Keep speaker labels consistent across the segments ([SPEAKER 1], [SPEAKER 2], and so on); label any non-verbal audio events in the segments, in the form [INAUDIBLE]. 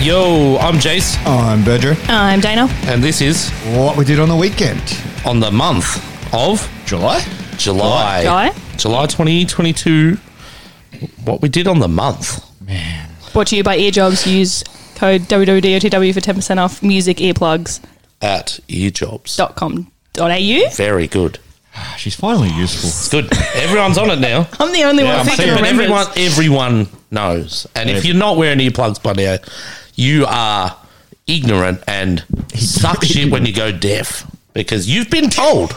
[SPEAKER 1] Yo, I'm Jace,
[SPEAKER 2] I'm Berger.
[SPEAKER 3] I'm Dana.
[SPEAKER 1] and this is
[SPEAKER 2] What we did on the weekend?
[SPEAKER 1] on the month of
[SPEAKER 2] July?
[SPEAKER 1] July.
[SPEAKER 3] July?
[SPEAKER 1] July 2022. What we did on the month.
[SPEAKER 3] Brought to you by Earjobs. Use code WWDOTW for 10% off music earplugs.com.au.
[SPEAKER 1] at earjobs. Very good.
[SPEAKER 2] Ah, She's finally useful.
[SPEAKER 1] It's good. Everyone's on it now.
[SPEAKER 3] [LAUGHS] I'm the only
[SPEAKER 1] Yeah,
[SPEAKER 3] one
[SPEAKER 1] I'm
[SPEAKER 3] that
[SPEAKER 1] seeing
[SPEAKER 3] can
[SPEAKER 1] it.
[SPEAKER 3] remember.
[SPEAKER 1] everyone, everyone knows. And if you're not wearing earplugs by now, you are ignorant and suck shit when you go deaf because you've been told.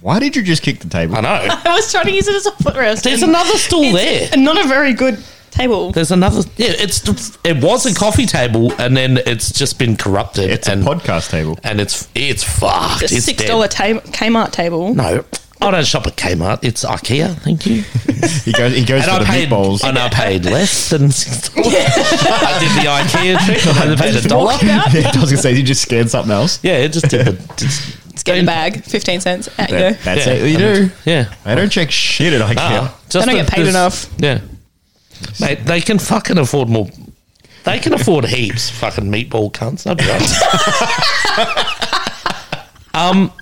[SPEAKER 2] Why did you just kick the table?
[SPEAKER 1] I
[SPEAKER 3] [LAUGHS]
[SPEAKER 1] know.
[SPEAKER 3] I was trying to use it as a footrest.
[SPEAKER 1] There's
[SPEAKER 3] and
[SPEAKER 1] another stool there.
[SPEAKER 3] it's Not a very good table.
[SPEAKER 1] There's another. Yeah, it's it was a coffee table, and then it's just been corrupted.
[SPEAKER 2] It's
[SPEAKER 1] and,
[SPEAKER 2] a podcast table.
[SPEAKER 1] and it's it's fucked.
[SPEAKER 3] The
[SPEAKER 1] It's
[SPEAKER 3] $6
[SPEAKER 1] dead.
[SPEAKER 3] ta- Kmart table.
[SPEAKER 1] No, I don't shop at Kmart. It's IKEA. Thank
[SPEAKER 2] [LAUGHS]
[SPEAKER 1] you. [LAUGHS]
[SPEAKER 2] He goes, he goes
[SPEAKER 1] And
[SPEAKER 2] for
[SPEAKER 1] I
[SPEAKER 2] the
[SPEAKER 1] paid,
[SPEAKER 2] meat bowls.
[SPEAKER 1] and I paid less than [LAUGHS] six dollars. I did the IKEA trick. I only paid a dollar.
[SPEAKER 2] [LAUGHS] yeah, I was going to say, you just scan something else.
[SPEAKER 1] Yeah, it just did. The, just,
[SPEAKER 3] Let's get a bag. 15 cents. Out you go.
[SPEAKER 2] That- that's
[SPEAKER 1] Yeah.
[SPEAKER 2] it. You do.
[SPEAKER 1] yeah,
[SPEAKER 2] They don't check shit at E. IKEA.
[SPEAKER 1] Ah,
[SPEAKER 3] They don't
[SPEAKER 1] the-
[SPEAKER 3] get paid
[SPEAKER 1] this-
[SPEAKER 3] enough.
[SPEAKER 1] Yeah, Mate, they can fucking afford more. They can afford heaps. Fucking meatball cunts. I'd be right. [LAUGHS] um,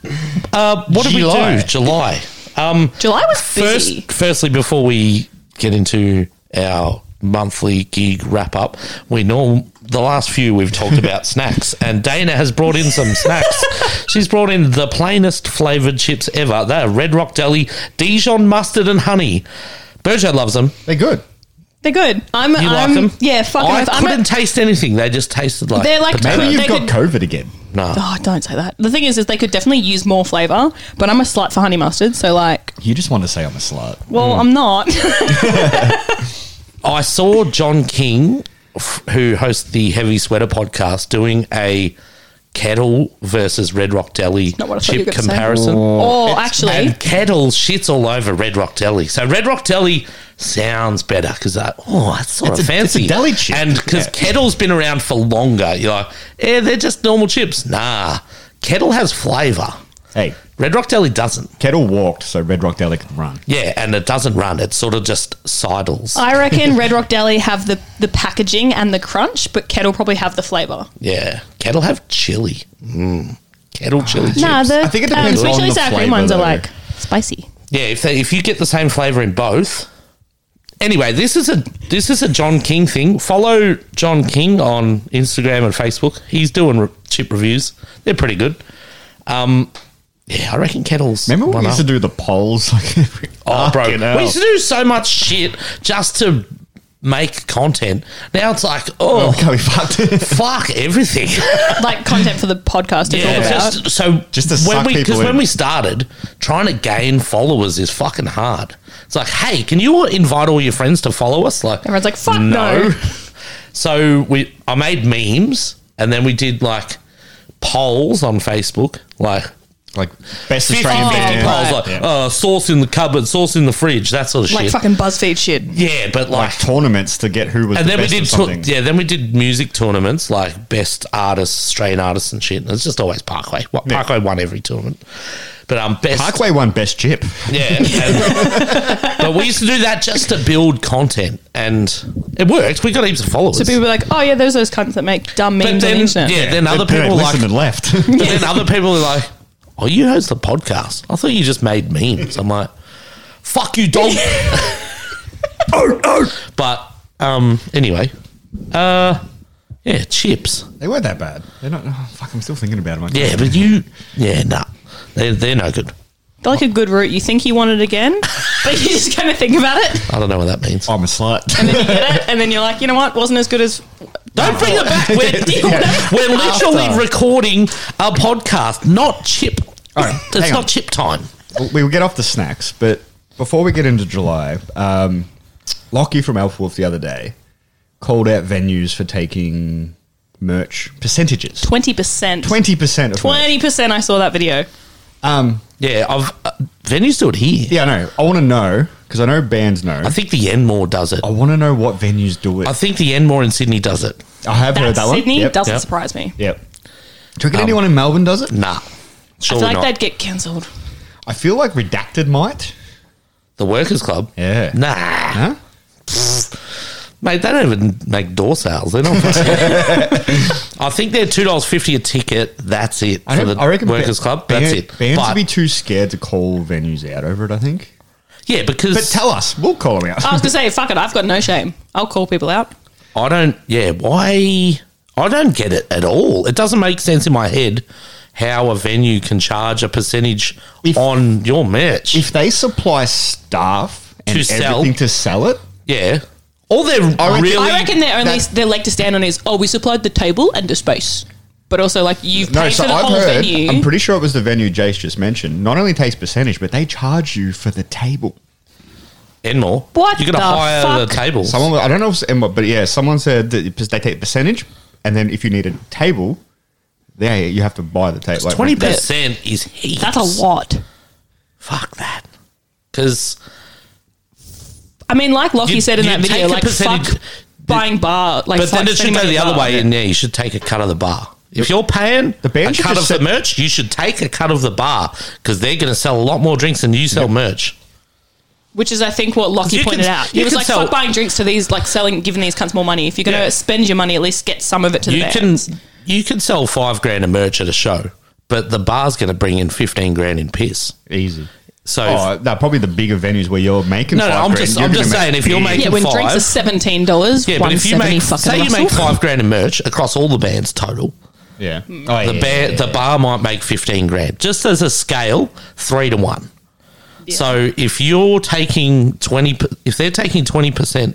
[SPEAKER 1] uh, what did
[SPEAKER 2] July.
[SPEAKER 1] we do? July. Um,
[SPEAKER 3] July was busy.
[SPEAKER 1] first, firstly, before we get into our monthly gig wrap up, we norm the last few we've talked about snacks, and Dana has brought in some snacks. She's brought in the plainest flavored chips ever. They are Red Rock Deli Dijon mustard and honey. Berger loves them.
[SPEAKER 2] They're good.
[SPEAKER 3] They're good. I'm,
[SPEAKER 1] You
[SPEAKER 3] I'm,
[SPEAKER 1] like them?
[SPEAKER 3] Um, Yeah, fucking
[SPEAKER 1] I
[SPEAKER 3] oath. I'm a-
[SPEAKER 1] couldn't taste anything. They just tasted like
[SPEAKER 3] They're like-
[SPEAKER 2] Maybe
[SPEAKER 1] potato.
[SPEAKER 3] They
[SPEAKER 2] you've got
[SPEAKER 3] could-
[SPEAKER 2] COVID again.
[SPEAKER 1] no.
[SPEAKER 3] Oh, don't say that. The thing is, is they could definitely use more flavour, but I'm a slut for honey mustard, so like,
[SPEAKER 2] You just want to say I'm a slut.
[SPEAKER 3] well,
[SPEAKER 1] Hmm.
[SPEAKER 3] I'm not.
[SPEAKER 1] I saw John King, f- who hosts the Heavy Sweater podcast, doing a kettle versus Red Rock Deli
[SPEAKER 3] Not what I thought you were
[SPEAKER 1] chip
[SPEAKER 3] gonna say.
[SPEAKER 1] comparison.
[SPEAKER 3] [LAUGHS] Oh, actually,
[SPEAKER 1] And kettle shits all over Red Rock Deli. So Red Rock Deli sounds better because that oh, that's sort
[SPEAKER 2] It's
[SPEAKER 1] of
[SPEAKER 2] a- it's a
[SPEAKER 1] fancy
[SPEAKER 2] deli chip.
[SPEAKER 1] And because
[SPEAKER 2] Yeah.
[SPEAKER 1] kettle's been around for longer, you're like, eh, they're just normal chips. Nah, kettle has flavour.
[SPEAKER 2] Hey,
[SPEAKER 1] Red Rock Deli doesn't.
[SPEAKER 2] Kettle walked so Red Rock Deli could run.
[SPEAKER 1] Yeah, and it doesn't run. It sort of just sidles.
[SPEAKER 3] [LAUGHS] I reckon Red Rock Deli have the, the packaging and the crunch, but Kettle probably have the flavour.
[SPEAKER 1] yeah, kettle have chili. Mm. Kettle chili chips.
[SPEAKER 3] Nah, the
[SPEAKER 2] I think it depends
[SPEAKER 3] sweet
[SPEAKER 2] on
[SPEAKER 3] chili
[SPEAKER 2] the
[SPEAKER 3] sour cream
[SPEAKER 2] flavour,
[SPEAKER 3] ones
[SPEAKER 2] though.
[SPEAKER 3] are like spicy.
[SPEAKER 1] Yeah, if they, if you get the same flavor in both. Anyway, this is a this is a John King thing. Follow John King on Instagram and Facebook. He's doing re- chip reviews. They're pretty good. Um, yeah, I reckon kettles.
[SPEAKER 2] Remember when
[SPEAKER 1] one
[SPEAKER 2] we used to
[SPEAKER 1] up.
[SPEAKER 2] do the polls? [LAUGHS] Like,
[SPEAKER 1] Oh, bro,
[SPEAKER 2] fucking hell.
[SPEAKER 1] we used to do so much shit just to make content. Now it's like, oh,
[SPEAKER 2] Okay,
[SPEAKER 1] [LAUGHS]
[SPEAKER 2] we fucked.
[SPEAKER 1] fuck everything.
[SPEAKER 3] Like content for the podcast to talk
[SPEAKER 1] Yeah,
[SPEAKER 3] about.
[SPEAKER 1] just, so
[SPEAKER 2] Just to
[SPEAKER 1] when
[SPEAKER 2] suck
[SPEAKER 1] we
[SPEAKER 2] people
[SPEAKER 1] because
[SPEAKER 2] in.
[SPEAKER 1] when we started trying to gain followers is fucking hard. It's like, hey, can you invite all your friends to follow us? Like
[SPEAKER 3] Everyone's like, fuck no.
[SPEAKER 1] [LAUGHS] So we, I made memes, and then we did like polls on Facebook, like.
[SPEAKER 2] like, best
[SPEAKER 1] 50,
[SPEAKER 2] Australian
[SPEAKER 1] 50
[SPEAKER 2] band.
[SPEAKER 1] polls like
[SPEAKER 2] Yeah.
[SPEAKER 1] uh, sauce in the cupboard, sauce in the fridge, that sort of
[SPEAKER 3] like
[SPEAKER 1] shit.
[SPEAKER 3] fucking BuzzFeed shit.
[SPEAKER 1] yeah, but like,
[SPEAKER 2] like tournaments to get who was
[SPEAKER 1] and
[SPEAKER 2] the
[SPEAKER 1] then we
[SPEAKER 2] best
[SPEAKER 1] did
[SPEAKER 2] at
[SPEAKER 1] tour-
[SPEAKER 2] something.
[SPEAKER 1] yeah, then we did music tournaments like best artists, Australian artists and shit. And it's just always Parkway. Well,
[SPEAKER 2] Yeah.
[SPEAKER 1] Parkway won every tournament, but um, best
[SPEAKER 2] Parkway won best chip.
[SPEAKER 1] yeah.
[SPEAKER 2] [LAUGHS]
[SPEAKER 1] and- but we used to do that just to build content, and it worked. We got heaps of followers.
[SPEAKER 3] So people were like, oh yeah, there's those cunts that make dumb
[SPEAKER 1] but
[SPEAKER 3] memes on
[SPEAKER 1] then,
[SPEAKER 3] the internet.
[SPEAKER 1] yeah, then other
[SPEAKER 2] They- they
[SPEAKER 1] people were like,
[SPEAKER 2] listened and left. [LAUGHS]
[SPEAKER 1] but then other people are like, "Oh, you host the podcast? I thought you just made memes." I'm like, "Fuck you,
[SPEAKER 2] [LAUGHS]
[SPEAKER 1] dog." oh, oh. But um, anyway, uh, yeah, chips.
[SPEAKER 2] They weren't that bad. They're not. Oh, fuck, I'm still thinking about them. I
[SPEAKER 1] Yeah,
[SPEAKER 2] can't-
[SPEAKER 1] but you, yeah, nah, they're they're no good.
[SPEAKER 3] They're like a good route. You think you want it
[SPEAKER 1] [LAUGHS]
[SPEAKER 3] again, but you just kind of think about it.
[SPEAKER 1] I don't know what that [LAUGHS] means.
[SPEAKER 2] I'm a slut.
[SPEAKER 3] You [LAUGHS] get it, and then you're like, you know what? Wasn't as
[SPEAKER 1] [LAUGHS]
[SPEAKER 3] good as.
[SPEAKER 1] Don't bring it back.
[SPEAKER 2] [LAUGHS]
[SPEAKER 1] We're,
[SPEAKER 3] [LAUGHS]
[SPEAKER 1] we're literally
[SPEAKER 2] After.
[SPEAKER 1] recording a podcast, not chip.
[SPEAKER 2] All right,
[SPEAKER 1] it's
[SPEAKER 2] hang
[SPEAKER 1] not
[SPEAKER 2] on.
[SPEAKER 1] chip time.
[SPEAKER 2] we will get off the snacks, but before we get into July, um, Lockie from Alpha Wolf the other day called out venues for taking merch percentages. 20%
[SPEAKER 3] 20%.
[SPEAKER 2] of merch.
[SPEAKER 3] 20%. I saw that video.
[SPEAKER 2] Um,
[SPEAKER 1] Yeah, I've uh, venues do it here.
[SPEAKER 2] yeah, I know. I want to know because I know bands know.
[SPEAKER 1] I think the Enmore does it.
[SPEAKER 2] I want to know what venues do it.
[SPEAKER 1] I think the Enmore in Sydney does it.
[SPEAKER 2] I have heard
[SPEAKER 3] That's
[SPEAKER 2] that one.
[SPEAKER 3] Sydney
[SPEAKER 2] Yep.
[SPEAKER 3] doesn't
[SPEAKER 1] Yep.
[SPEAKER 3] surprise me.
[SPEAKER 2] Yep. Do you reckon anyone in Melbourne does it?
[SPEAKER 1] Nah,
[SPEAKER 3] I
[SPEAKER 1] surely
[SPEAKER 3] feel like
[SPEAKER 1] not.
[SPEAKER 3] they'd get cancelled.
[SPEAKER 2] I feel like Redacted might.
[SPEAKER 1] The Workers Club.
[SPEAKER 2] Yeah.
[SPEAKER 1] Nah,
[SPEAKER 2] Huh?
[SPEAKER 1] mate, they don't even make door sales. They're not.
[SPEAKER 2] [LAUGHS]
[SPEAKER 1] I think they're two dollars fifty a ticket. That's it
[SPEAKER 2] I,
[SPEAKER 1] for
[SPEAKER 2] don't-
[SPEAKER 1] the
[SPEAKER 2] I reckon ba-
[SPEAKER 1] Workers Club.
[SPEAKER 2] ban-
[SPEAKER 1] That's it.
[SPEAKER 2] Bands
[SPEAKER 1] But,
[SPEAKER 2] would be too scared to call venues out over it. I think.
[SPEAKER 1] yeah, because
[SPEAKER 2] But tell us, we'll call them out.
[SPEAKER 1] Uh,
[SPEAKER 3] I was gonna say, fuck it, I've got no shame. I'll call people out.
[SPEAKER 1] I don't. Yeah, why? I don't get it at all. It doesn't make sense in my head how a venue can charge a percentage
[SPEAKER 2] If-
[SPEAKER 1] on your merch.
[SPEAKER 2] if they supply staff and
[SPEAKER 1] To sell.
[SPEAKER 2] everything to sell it,
[SPEAKER 1] yeah, all they're
[SPEAKER 2] reckon-
[SPEAKER 1] really.
[SPEAKER 3] I reckon their only
[SPEAKER 2] that-
[SPEAKER 3] their leg to stand on is oh we supplied the table and the space, but also like you've
[SPEAKER 2] no.
[SPEAKER 3] paid
[SPEAKER 2] So
[SPEAKER 3] for the
[SPEAKER 2] I've
[SPEAKER 3] whole
[SPEAKER 2] heard.
[SPEAKER 3] venue.
[SPEAKER 2] I'm pretty sure it was the venue Jace just mentioned. Not only takes percentage, but they charge you for the table.
[SPEAKER 1] Enmore.
[SPEAKER 3] What
[SPEAKER 1] You're gonna
[SPEAKER 3] the
[SPEAKER 1] hire
[SPEAKER 3] fuck?
[SPEAKER 1] the tables.
[SPEAKER 2] Someone, I don't know if it's Emma, but yeah, someone said that because they take percentage, and then if you need a table, they you have to buy the table. Like,
[SPEAKER 1] Twenty percent is heaps.
[SPEAKER 3] That's a lot.
[SPEAKER 1] Fuck that. Because
[SPEAKER 3] I mean, like Lockie
[SPEAKER 1] You-
[SPEAKER 3] said in
[SPEAKER 1] you
[SPEAKER 3] that
[SPEAKER 1] take
[SPEAKER 3] video,
[SPEAKER 1] a
[SPEAKER 3] like fuck
[SPEAKER 1] percentage-
[SPEAKER 3] buying bar. Like,
[SPEAKER 1] but then
[SPEAKER 3] fuck
[SPEAKER 1] it should
[SPEAKER 3] spending
[SPEAKER 1] go
[SPEAKER 3] money
[SPEAKER 1] the
[SPEAKER 3] at
[SPEAKER 1] other
[SPEAKER 3] bar.
[SPEAKER 1] way, and yeah, you should take a cut of the bar. If you're paying
[SPEAKER 2] The band
[SPEAKER 1] a
[SPEAKER 2] should
[SPEAKER 1] cut of
[SPEAKER 2] just
[SPEAKER 1] the
[SPEAKER 2] say-
[SPEAKER 1] merch, you should take a cut of the bar because they're going to sell a lot more drinks than you sell merch.
[SPEAKER 3] Which is, I think, what Lockie
[SPEAKER 1] You
[SPEAKER 3] pointed
[SPEAKER 1] can-
[SPEAKER 3] out. He
[SPEAKER 1] you
[SPEAKER 3] was
[SPEAKER 1] can
[SPEAKER 3] like,
[SPEAKER 1] sell-
[SPEAKER 3] fuck buying drinks to these, like selling, giving these cunts more money. If you're going to
[SPEAKER 1] Yeah.
[SPEAKER 3] spend your money, at least get some of it to the
[SPEAKER 1] You can
[SPEAKER 3] bands.
[SPEAKER 1] you can sell five grand of merch at a show, but the bar's going to bring in fifteen grand in piss.
[SPEAKER 2] easy.
[SPEAKER 1] So
[SPEAKER 2] Oh, no, probably the bigger venues where you're making.
[SPEAKER 1] No, no,
[SPEAKER 2] five
[SPEAKER 1] I'm
[SPEAKER 2] grand,
[SPEAKER 1] just-
[SPEAKER 2] you're
[SPEAKER 1] I'm
[SPEAKER 2] gonna
[SPEAKER 1] just
[SPEAKER 2] make
[SPEAKER 1] saying if you're
[SPEAKER 2] big.
[SPEAKER 1] making-
[SPEAKER 3] Yeah, when drinks
[SPEAKER 1] five.
[SPEAKER 3] are seventeen dollars,
[SPEAKER 1] yeah, but if you make
[SPEAKER 3] fucking
[SPEAKER 1] say you make
[SPEAKER 3] [LAUGHS] Russell.
[SPEAKER 1] five grand in merch across all the bands total,
[SPEAKER 2] yeah, oh,
[SPEAKER 1] the
[SPEAKER 2] yeah,
[SPEAKER 1] bar,
[SPEAKER 2] yeah,
[SPEAKER 1] the
[SPEAKER 2] yeah.
[SPEAKER 1] bar might make 15 grand just as a scale three to one so if you're taking 20 per- if they're taking 20%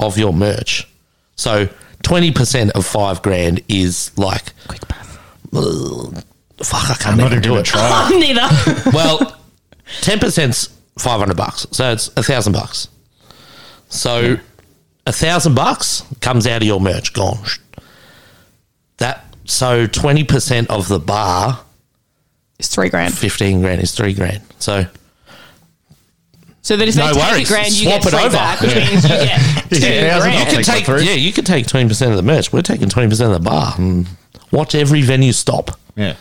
[SPEAKER 1] of your merch so 20% of five grand is like
[SPEAKER 3] quick breath.
[SPEAKER 1] ugh, fuck i can't
[SPEAKER 2] I'm not
[SPEAKER 1] even
[SPEAKER 2] even
[SPEAKER 1] do
[SPEAKER 2] gonna
[SPEAKER 1] it
[SPEAKER 2] try.
[SPEAKER 3] I'm neither. [LAUGHS]
[SPEAKER 1] well [LAUGHS] 10%'s 500 bucks so it's a thousand bucks so a thousand bucks comes out of your merch gone that so 20% of the bar
[SPEAKER 3] it's three grand.
[SPEAKER 1] 15 grand is three grand. So
[SPEAKER 3] So then if
[SPEAKER 1] No
[SPEAKER 3] they take
[SPEAKER 1] worries.
[SPEAKER 3] a grand, you
[SPEAKER 1] Swap
[SPEAKER 3] get
[SPEAKER 1] it
[SPEAKER 3] three
[SPEAKER 1] over.
[SPEAKER 3] back, which means you get two
[SPEAKER 2] Yeah,
[SPEAKER 1] [LAUGHS] you
[SPEAKER 2] I'll
[SPEAKER 3] grand.
[SPEAKER 1] can
[SPEAKER 2] take my
[SPEAKER 1] take,
[SPEAKER 2] three.
[SPEAKER 1] yeah, you can take 20% of the merch. We're taking 20% of the bar and watch every venue stop.
[SPEAKER 2] Yeah.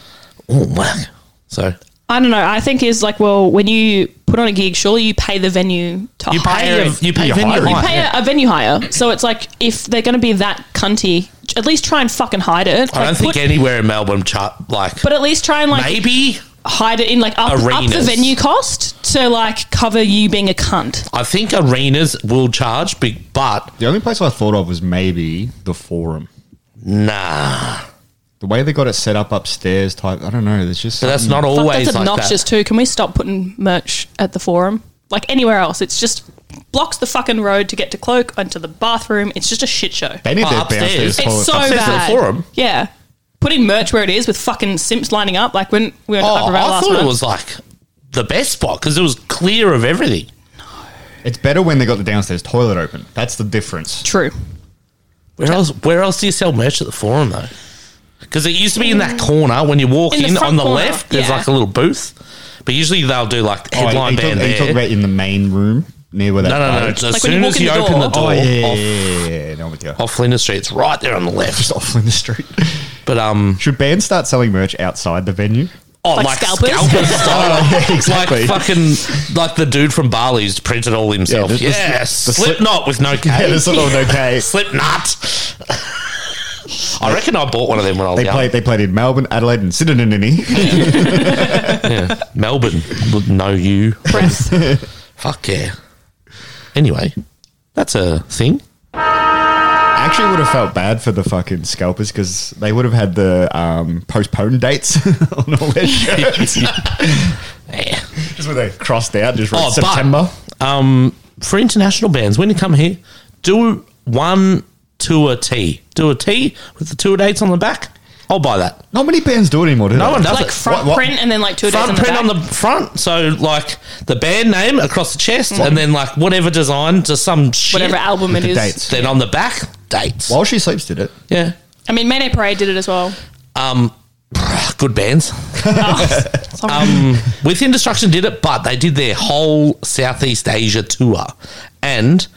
[SPEAKER 1] Oh, my. So
[SPEAKER 3] I don't know. I think is like, well, when you put on a gig, surely you pay the venue to
[SPEAKER 1] you
[SPEAKER 3] hire
[SPEAKER 1] pay, a, you pay
[SPEAKER 2] you
[SPEAKER 1] venue
[SPEAKER 2] hire-
[SPEAKER 1] hire.
[SPEAKER 2] you
[SPEAKER 3] pay a, a venue hire. So it's like if they're going to be that cunty, at least try and fucking hide it.
[SPEAKER 1] I don't
[SPEAKER 3] Like,
[SPEAKER 1] think
[SPEAKER 3] put-
[SPEAKER 1] anywhere in Melbourne, chart, like,
[SPEAKER 3] But at least try and like
[SPEAKER 1] maybe.
[SPEAKER 3] hide it in like up, up the
[SPEAKER 1] Arenas.
[SPEAKER 3] venue cost to like cover you being a cunt.
[SPEAKER 1] I think arenas will charge, big, but
[SPEAKER 2] The only place I thought of was maybe the forum.
[SPEAKER 1] nah.
[SPEAKER 2] The way they got it set up upstairs, type. I don't know. There's just.
[SPEAKER 1] But that's
[SPEAKER 2] something-
[SPEAKER 1] not
[SPEAKER 3] Fuck,
[SPEAKER 1] always
[SPEAKER 3] that's
[SPEAKER 1] like
[SPEAKER 3] obnoxious
[SPEAKER 1] that.
[SPEAKER 3] too. Can we stop putting merch at the forum? Like anywhere else, it's just blocks the fucking road to get to cloak and to the bathroom. It's just a shit show.
[SPEAKER 2] They need
[SPEAKER 1] Oh,
[SPEAKER 2] their
[SPEAKER 1] upstairs.
[SPEAKER 2] downstairs
[SPEAKER 1] It's
[SPEAKER 2] toilet
[SPEAKER 3] It's so
[SPEAKER 1] upstairs to the
[SPEAKER 3] bad.
[SPEAKER 1] forum?
[SPEAKER 3] Yeah, putting merch where it is with fucking simps lining up. Like when we were at
[SPEAKER 1] Oh,
[SPEAKER 3] Upper Valley
[SPEAKER 1] I
[SPEAKER 3] last
[SPEAKER 1] thought it
[SPEAKER 3] month.
[SPEAKER 1] was like the best spot because it was clear of everything.
[SPEAKER 2] It's better when they got the downstairs toilet open. That's the difference.
[SPEAKER 3] true.
[SPEAKER 1] Where else? Where else do you sell merch at the forum though? Because it used to be in that corner when you walk
[SPEAKER 3] Mm. In the
[SPEAKER 1] in,
[SPEAKER 3] front
[SPEAKER 1] on the
[SPEAKER 3] corner,
[SPEAKER 1] left. There's
[SPEAKER 3] yeah.
[SPEAKER 1] like a little booth, but usually they'll do like headline
[SPEAKER 2] are you talking-
[SPEAKER 1] band
[SPEAKER 2] are you talking
[SPEAKER 1] there.
[SPEAKER 2] about in the main room near where that?
[SPEAKER 1] no, no, no.
[SPEAKER 2] bar is?
[SPEAKER 1] As
[SPEAKER 3] Like when you
[SPEAKER 1] soon
[SPEAKER 3] walk
[SPEAKER 1] as
[SPEAKER 3] in
[SPEAKER 1] you
[SPEAKER 3] the
[SPEAKER 1] open
[SPEAKER 3] door.
[SPEAKER 1] the
[SPEAKER 2] Oh
[SPEAKER 1] door
[SPEAKER 2] yeah, yeah,
[SPEAKER 1] off,
[SPEAKER 2] yeah, yeah, yeah. No, I'm with you.
[SPEAKER 1] off Flinders Street, it's right there on the left.
[SPEAKER 2] Just off in the street.
[SPEAKER 1] But um,
[SPEAKER 2] [LAUGHS] Should bands start selling merch outside
[SPEAKER 1] [LAUGHS]
[SPEAKER 2] the venue?
[SPEAKER 1] oh,
[SPEAKER 3] Like
[SPEAKER 1] like,
[SPEAKER 3] scalpers?
[SPEAKER 1] scalpers,
[SPEAKER 2] [LAUGHS]
[SPEAKER 1] style. Like fucking like the dude from Barley's printed all himself.
[SPEAKER 2] the- the-
[SPEAKER 1] yes,
[SPEAKER 2] the slip-
[SPEAKER 1] Slipknot with no K.
[SPEAKER 2] [LAUGHS] yeah, there's a little no
[SPEAKER 1] [LAUGHS]
[SPEAKER 2] K.
[SPEAKER 1] Slipknot. I reckon I bought one of them when I was
[SPEAKER 2] They
[SPEAKER 1] young.
[SPEAKER 2] played. They played in Melbourne, Adelaide, and Sydney. [LAUGHS]
[SPEAKER 1] Yeah. Melbourne would know you.
[SPEAKER 3] Breath.
[SPEAKER 1] [LAUGHS] Fuck yeah. Anyway, that's a thing.
[SPEAKER 2] I actually would have felt bad for the fucking scalpers because they would have had the um, postponed dates [LAUGHS] on all
[SPEAKER 1] [LAUGHS]
[SPEAKER 2] their shirts.
[SPEAKER 1] Yeah.
[SPEAKER 2] just where they crossed out, just wrote
[SPEAKER 1] Oh,
[SPEAKER 2] September.
[SPEAKER 1] but um, for international bands, when you come here, do one tour tee. Do a tee with the tour dates on the back. I'll buy that.
[SPEAKER 2] Not many bands do it anymore, do
[SPEAKER 1] No
[SPEAKER 2] they?
[SPEAKER 1] one does
[SPEAKER 3] like
[SPEAKER 1] it.
[SPEAKER 3] front
[SPEAKER 2] What- what-
[SPEAKER 3] print and then like two days
[SPEAKER 1] Front
[SPEAKER 3] on the
[SPEAKER 1] print on
[SPEAKER 3] back.
[SPEAKER 1] the front, so like the band name across the chest, and then like whatever design, just some shit.
[SPEAKER 3] whatever album
[SPEAKER 2] With
[SPEAKER 3] it
[SPEAKER 2] the
[SPEAKER 3] is.
[SPEAKER 2] dates.
[SPEAKER 1] Then on the back, dates.
[SPEAKER 2] While she sleeps, did it. [LAUGHS]
[SPEAKER 1] Yeah.
[SPEAKER 3] I mean, Mayday Parade did it as well.
[SPEAKER 1] Um, Good bands.
[SPEAKER 3] Sorry.
[SPEAKER 1] Um, With Indestruction did it, but they did their whole Southeast Asia tour and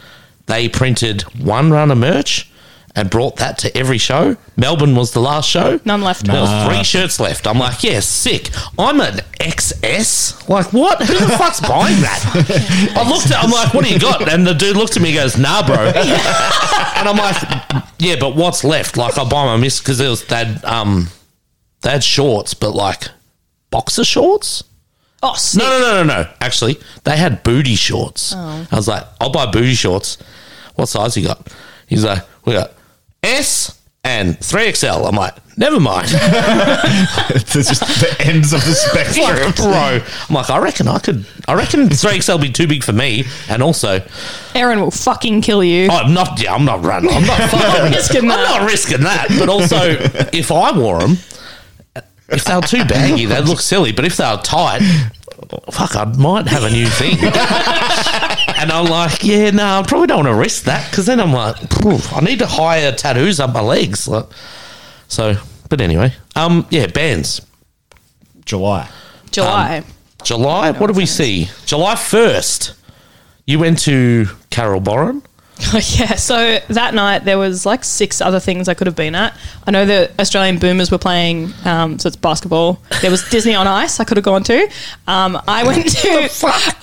[SPEAKER 1] they printed one run of merch and brought that to every show. Melbourne was the last show.
[SPEAKER 3] None left.
[SPEAKER 1] There was
[SPEAKER 2] Nah.
[SPEAKER 1] three shirts left. I'm like, yeah, sick. I'm an XS. Like, what? Who the fuck's buying that? I looked at I'm like, what do you got? And the dude looked at me and goes, nah, bro. and I'm like, yeah, but what's left? Like, I'll buy my miss because there was that, um, they had shorts, but like boxer shorts.
[SPEAKER 3] oh, sick.
[SPEAKER 1] No, no, no, no, no. Actually, they had booty shorts. I was like, I'll buy booty shorts. What size you got? He's like, we got S and three XL. I'm like, never mind,
[SPEAKER 2] it's just the ends of the spectrum.
[SPEAKER 3] [LAUGHS]
[SPEAKER 1] [LAUGHS] Like, bro. I'm like, I reckon I could. I reckon three XL be too big for me. And also,
[SPEAKER 3] Aaron will fucking kill you. [LAUGHS]
[SPEAKER 1] I'm not. Yeah, I'm not running. I'm not.
[SPEAKER 3] I'm not risking
[SPEAKER 1] Oh, I'm
[SPEAKER 3] that.
[SPEAKER 1] not risking that. But also, if I wore them, if they were too baggy, they'd look silly. But if they were tight, fuck, I might have a new
[SPEAKER 3] [LAUGHS]
[SPEAKER 1] thing. and I'm like, yeah, no, I probably don't want to risk that because then I'm like, phew, I need to hire tattoos up my legs. Like, so, but anyway, um, yeah, bands.
[SPEAKER 2] July.
[SPEAKER 3] July.
[SPEAKER 1] July. What did we see? July first. You went to Carol Boran.
[SPEAKER 3] [LAUGHS] Oh, yeah, so that night there was like six other things I could have been at. I know the Australian Boomers were playing, um, so it's basketball. There was Disney on Ice I could have gone to. Um, I went to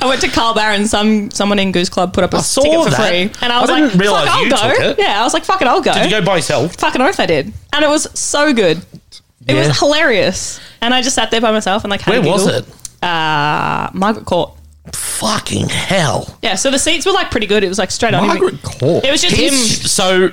[SPEAKER 3] I went to Carl Barron. Some someone in Goose Club put up a
[SPEAKER 1] saw
[SPEAKER 3] ticket for
[SPEAKER 1] that.
[SPEAKER 3] free, and
[SPEAKER 1] I
[SPEAKER 3] I was
[SPEAKER 1] didn't
[SPEAKER 3] like,
[SPEAKER 1] realise
[SPEAKER 3] "Fuck, I'll
[SPEAKER 1] you
[SPEAKER 3] go."
[SPEAKER 1] took it.
[SPEAKER 3] Yeah, I was like, "Fuck it, I'll go."
[SPEAKER 1] Did you go by yourself?
[SPEAKER 3] Fucking oath, I did, and it was so good. It
[SPEAKER 1] Yeah.
[SPEAKER 3] was hilarious, and I just sat there by myself and like, had
[SPEAKER 1] Where
[SPEAKER 3] a
[SPEAKER 1] was
[SPEAKER 3] giggle.
[SPEAKER 1] it?
[SPEAKER 3] Uh, Margaret Court.
[SPEAKER 1] Fucking hell.
[SPEAKER 3] Yeah, so the seats were like pretty good. It was like straight on.
[SPEAKER 2] Margaret
[SPEAKER 3] him.
[SPEAKER 2] Court.
[SPEAKER 3] It was just him.
[SPEAKER 1] He's- so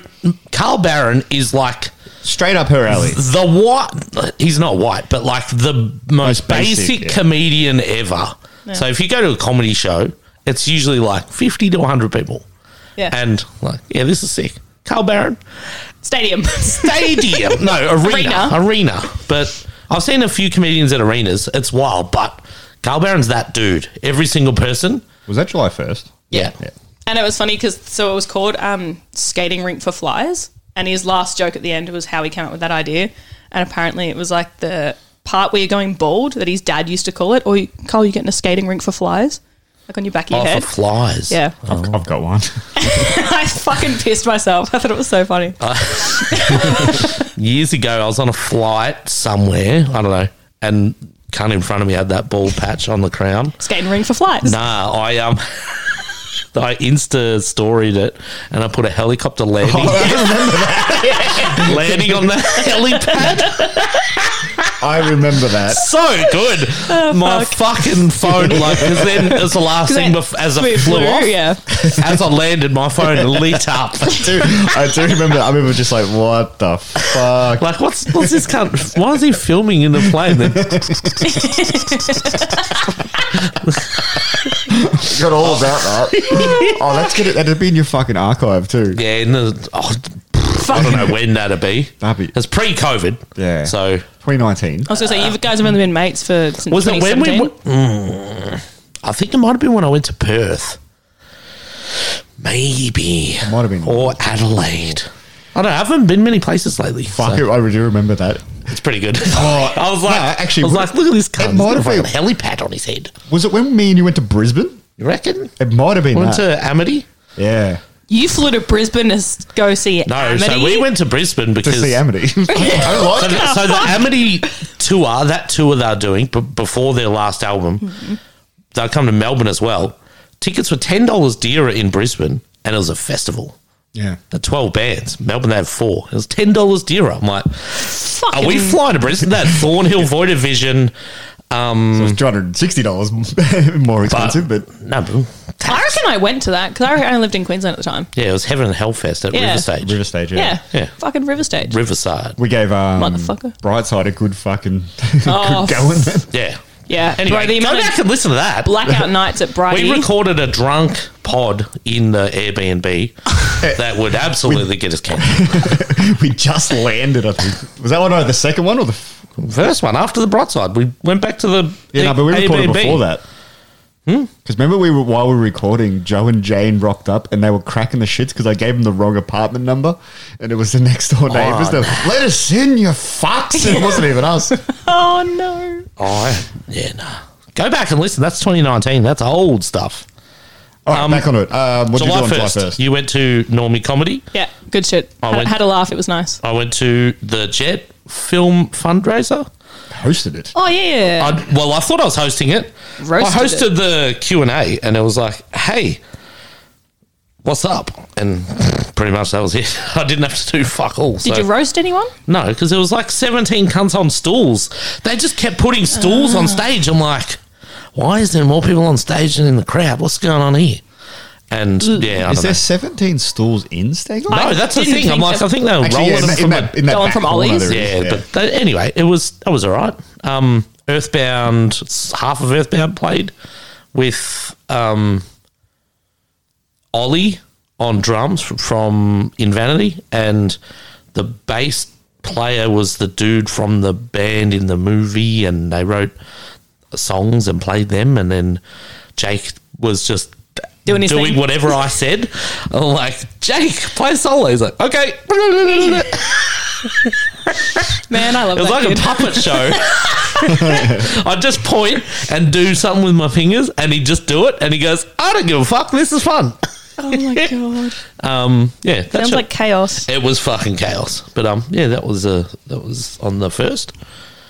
[SPEAKER 1] Carl Barron is like
[SPEAKER 2] Straight up her alley.
[SPEAKER 1] the white. He's not white, but like the most
[SPEAKER 2] Most basic,
[SPEAKER 1] basic,
[SPEAKER 2] yeah.
[SPEAKER 1] comedian ever. So if you go to a comedy show, it's usually like fifty to one hundred people,
[SPEAKER 3] Yeah.
[SPEAKER 1] and like yeah, this is sick. Carl Barron
[SPEAKER 3] stadium. [LAUGHS]
[SPEAKER 1] stadium, no arena,
[SPEAKER 3] Arena.
[SPEAKER 1] arena, But I've seen a few comedians at arenas. It's wild, but Carl Barron's that dude. Every single person.
[SPEAKER 2] Was that July 1st?
[SPEAKER 1] Yeah.
[SPEAKER 3] and it was funny because so it was called um, skating rink for flies, and his last joke at the end was how he came up with that idea, and apparently it was like the part where you're going bald that his dad used to call it, or you, Cole, you getting a skating rink for flies, like on your back of your
[SPEAKER 1] Oh, for Oh.
[SPEAKER 3] head.
[SPEAKER 1] flies.
[SPEAKER 3] yeah,
[SPEAKER 2] I've, I've got one.
[SPEAKER 3] [LAUGHS] I fucking pissed myself. [LAUGHS] I thought it was so funny.
[SPEAKER 1] Uh, years ago, I was on a flight somewhere. I don't know, and cunt in front of me had that bald patch on the crown.
[SPEAKER 3] skating rink for flies.
[SPEAKER 1] Nah, I um, [LAUGHS] I insta storied it, and I put a helicopter landing.
[SPEAKER 3] Oh,
[SPEAKER 1] [LAUGHS] landing on the
[SPEAKER 3] [LAUGHS]
[SPEAKER 1] helipad.
[SPEAKER 2] I remember that.
[SPEAKER 1] So good. My fucking phone, like, because then it was the last thing
[SPEAKER 3] That-
[SPEAKER 1] bef- as it
[SPEAKER 3] we
[SPEAKER 1] flew
[SPEAKER 3] flew,
[SPEAKER 1] off.
[SPEAKER 3] Yeah,
[SPEAKER 1] As I landed, my phone lit up.
[SPEAKER 2] Dude, I do remember. I remember just like, what the fuck?
[SPEAKER 1] Like, what's what's this cunt? Why is he filming in the plane? Then
[SPEAKER 2] Got all about that. Oh, that's good. That'd be in your fucking archive too.
[SPEAKER 1] Yeah, in the oh, I don't know when that'd be.
[SPEAKER 2] That'd be-
[SPEAKER 1] it's pre-COVID.
[SPEAKER 2] Yeah.
[SPEAKER 1] So Oh,
[SPEAKER 2] 2019.
[SPEAKER 3] I was gonna say you guys have only been mates for since
[SPEAKER 1] was it when we?
[SPEAKER 3] 2017.
[SPEAKER 1] Mm, I think it might have been when I went to Perth. Maybe it
[SPEAKER 2] might have been.
[SPEAKER 1] or Adelaide. I don't. know. I haven't been many places lately.
[SPEAKER 2] Fuck
[SPEAKER 1] so
[SPEAKER 2] it, I do remember that.
[SPEAKER 1] it's pretty good.
[SPEAKER 2] [LAUGHS] Oh,
[SPEAKER 1] I was like,
[SPEAKER 2] no,
[SPEAKER 1] actually,
[SPEAKER 2] actually,
[SPEAKER 1] I was like, look at this cunt. He's
[SPEAKER 2] might
[SPEAKER 1] got a
[SPEAKER 2] have
[SPEAKER 1] fucking
[SPEAKER 2] been-
[SPEAKER 1] helipad on his head.
[SPEAKER 2] Was it when me and you went to Brisbane?
[SPEAKER 1] You reckon?
[SPEAKER 2] It might have been
[SPEAKER 1] Went
[SPEAKER 2] that.
[SPEAKER 1] to Amity?
[SPEAKER 2] yeah,
[SPEAKER 3] You flew to Brisbane to s- go see
[SPEAKER 1] No,
[SPEAKER 3] Amity?
[SPEAKER 1] so we went to Brisbane
[SPEAKER 2] to
[SPEAKER 1] because [LAUGHS]
[SPEAKER 2] see Amity. [LAUGHS] I
[SPEAKER 1] so,
[SPEAKER 2] don't like it.
[SPEAKER 1] the, so the Amity tour, that tour they're doing b- before their last album, they'll come to Melbourne as well. Tickets were ten dollars dearer in Brisbane, and it was a festival.
[SPEAKER 2] Yeah,
[SPEAKER 1] The twelve bands, Melbourne they had four. It was ten dollars dearer. I'm like,
[SPEAKER 3] Fucking
[SPEAKER 1] are we flying to Brisbane? That Thornhill Void of Vision.
[SPEAKER 2] so it was two hundred and sixty dollars [LAUGHS] more expensive, but,
[SPEAKER 1] No, bro.
[SPEAKER 3] I reckon I went to that because I reckon I lived in Queensland at the time.
[SPEAKER 1] yeah, it was Heaven and Hellfest at
[SPEAKER 3] Yeah.
[SPEAKER 1] River Stage,
[SPEAKER 2] River Stage. Yeah.
[SPEAKER 3] Yeah.
[SPEAKER 1] Yeah.
[SPEAKER 3] Fucking River Stage.
[SPEAKER 1] Riverside.
[SPEAKER 2] we gave um,
[SPEAKER 3] Motherfucker.
[SPEAKER 2] Brightside a good fucking [LAUGHS]
[SPEAKER 3] Oh,
[SPEAKER 2] good going. Then.
[SPEAKER 1] Yeah.
[SPEAKER 3] yeah.
[SPEAKER 1] Anyway,
[SPEAKER 3] Bro,
[SPEAKER 1] go
[SPEAKER 3] the amount of
[SPEAKER 1] back and listen to that. [LAUGHS]
[SPEAKER 3] blackout nights at Brighty.
[SPEAKER 1] We recorded a drunk pod in the
[SPEAKER 2] [LAUGHS]
[SPEAKER 1] Airbnb that would absolutely get us cancelled.
[SPEAKER 2] [LAUGHS] We just landed. I think was that one or the second one or the f-
[SPEAKER 1] First one after the broadside, we went back to the
[SPEAKER 2] yeah? no, but we recorded
[SPEAKER 1] Airbnb.
[SPEAKER 2] before that.
[SPEAKER 1] Hmm?
[SPEAKER 2] Because remember, we were while we were recording, Joe and Jane rocked up and they were cracking the shits because I gave them the wrong apartment number, and it was the [LAUGHS] next door
[SPEAKER 1] Oh,
[SPEAKER 2] neighbors. They're, Let us in, you fucks! And it wasn't even us.
[SPEAKER 3] [LAUGHS] Oh no.
[SPEAKER 1] I Oh, yeah, nah. Go back and listen. That's 2019. That's old stuff.
[SPEAKER 2] All right,
[SPEAKER 1] Um,
[SPEAKER 2] back on it. Um, what did you do
[SPEAKER 1] July
[SPEAKER 2] on July
[SPEAKER 1] first,
[SPEAKER 2] first?
[SPEAKER 1] you went to Normie Comedy.
[SPEAKER 3] Yeah, good shit.
[SPEAKER 1] I
[SPEAKER 3] Had,
[SPEAKER 1] went-
[SPEAKER 3] had a laugh. It was nice.
[SPEAKER 1] I went to the Jet Film Fundraiser.
[SPEAKER 2] Hosted it.
[SPEAKER 3] Oh yeah.
[SPEAKER 1] I, well, I thought I was hosting it.
[SPEAKER 3] Roasted
[SPEAKER 1] I hosted the Q and A, and it was like, "Hey, what's up?" And pretty much that was it. [LAUGHS] I didn't have to do fuck all.
[SPEAKER 3] Did
[SPEAKER 1] so-
[SPEAKER 3] you roast anyone?
[SPEAKER 1] No, because there was like seventeen cunts on stools. They just kept putting stools on stage. I'm like, why is there more people on stage than in the crowd? What's going on here? And yeah, I don't
[SPEAKER 2] Is
[SPEAKER 1] know.
[SPEAKER 2] there 17 stalls in Stagel?
[SPEAKER 1] No,
[SPEAKER 3] I
[SPEAKER 1] that's the
[SPEAKER 3] didn't
[SPEAKER 1] thing.
[SPEAKER 3] think
[SPEAKER 1] I'm like,
[SPEAKER 3] so.
[SPEAKER 1] I think they were
[SPEAKER 2] Actually, yeah,
[SPEAKER 1] rolling
[SPEAKER 2] in, that-
[SPEAKER 1] from
[SPEAKER 2] in
[SPEAKER 1] a-
[SPEAKER 2] that, in that
[SPEAKER 3] Going
[SPEAKER 2] back
[SPEAKER 3] from
[SPEAKER 2] corner
[SPEAKER 3] Ollie's?
[SPEAKER 2] there is,
[SPEAKER 1] yeah, but th- anyway, it was that was all right. Um, Earthbound, half of Earthbound played with um, Ollie on drums from, from Invanity, and the bass player was the dude from the band in the movie, and they wrote songs and played them, and then Jake was just.
[SPEAKER 3] Doing his thing.
[SPEAKER 1] whatever I
[SPEAKER 3] [LAUGHS]
[SPEAKER 1] said, I'm like Jake, play solo. He's like, okay,
[SPEAKER 3] Man, I love
[SPEAKER 1] it was
[SPEAKER 3] that
[SPEAKER 1] like
[SPEAKER 3] kid.
[SPEAKER 1] a [LAUGHS] puppet show. [LAUGHS] I'd just point and do something with my fingers, and he'd just do it. And he goes, "I don't give a fuck. This is fun."
[SPEAKER 3] oh [LAUGHS] my god.
[SPEAKER 1] Um, yeah, that
[SPEAKER 3] Sounds
[SPEAKER 1] show-
[SPEAKER 3] like chaos.
[SPEAKER 1] it was fucking chaos. But um, yeah, that was uh, that was on the first.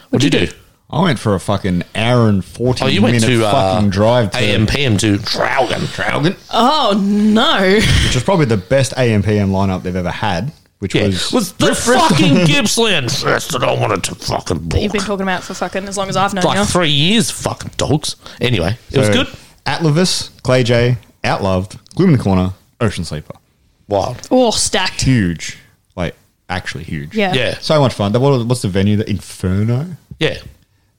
[SPEAKER 1] What'd you do?
[SPEAKER 2] I went for a fucking hour and 40
[SPEAKER 1] Oh, you went
[SPEAKER 2] minute
[SPEAKER 1] to uh,
[SPEAKER 2] fucking drive to
[SPEAKER 1] AMPM to Draugen. Draugen.
[SPEAKER 3] Oh no.
[SPEAKER 2] which was probably the best AMPM lineup they've ever had, which
[SPEAKER 1] Yeah,
[SPEAKER 2] was,
[SPEAKER 1] was the [LAUGHS] fucking Gippsland first that I wanted to fucking
[SPEAKER 3] You've
[SPEAKER 1] book.
[SPEAKER 3] been talking about for fucking as long as I've known you.
[SPEAKER 1] Like three years, fucking dogs. Anyway, it was good.
[SPEAKER 2] Atlavis, Clay J, Outloved, Gloom in the Corner, Ocean Sleeper.
[SPEAKER 1] Wild.
[SPEAKER 3] Oh, stacked.
[SPEAKER 2] Huge. Like, actually huge.
[SPEAKER 3] Yeah.
[SPEAKER 1] Yeah,
[SPEAKER 2] So much fun. That- what- What's the venue? The Inferno?
[SPEAKER 1] yeah,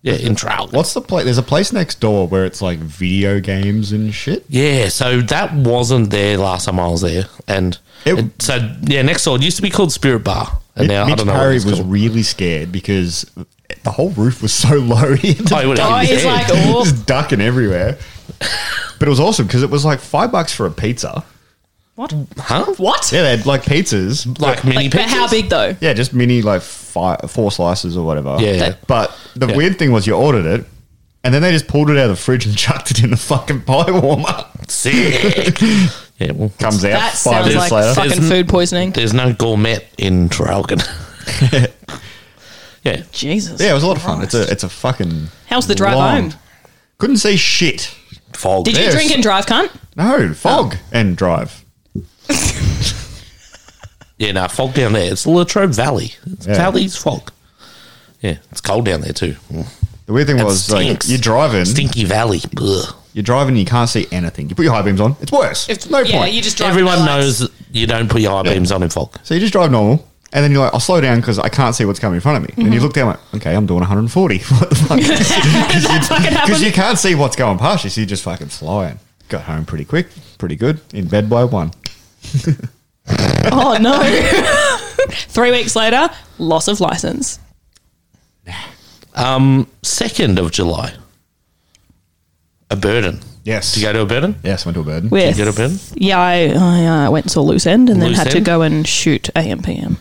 [SPEAKER 1] yeah. In Draugen.
[SPEAKER 2] What's the place? There's a place next door where it's like video games and shit.
[SPEAKER 1] Yeah, so that wasn't there last time I was there, and
[SPEAKER 2] It-
[SPEAKER 1] it- so yeah, next door it used to be called Spirit Bar, and now I
[SPEAKER 2] Mitch
[SPEAKER 1] don't know. what
[SPEAKER 2] Parry
[SPEAKER 1] it's
[SPEAKER 2] was
[SPEAKER 1] called.
[SPEAKER 2] really scared because the whole roof was so [LAUGHS] low. He ended
[SPEAKER 1] Oh, he
[SPEAKER 2] up
[SPEAKER 1] would've
[SPEAKER 3] Oh,
[SPEAKER 1] hit his
[SPEAKER 3] he's
[SPEAKER 1] head.
[SPEAKER 3] like, oh.
[SPEAKER 2] just ducking everywhere. But it was awesome because it was like five bucks for a pizza.
[SPEAKER 3] What?
[SPEAKER 1] huh?
[SPEAKER 3] What?
[SPEAKER 2] Yeah, they had like pizzas,
[SPEAKER 1] Like mini
[SPEAKER 3] Like, but how
[SPEAKER 1] pizzas?
[SPEAKER 3] big though?
[SPEAKER 2] yeah, just mini like five, four slices or whatever.
[SPEAKER 1] Yeah, yeah.
[SPEAKER 2] But the
[SPEAKER 1] Yeah.
[SPEAKER 2] weird thing was you ordered it, and then they just pulled it out of the fridge and [LAUGHS] chucked it in the fucking pie warmer. [LAUGHS]
[SPEAKER 1] Sick. yeah, well,
[SPEAKER 2] Comes out
[SPEAKER 3] That
[SPEAKER 2] five
[SPEAKER 3] sounds
[SPEAKER 2] minutes
[SPEAKER 3] like
[SPEAKER 2] later.
[SPEAKER 3] fucking
[SPEAKER 1] There's n-
[SPEAKER 3] food poisoning.
[SPEAKER 1] there's no gourmet in
[SPEAKER 2] [LAUGHS]
[SPEAKER 1] Traralgon. yeah,
[SPEAKER 3] Jesus.
[SPEAKER 2] yeah, it was a lot of fun. It's
[SPEAKER 3] Christ.
[SPEAKER 2] a it's a fucking.
[SPEAKER 3] How's the drive
[SPEAKER 2] long-
[SPEAKER 3] home?
[SPEAKER 2] Couldn't see shit.
[SPEAKER 1] fog.
[SPEAKER 3] Did you
[SPEAKER 2] Yes.
[SPEAKER 3] drink and drive, cunt?
[SPEAKER 2] No fog
[SPEAKER 3] Oh.
[SPEAKER 2] and drive.
[SPEAKER 1] Yeah, no fog down there. It's the Latrobe Valley. It's
[SPEAKER 2] Yeah.
[SPEAKER 1] Valley's fog. Yeah, it's cold down there too. Mm.
[SPEAKER 2] The weird thing
[SPEAKER 1] It
[SPEAKER 2] was like
[SPEAKER 1] stinks.
[SPEAKER 2] you're driving,
[SPEAKER 1] Stinky Valley. Ugh.
[SPEAKER 2] you're driving, you can't see anything. You put your high beams on, it's worse. It's no
[SPEAKER 3] yeah,
[SPEAKER 2] point.
[SPEAKER 3] you just drive.
[SPEAKER 1] Everyone
[SPEAKER 3] with the [LAUGHS] lights.
[SPEAKER 1] knows you don't put your eye beams on in fog.
[SPEAKER 2] so you just drive normal, and then you're like, I'll slow down because I can't see what's coming in front of me. And you
[SPEAKER 3] Mm-hmm.
[SPEAKER 2] look down, like, okay, I'm doing 140. [LAUGHS] What the
[SPEAKER 3] [LAUGHS]
[SPEAKER 2] fuck?
[SPEAKER 3] that
[SPEAKER 1] [LAUGHS]
[SPEAKER 3] fucking
[SPEAKER 2] Because you
[SPEAKER 3] happened.
[SPEAKER 2] can't see what's going past you, so you're just fucking flying. Got home pretty quick, pretty good. In bed by one.
[SPEAKER 3] Oh no. [LAUGHS] Three weeks later, loss of license.
[SPEAKER 1] Um, second of July. A burden.
[SPEAKER 2] Yes.
[SPEAKER 1] Did you go to a burden?
[SPEAKER 2] Yes, went to a bed.
[SPEAKER 3] With
[SPEAKER 1] Did you get a bin?
[SPEAKER 3] yeah, I, I uh, went and saw Loose End and
[SPEAKER 1] Loose
[SPEAKER 3] then had to
[SPEAKER 1] End?
[SPEAKER 3] go and shoot AMPM.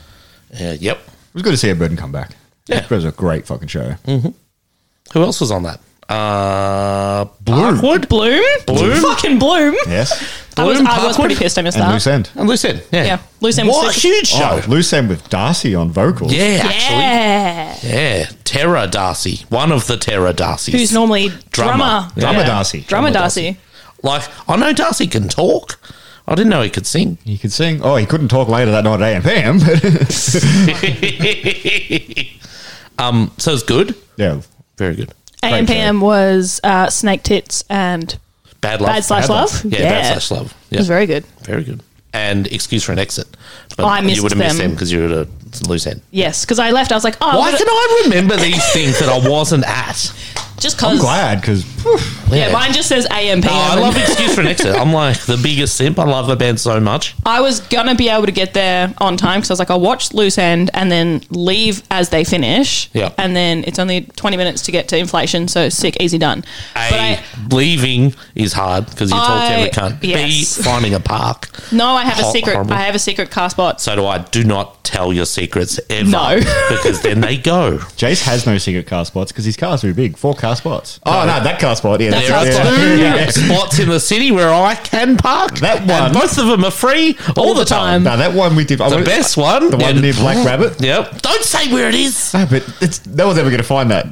[SPEAKER 1] Uh, yep.
[SPEAKER 2] It was good to see a bird and come back.
[SPEAKER 1] Yeah.
[SPEAKER 2] It was a great fucking show.
[SPEAKER 1] Who else was on that? Uh,
[SPEAKER 2] Bloom.
[SPEAKER 1] Parkwood?
[SPEAKER 3] Bloom,
[SPEAKER 1] Bloom?
[SPEAKER 3] fucking Bloom.
[SPEAKER 2] Yes.
[SPEAKER 3] I was,
[SPEAKER 1] Bloom,
[SPEAKER 3] I was
[SPEAKER 1] Parkwood?
[SPEAKER 3] pretty pissed I missed
[SPEAKER 2] And
[SPEAKER 3] that.
[SPEAKER 2] loose end.
[SPEAKER 1] And Lucien. Yeah.
[SPEAKER 3] Yeah, Loose End was
[SPEAKER 1] What a
[SPEAKER 3] sick.
[SPEAKER 1] huge show.
[SPEAKER 2] Oh, loose end with Darcy on vocals.
[SPEAKER 1] yeah, actually.
[SPEAKER 3] Yeah,
[SPEAKER 1] Yeah. Terra Darcy. One of the Terra Darcy's.
[SPEAKER 3] who's normally
[SPEAKER 1] Drummer.
[SPEAKER 3] drummer,
[SPEAKER 2] Drummer
[SPEAKER 3] Yeah.
[SPEAKER 2] Darcy.
[SPEAKER 3] drummer
[SPEAKER 2] Drummer
[SPEAKER 3] Darcy.
[SPEAKER 1] like, I know Darcy can talk. I didn't know he could sing.
[SPEAKER 2] He could sing. Oh, he couldn't talk later that night at AM but
[SPEAKER 1] [LAUGHS] um, so it's good.
[SPEAKER 2] [LAUGHS] yeah.
[SPEAKER 1] Very good.
[SPEAKER 2] Great
[SPEAKER 3] AMPM was uh, Snake Tits and
[SPEAKER 1] Bad love.
[SPEAKER 3] Bad Slash
[SPEAKER 2] Bad Love.
[SPEAKER 3] Love.
[SPEAKER 1] Yeah, bad slash love.
[SPEAKER 3] It was
[SPEAKER 1] Yeah.
[SPEAKER 3] very good.
[SPEAKER 1] Very good. And excuse for an exit. But
[SPEAKER 3] I missed
[SPEAKER 1] you would have missed
[SPEAKER 3] them.
[SPEAKER 1] him because you were at loose end.
[SPEAKER 3] Yes, because I left. I was like, oh,
[SPEAKER 1] Why
[SPEAKER 3] what-
[SPEAKER 1] can I remember these things that I wasn't at?
[SPEAKER 3] just
[SPEAKER 2] I'm
[SPEAKER 3] because.
[SPEAKER 2] glad because
[SPEAKER 3] Yeah, mine just says AM,
[SPEAKER 1] Oh, I
[SPEAKER 3] PM.
[SPEAKER 1] love excuse for an exit. I'm like the biggest simp. I love the band so much.
[SPEAKER 3] I was gonna be able to get there on time because I was like, I'll watch Loose End and then leave as they finish.
[SPEAKER 1] Yeah.
[SPEAKER 3] And then it's only twenty minutes to get to inflation, so sick, easy done. but
[SPEAKER 1] A,
[SPEAKER 3] I
[SPEAKER 1] leaving is hard because you talk to every
[SPEAKER 3] I-
[SPEAKER 1] cunt.
[SPEAKER 3] yes.
[SPEAKER 1] B, finding a park.
[SPEAKER 3] no, I have a
[SPEAKER 1] Hor-
[SPEAKER 3] secret.
[SPEAKER 1] horrible.
[SPEAKER 3] I have a secret car spot.
[SPEAKER 1] So do I. Do not tell your secrets ever.
[SPEAKER 3] No. [LAUGHS]
[SPEAKER 1] because then they go.
[SPEAKER 2] Jace has no secret car spots because his car's too big. Four car spots. Oh, no, that car spot. Yeah, that's
[SPEAKER 3] That
[SPEAKER 1] There are
[SPEAKER 3] car
[SPEAKER 2] right.
[SPEAKER 3] spot.
[SPEAKER 1] two
[SPEAKER 2] [LAUGHS] Yeah.
[SPEAKER 1] spots in the city where I can park.
[SPEAKER 2] That
[SPEAKER 1] And
[SPEAKER 2] one.
[SPEAKER 1] both of them are free all, the,
[SPEAKER 3] the
[SPEAKER 1] time.
[SPEAKER 3] time.
[SPEAKER 2] No, that one we did. I
[SPEAKER 1] The
[SPEAKER 2] went-
[SPEAKER 1] best one.
[SPEAKER 2] The one
[SPEAKER 1] in-
[SPEAKER 2] near Black Rabbit.
[SPEAKER 1] Yep. Don't say where it is.
[SPEAKER 2] No, but it's, no one's ever going to find that.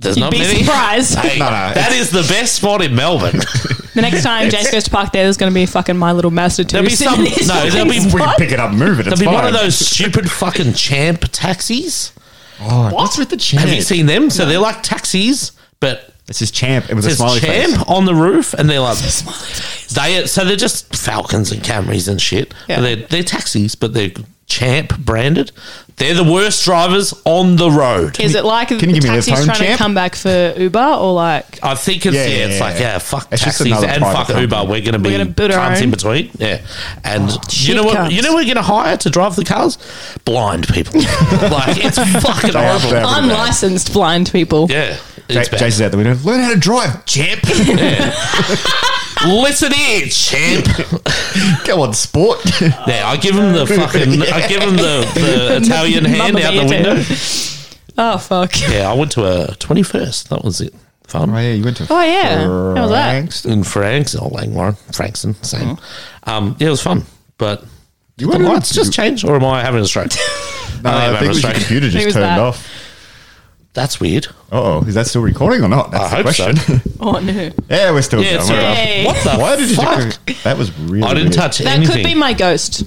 [SPEAKER 1] There's
[SPEAKER 3] You'd
[SPEAKER 1] not
[SPEAKER 3] be
[SPEAKER 1] many.
[SPEAKER 3] surprised.
[SPEAKER 1] Hey,
[SPEAKER 2] No, no,
[SPEAKER 1] that is the best spot in
[SPEAKER 2] [LAUGHS]
[SPEAKER 1] Melbourne.
[SPEAKER 3] The next time Jace goes to park there, there's going to be fucking My Little Master too.
[SPEAKER 1] There'll be
[SPEAKER 3] sitting
[SPEAKER 1] some-
[SPEAKER 3] in his
[SPEAKER 1] no,
[SPEAKER 3] fucking
[SPEAKER 1] there'll be-
[SPEAKER 2] We can
[SPEAKER 3] [LAUGHS] spot.
[SPEAKER 2] pick it up and move it. It's
[SPEAKER 1] There'll be one
[SPEAKER 2] fine.
[SPEAKER 1] of those stupid fucking champ taxis.
[SPEAKER 2] Oh, what's with the champ?
[SPEAKER 1] Have you seen them? So they're like taxis, but
[SPEAKER 2] It's his champ. It was a
[SPEAKER 1] there's
[SPEAKER 2] smiley
[SPEAKER 1] champ
[SPEAKER 2] face.
[SPEAKER 1] on the roof, and
[SPEAKER 2] [LAUGHS]
[SPEAKER 1] they're like
[SPEAKER 3] Smiley face.
[SPEAKER 1] they. So they're just Falcons and Camrys and shit.
[SPEAKER 3] Yeah.
[SPEAKER 1] But They're they're taxis, but they're champ branded. They're the worst drivers on the road.
[SPEAKER 3] Is it like
[SPEAKER 2] you
[SPEAKER 3] the
[SPEAKER 2] give me this
[SPEAKER 3] taxi's
[SPEAKER 2] home,
[SPEAKER 3] trying
[SPEAKER 2] champ?
[SPEAKER 3] to come back for Uber or like
[SPEAKER 1] I think it's yeah,
[SPEAKER 2] Yeah, yeah,
[SPEAKER 1] it's
[SPEAKER 2] yeah,
[SPEAKER 1] like
[SPEAKER 2] yeah.
[SPEAKER 1] yeah, fuck
[SPEAKER 2] It's just
[SPEAKER 1] taxis
[SPEAKER 2] another
[SPEAKER 1] and
[SPEAKER 2] private
[SPEAKER 1] fuck
[SPEAKER 2] company.
[SPEAKER 1] Uber. We're gonna be
[SPEAKER 3] We're gonna build our
[SPEAKER 1] cunts in
[SPEAKER 3] own.
[SPEAKER 1] between. Yeah, and you
[SPEAKER 3] shit
[SPEAKER 1] know what?
[SPEAKER 3] cunts.
[SPEAKER 1] You know we're gonna hire to drive the cars blind people. like it's fucking
[SPEAKER 2] They are
[SPEAKER 1] horrible.
[SPEAKER 2] bad. Probably bad.
[SPEAKER 3] unlicensed blind people?
[SPEAKER 1] Yeah,
[SPEAKER 2] Ja-
[SPEAKER 1] it's bad.
[SPEAKER 2] Jason's out the window. Learn how to drive, champ.
[SPEAKER 1] [LAUGHS] Listen here, champ.
[SPEAKER 2] Go on,
[SPEAKER 1] [LAUGHS]
[SPEAKER 2] sport. [LAUGHS]
[SPEAKER 1] Yeah, I give him the fucking. I give him the, the Italian hand
[SPEAKER 3] Mamma
[SPEAKER 1] out the
[SPEAKER 3] mia, too.
[SPEAKER 1] window.
[SPEAKER 3] Oh fuck.
[SPEAKER 1] Yeah, I went to a twenty first. That was it. Fun
[SPEAKER 2] yeah, you went to.
[SPEAKER 3] Oh yeah. How was that?
[SPEAKER 1] in Franks or Langwarren, Frankson, same. Um, yeah, it was fun, but
[SPEAKER 2] You
[SPEAKER 1] the
[SPEAKER 2] went in-
[SPEAKER 1] lights just Oh, changed, or am I having a stroke?
[SPEAKER 2] No,
[SPEAKER 1] I
[SPEAKER 2] I,
[SPEAKER 1] am
[SPEAKER 2] think it was your
[SPEAKER 1] Australian.
[SPEAKER 2] computer
[SPEAKER 3] Who
[SPEAKER 2] just
[SPEAKER 3] was
[SPEAKER 2] turned
[SPEAKER 3] that?
[SPEAKER 2] off.
[SPEAKER 1] That's weird.
[SPEAKER 2] Uh oh, is that still recording or not? That's
[SPEAKER 1] I
[SPEAKER 2] the
[SPEAKER 1] hope so.
[SPEAKER 2] question. [LAUGHS]
[SPEAKER 3] Oh no.
[SPEAKER 2] yeah, we're still
[SPEAKER 1] Yeah, it's
[SPEAKER 2] going. We're
[SPEAKER 1] all
[SPEAKER 2] off.
[SPEAKER 1] right.
[SPEAKER 3] Yay.
[SPEAKER 1] What the
[SPEAKER 2] Why did
[SPEAKER 1] fuck?
[SPEAKER 2] you? do- That was really.
[SPEAKER 1] I didn't
[SPEAKER 2] weird.
[SPEAKER 1] touch
[SPEAKER 3] That
[SPEAKER 1] anything.
[SPEAKER 3] could be my ghost.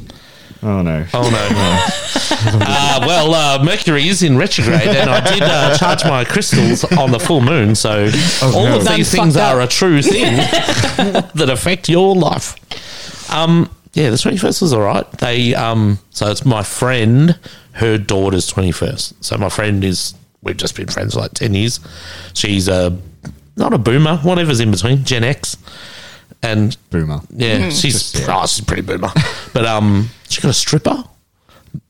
[SPEAKER 2] Oh no.
[SPEAKER 1] Oh no! uh, well, uh, Mercury is in retrograde, and I did [LAUGHS] uh, charge my crystals on the full moon, so all
[SPEAKER 2] no.
[SPEAKER 1] of these
[SPEAKER 3] Done
[SPEAKER 1] things
[SPEAKER 3] fucked
[SPEAKER 1] are
[SPEAKER 3] up.
[SPEAKER 1] a
[SPEAKER 3] [LAUGHS]
[SPEAKER 1] true thing that affect your life. Um, yeah, the twenty first was all right. They um, so it's my friend, her daughter's twenty first. So my friend is we've just been friends for like ten years. She's a not a boomer, whatever's in between, Gen X, and
[SPEAKER 2] Boomer.
[SPEAKER 1] yeah,
[SPEAKER 3] Hmm.
[SPEAKER 1] she's oh, she's pretty boomer. [LAUGHS] But um, she got a stripper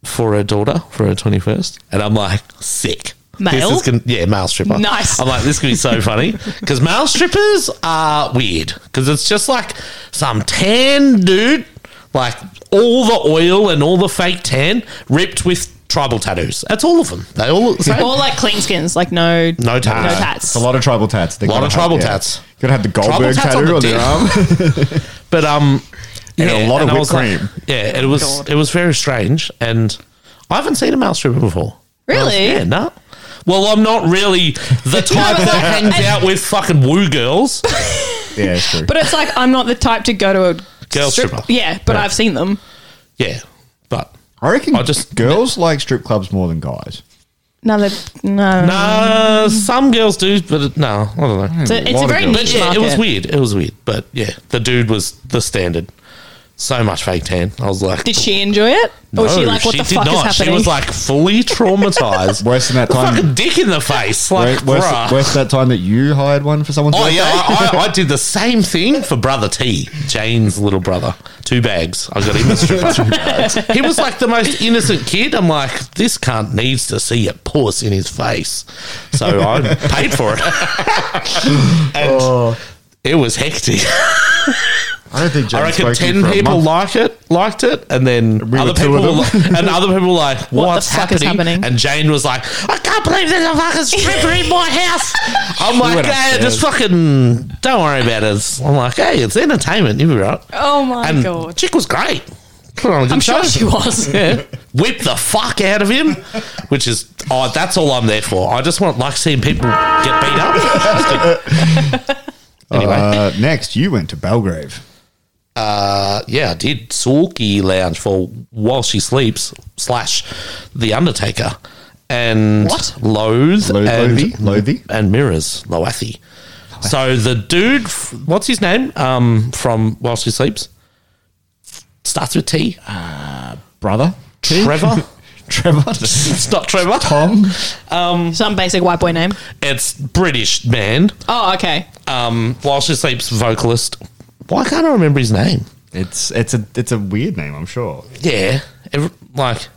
[SPEAKER 1] for her daughter for her twenty first, and I'm like sick.
[SPEAKER 3] Male?
[SPEAKER 1] This is gonna, yeah, male stripper.
[SPEAKER 3] Nice.
[SPEAKER 1] I'm like, this could be
[SPEAKER 3] [LAUGHS]
[SPEAKER 1] so funny because male strippers are weird because it's just like some tan dude, like all the oil and all the fake tan, ripped with tribal tattoos. That's all of them. They all look the same.
[SPEAKER 3] Or like clean skins, like no
[SPEAKER 1] No tats.
[SPEAKER 3] No
[SPEAKER 2] It's
[SPEAKER 3] tats.
[SPEAKER 2] a lot of tribal tats. A
[SPEAKER 1] Lot of tribal tats.
[SPEAKER 2] Gotta have the Goldberg
[SPEAKER 1] tats on
[SPEAKER 2] tattoo
[SPEAKER 1] the
[SPEAKER 2] on, your
[SPEAKER 1] [LAUGHS]
[SPEAKER 2] arm. [LAUGHS]
[SPEAKER 1] But um,
[SPEAKER 2] And a lot of
[SPEAKER 1] I
[SPEAKER 2] whipped
[SPEAKER 1] was like-
[SPEAKER 2] cream.
[SPEAKER 1] yeah, it was
[SPEAKER 3] God.
[SPEAKER 1] it was very strange, and I haven't seen a mouse stripper before.
[SPEAKER 3] Really?
[SPEAKER 1] yeah, no. Well, I'm not really
[SPEAKER 3] [LAUGHS]
[SPEAKER 1] the type
[SPEAKER 3] but
[SPEAKER 1] that
[SPEAKER 3] like-
[SPEAKER 1] hangs out with fucking woo girls.
[SPEAKER 2] yeah, it's true.
[SPEAKER 3] But it's like I'm not the type to go to a
[SPEAKER 1] Girl
[SPEAKER 3] strip-
[SPEAKER 1] stripper.
[SPEAKER 3] Yeah, but
[SPEAKER 1] Yeah.
[SPEAKER 3] I've seen them.
[SPEAKER 1] Yeah, but
[SPEAKER 2] I reckon
[SPEAKER 1] I just-
[SPEAKER 2] girls like strip clubs more than guys.
[SPEAKER 3] No, they no.
[SPEAKER 1] uh, some girls do, but no, I don't know.
[SPEAKER 3] Mm. So it's a
[SPEAKER 2] Hmm, lot of
[SPEAKER 3] very
[SPEAKER 2] girls.
[SPEAKER 1] But
[SPEAKER 3] niche
[SPEAKER 1] yeah,
[SPEAKER 3] market.
[SPEAKER 1] it was weird. It was weird, but yeah, the dude was the standard. So much fake tan. I was like,
[SPEAKER 3] Did she enjoy it? Or was she
[SPEAKER 1] "No,
[SPEAKER 3] like, what the fuck is happening?
[SPEAKER 1] She was
[SPEAKER 3] [LAUGHS]
[SPEAKER 1] like fully
[SPEAKER 2] [LAUGHS]
[SPEAKER 1] traumatized.
[SPEAKER 2] Worse than that time.
[SPEAKER 1] fucking dick in the face. Like,
[SPEAKER 2] Wor- worse,
[SPEAKER 1] bruh.
[SPEAKER 2] worse than that time that you hired one for someone's
[SPEAKER 1] Oh
[SPEAKER 2] birthday.
[SPEAKER 1] yeah, I,
[SPEAKER 2] [LAUGHS]
[SPEAKER 1] I, I did the same thing for brother T, Jane's little brother. Two bags. I got him a stripper. he was like the most innocent kid. I'm like, this cunt needs to see a puss in his face. So I paid for it, [LAUGHS] and
[SPEAKER 2] Oh.
[SPEAKER 1] it was hectic.
[SPEAKER 2] [LAUGHS] I don't think James
[SPEAKER 1] I reckon
[SPEAKER 2] spoke to you
[SPEAKER 1] ten
[SPEAKER 2] for a
[SPEAKER 1] people like
[SPEAKER 2] month.
[SPEAKER 1] it, liked it, and then
[SPEAKER 2] were
[SPEAKER 1] other
[SPEAKER 2] two
[SPEAKER 1] people
[SPEAKER 2] of
[SPEAKER 1] were
[SPEAKER 2] them.
[SPEAKER 1] like, and other people were like, "What's
[SPEAKER 3] fuck is
[SPEAKER 1] happening?
[SPEAKER 3] happening?
[SPEAKER 1] And Jane was like, "I can't believe there's a fucking stripper in my house." I'm like,
[SPEAKER 2] went
[SPEAKER 1] "Yeah, just
[SPEAKER 2] upstairs.
[SPEAKER 1] fucking don't worry about it." I'm like, "Hey, it's entertainment. You'll be right."
[SPEAKER 3] oh my
[SPEAKER 1] and
[SPEAKER 3] god.
[SPEAKER 1] chick was great. Put on a good
[SPEAKER 3] I'm sure
[SPEAKER 1] show.
[SPEAKER 3] she was.
[SPEAKER 1] [LAUGHS] Yeah. Whip the fuck out of
[SPEAKER 3] [LAUGHS]
[SPEAKER 1] him, which is oh, that's all I'm there for. I just want like seeing people get beat up.
[SPEAKER 3] [LAUGHS]
[SPEAKER 1] anyway,
[SPEAKER 2] Uh, next, you went to Belgrave.
[SPEAKER 1] Uh, yeah, I did Sulky Lounge for While She Sleeps slash The Undertaker and
[SPEAKER 3] What?
[SPEAKER 1] Loathe
[SPEAKER 2] Lo-
[SPEAKER 1] and,
[SPEAKER 2] Loathe? Loathe?
[SPEAKER 1] and Mirrors Loathi. So the dude, f- what's his name? Um, from While She Sleeps starts with T.
[SPEAKER 2] Brother?
[SPEAKER 1] Trevor.
[SPEAKER 2] [LAUGHS] Trevor?
[SPEAKER 1] it's not Trevor.
[SPEAKER 2] Tom?
[SPEAKER 3] Some basic white boy name.
[SPEAKER 1] It's British man.
[SPEAKER 3] Oh, okay.
[SPEAKER 1] Um, While She Sleeps vocalist. Why can't I remember his name?
[SPEAKER 2] It's it's a it's a weird name, I'm sure.
[SPEAKER 1] Yeah. Every, like,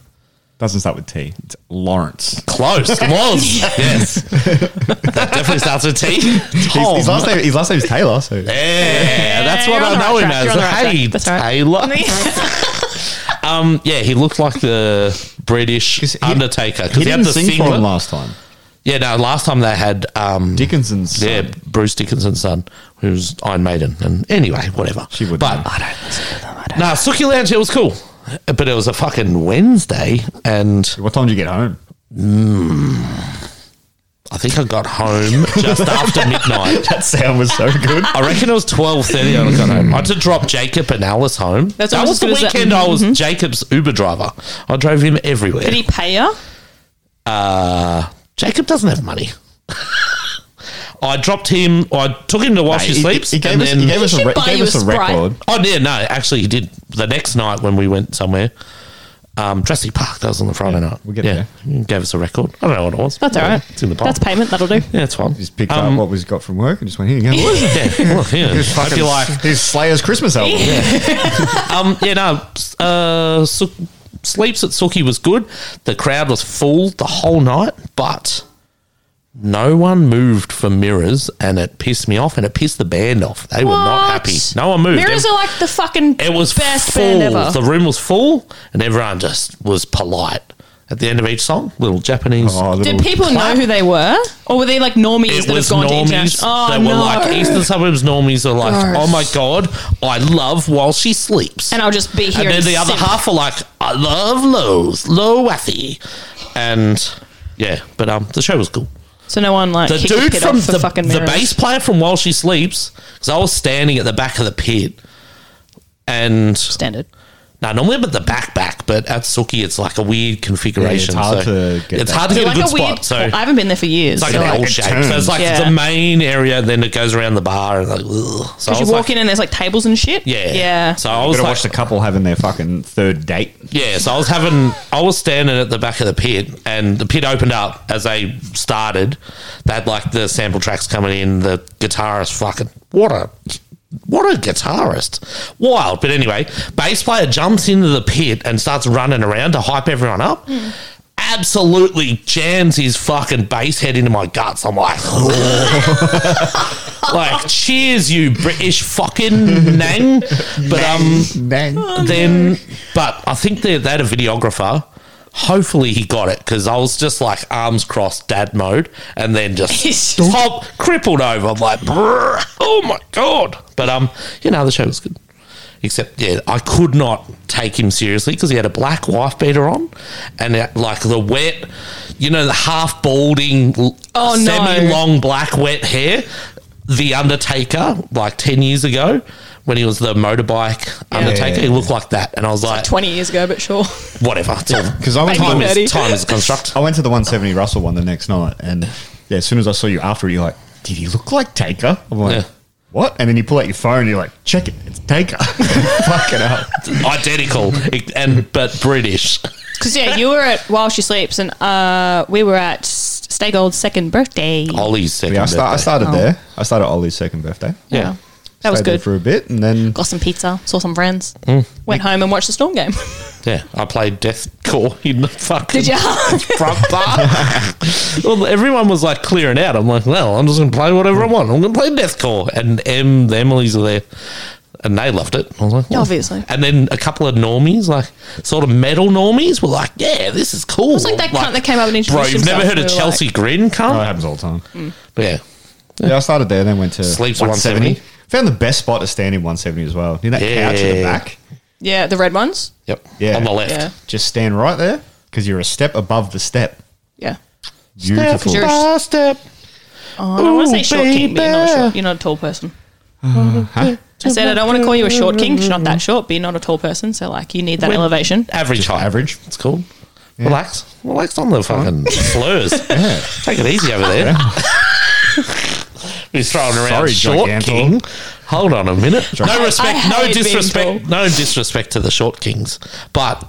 [SPEAKER 2] Doesn't start with T. It's Lawrence.
[SPEAKER 1] [LAUGHS] close. Close. [LAUGHS] yes. That definitely starts with T. Oh, Tom.
[SPEAKER 2] His, his last name his last name's Taylor. So
[SPEAKER 1] Yeah, that's what
[SPEAKER 3] you're on
[SPEAKER 1] I
[SPEAKER 3] the
[SPEAKER 1] know
[SPEAKER 3] right
[SPEAKER 1] him
[SPEAKER 3] track, you're
[SPEAKER 1] as.
[SPEAKER 3] on the right
[SPEAKER 1] hey,
[SPEAKER 3] track. That's all right.
[SPEAKER 1] Taylor.
[SPEAKER 3] [LAUGHS]
[SPEAKER 1] Um, yeah, he looked like the British
[SPEAKER 2] 'Cause he-
[SPEAKER 1] Undertaker because
[SPEAKER 2] he
[SPEAKER 1] he, had
[SPEAKER 2] didn't
[SPEAKER 1] the
[SPEAKER 2] sing for him
[SPEAKER 1] singlet.
[SPEAKER 2] last time.
[SPEAKER 1] Yeah, no, last time they had um,
[SPEAKER 2] Dickinson's
[SPEAKER 1] yeah,
[SPEAKER 2] son.
[SPEAKER 1] Bruce Dickinson's son, who's Iron Maiden, and anyway, whatever.
[SPEAKER 2] She would
[SPEAKER 1] but
[SPEAKER 2] know.
[SPEAKER 1] I don't listen to them. I don't nah, Sookie Lounge, it was cool, but it was a fucking Wednesday, and
[SPEAKER 2] What time did you get home?
[SPEAKER 1] I think I got home [LAUGHS] just after midnight.
[SPEAKER 2] That sound was so good.
[SPEAKER 1] I reckon it was twelve thirty when I got home. I had to drop Jacob and Alice home.
[SPEAKER 3] That's
[SPEAKER 1] that
[SPEAKER 3] almost
[SPEAKER 1] was
[SPEAKER 3] as
[SPEAKER 1] the
[SPEAKER 3] good as that-
[SPEAKER 1] weekend I
[SPEAKER 2] Mm-hmm.
[SPEAKER 1] was Jacob's Uber driver. I drove him everywhere.
[SPEAKER 3] Did he pay her?
[SPEAKER 1] uh, Jacob doesn't have money. [LAUGHS] I dropped him. I took him to while she
[SPEAKER 2] He- he-
[SPEAKER 1] sleeps.
[SPEAKER 2] He, gave
[SPEAKER 1] and
[SPEAKER 2] us,
[SPEAKER 1] then,
[SPEAKER 2] he gave us
[SPEAKER 3] She
[SPEAKER 2] a, re-
[SPEAKER 3] buy
[SPEAKER 2] gave
[SPEAKER 3] you
[SPEAKER 2] us
[SPEAKER 3] a
[SPEAKER 2] a
[SPEAKER 3] Sprite.
[SPEAKER 2] record.
[SPEAKER 1] oh yeah, no, actually he did. The next night when we went somewhere, um, Jurassic Park. That was on the Friday night.
[SPEAKER 2] we'll get
[SPEAKER 1] yeah,
[SPEAKER 2] there.
[SPEAKER 1] he gave us a record. I don't know what it was.
[SPEAKER 3] That's all
[SPEAKER 1] Yeah,
[SPEAKER 3] right.
[SPEAKER 1] It's in the pile.
[SPEAKER 3] That's payment. That'll do.
[SPEAKER 1] yeah, it's fine.
[SPEAKER 2] Just picked
[SPEAKER 1] Um,
[SPEAKER 2] up what we got from work and just went here. You go. What is
[SPEAKER 3] [LAUGHS]
[SPEAKER 2] it?
[SPEAKER 1] Yeah, well,
[SPEAKER 2] [LAUGHS]
[SPEAKER 1] yeah. I
[SPEAKER 2] Fucking
[SPEAKER 1] feel like
[SPEAKER 2] his Slayer's Christmas album.
[SPEAKER 1] um, yeah, no, uh, Su- sleeps at Suki was good. The crowd was full the whole night, but no one moved for mirrors, and it pissed me off, and it pissed the band off. They were not happy. No one moved.
[SPEAKER 3] Mirrors
[SPEAKER 1] Ev-
[SPEAKER 3] are like the fucking
[SPEAKER 1] it was
[SPEAKER 3] best
[SPEAKER 1] full.
[SPEAKER 3] band ever.
[SPEAKER 1] The room was full, and everyone just was polite at the end of each song. Little Japanese.
[SPEAKER 2] Oh, little-
[SPEAKER 3] Did people know who they were, or were they like normies
[SPEAKER 1] It
[SPEAKER 3] that have
[SPEAKER 1] was
[SPEAKER 3] gone to
[SPEAKER 1] normies
[SPEAKER 3] international? Oh
[SPEAKER 1] that
[SPEAKER 3] no!
[SPEAKER 1] were like Eastern Suburbs normies are like,
[SPEAKER 3] Gross.
[SPEAKER 1] oh my god, I love while she sleeps.
[SPEAKER 3] and I'll just be here.
[SPEAKER 1] and then the other
[SPEAKER 3] simp.
[SPEAKER 1] half are like, I love Lowe's, low waffy. And yeah, but um, the show was cool.
[SPEAKER 3] So no one like
[SPEAKER 1] The
[SPEAKER 3] kicked
[SPEAKER 1] dude
[SPEAKER 3] it
[SPEAKER 1] from
[SPEAKER 3] off for
[SPEAKER 1] the,
[SPEAKER 3] fucking
[SPEAKER 1] the
[SPEAKER 3] mirrors.
[SPEAKER 1] bass player from While She Sleeps, because I was standing at the back of the pit. And
[SPEAKER 3] standard.
[SPEAKER 1] no, normally I'm at the back back, but at Suki it's like a weird configuration.
[SPEAKER 2] Yeah, it's hard
[SPEAKER 1] so
[SPEAKER 2] to get
[SPEAKER 1] it's
[SPEAKER 2] that.
[SPEAKER 1] hard to
[SPEAKER 3] They're
[SPEAKER 1] get
[SPEAKER 3] like
[SPEAKER 1] a good
[SPEAKER 3] a weird.
[SPEAKER 1] spot. So
[SPEAKER 3] I haven't been there for
[SPEAKER 1] it's
[SPEAKER 3] years.
[SPEAKER 1] like
[SPEAKER 3] so,
[SPEAKER 1] an
[SPEAKER 2] like
[SPEAKER 1] L
[SPEAKER 2] a
[SPEAKER 1] shape.
[SPEAKER 2] turn.
[SPEAKER 1] So it's like
[SPEAKER 3] Yeah.
[SPEAKER 1] the main area, then it goes around the bar and like ugh. So I
[SPEAKER 3] Because
[SPEAKER 1] was
[SPEAKER 3] you walk
[SPEAKER 1] like,
[SPEAKER 3] in and there's like tables and shit.
[SPEAKER 1] Yeah.
[SPEAKER 3] Yeah.
[SPEAKER 1] So I was
[SPEAKER 2] Gotta
[SPEAKER 1] like,
[SPEAKER 2] watch the couple having their fucking third date.
[SPEAKER 1] Yeah, so I was having, I was standing at the back of the pit, and the pit opened up as they started. They had like the sample tracks coming in. The guitarist, fucking what a, what a guitarist, wild. But anyway, bass player jumps into the pit and starts running around to hype everyone up. Absolutely jams his fucking bass head into my guts. I'm like, like, cheers, you British fucking nang. But um,
[SPEAKER 2] Dang.
[SPEAKER 1] then, but I think they, they had a videographer. Hopefully he got it because I was just like arms crossed, dad mode, and then
[SPEAKER 3] [LAUGHS]
[SPEAKER 1] just hop, crippled over. I'm like, "Brr, oh my god! But um, you know the show was good, except yeah, I could not take him seriously because he had a black wife beater on, and uh, like the wet, you know, the half balding,
[SPEAKER 3] Oh, no.
[SPEAKER 1] semi long black wet hair. The Undertaker, like ten years ago, when he was the motorbike Undertaker, he looked like that, and I was like,
[SPEAKER 3] Twenty years ago, but [LAUGHS] sure.
[SPEAKER 1] whatever. Because
[SPEAKER 2] Because I went to
[SPEAKER 1] time
[SPEAKER 2] the,
[SPEAKER 3] Baby
[SPEAKER 1] is,
[SPEAKER 3] Daddy.
[SPEAKER 1] time is a construct.
[SPEAKER 2] I went to the 170 Russell one the next night, and yeah, as soon as I saw you after, it, you're like, "Did he look like Taker?" I'm like,
[SPEAKER 1] Yeah.
[SPEAKER 2] "What?" And then you pull out your phone, and you're like, "Check it, it's Taker." [LAUGHS] Fucking hell.
[SPEAKER 1] Identical, and but British.
[SPEAKER 3] Because yeah, you were at While She Sleeps, and uh, we were at Stagold's second birthday.
[SPEAKER 1] Ollie's second
[SPEAKER 2] Yeah, I,
[SPEAKER 1] yeah,
[SPEAKER 2] sta- I started
[SPEAKER 3] Oh.
[SPEAKER 2] there. I started Ollie's second birthday.
[SPEAKER 1] Yeah.
[SPEAKER 3] that was
[SPEAKER 2] Stayed there
[SPEAKER 3] good.
[SPEAKER 2] for a bit, and then
[SPEAKER 3] Got some pizza, saw some friends,
[SPEAKER 1] Mm.
[SPEAKER 3] went home and watched the Storm
[SPEAKER 1] [LAUGHS]
[SPEAKER 3] game.
[SPEAKER 1] Yeah, I played deathcore in the fucking
[SPEAKER 3] Did ya? [LAUGHS]
[SPEAKER 1] front bar. [LAUGHS] well, everyone was like clearing out. I'm like, well, I'm just going to play whatever I want. I'm going to play deathcore. And em, the Emily's were there. And they loved it. I was like, well.
[SPEAKER 3] Obviously.
[SPEAKER 1] And then a couple of normies, like sort of metal normies, were like, "Yeah, this is cool."
[SPEAKER 3] was like that cunt that came up and
[SPEAKER 1] Bro,
[SPEAKER 3] introduced
[SPEAKER 1] you've never
[SPEAKER 3] himself.
[SPEAKER 1] heard of
[SPEAKER 3] We were
[SPEAKER 1] Chelsea Green,
[SPEAKER 2] oh, it
[SPEAKER 1] cunt?
[SPEAKER 2] happens all the time.
[SPEAKER 1] Yeah,
[SPEAKER 2] Yeah, I started there, then went to
[SPEAKER 1] Sleeps at
[SPEAKER 2] 170.
[SPEAKER 1] 170.
[SPEAKER 2] Found the best spot to stand in 170 as well. You know that couch at
[SPEAKER 1] Yeah.
[SPEAKER 2] the back?
[SPEAKER 3] Yeah, the red ones.
[SPEAKER 1] yep.
[SPEAKER 2] Yeah.
[SPEAKER 1] on the left.
[SPEAKER 3] Yeah.
[SPEAKER 2] Just stand right there because you're a step above the step.
[SPEAKER 3] Yeah.
[SPEAKER 2] Beautiful.
[SPEAKER 3] you're-
[SPEAKER 1] By step.
[SPEAKER 3] Oh, I don't want to say short king, but you're not, a
[SPEAKER 1] baby.
[SPEAKER 3] short, you're not a tall person. I said I don't want to call you a short king. 'cause You're not that short, but you're not a tall person. So like you need that
[SPEAKER 1] Wait.
[SPEAKER 3] elevation.
[SPEAKER 1] Average height.
[SPEAKER 2] Average.
[SPEAKER 1] It's cool. Relax. Relax on the fucking slurs.
[SPEAKER 2] [LAUGHS]
[SPEAKER 1] Take it easy over [LAUGHS] there. He's throwing around
[SPEAKER 2] Sorry,
[SPEAKER 1] short
[SPEAKER 2] Gigantor.
[SPEAKER 1] king. Hold on a minute. No respect.
[SPEAKER 3] I
[SPEAKER 1] no
[SPEAKER 3] hate being
[SPEAKER 1] disrespect.
[SPEAKER 3] tall.
[SPEAKER 1] No disrespect to the short kings, but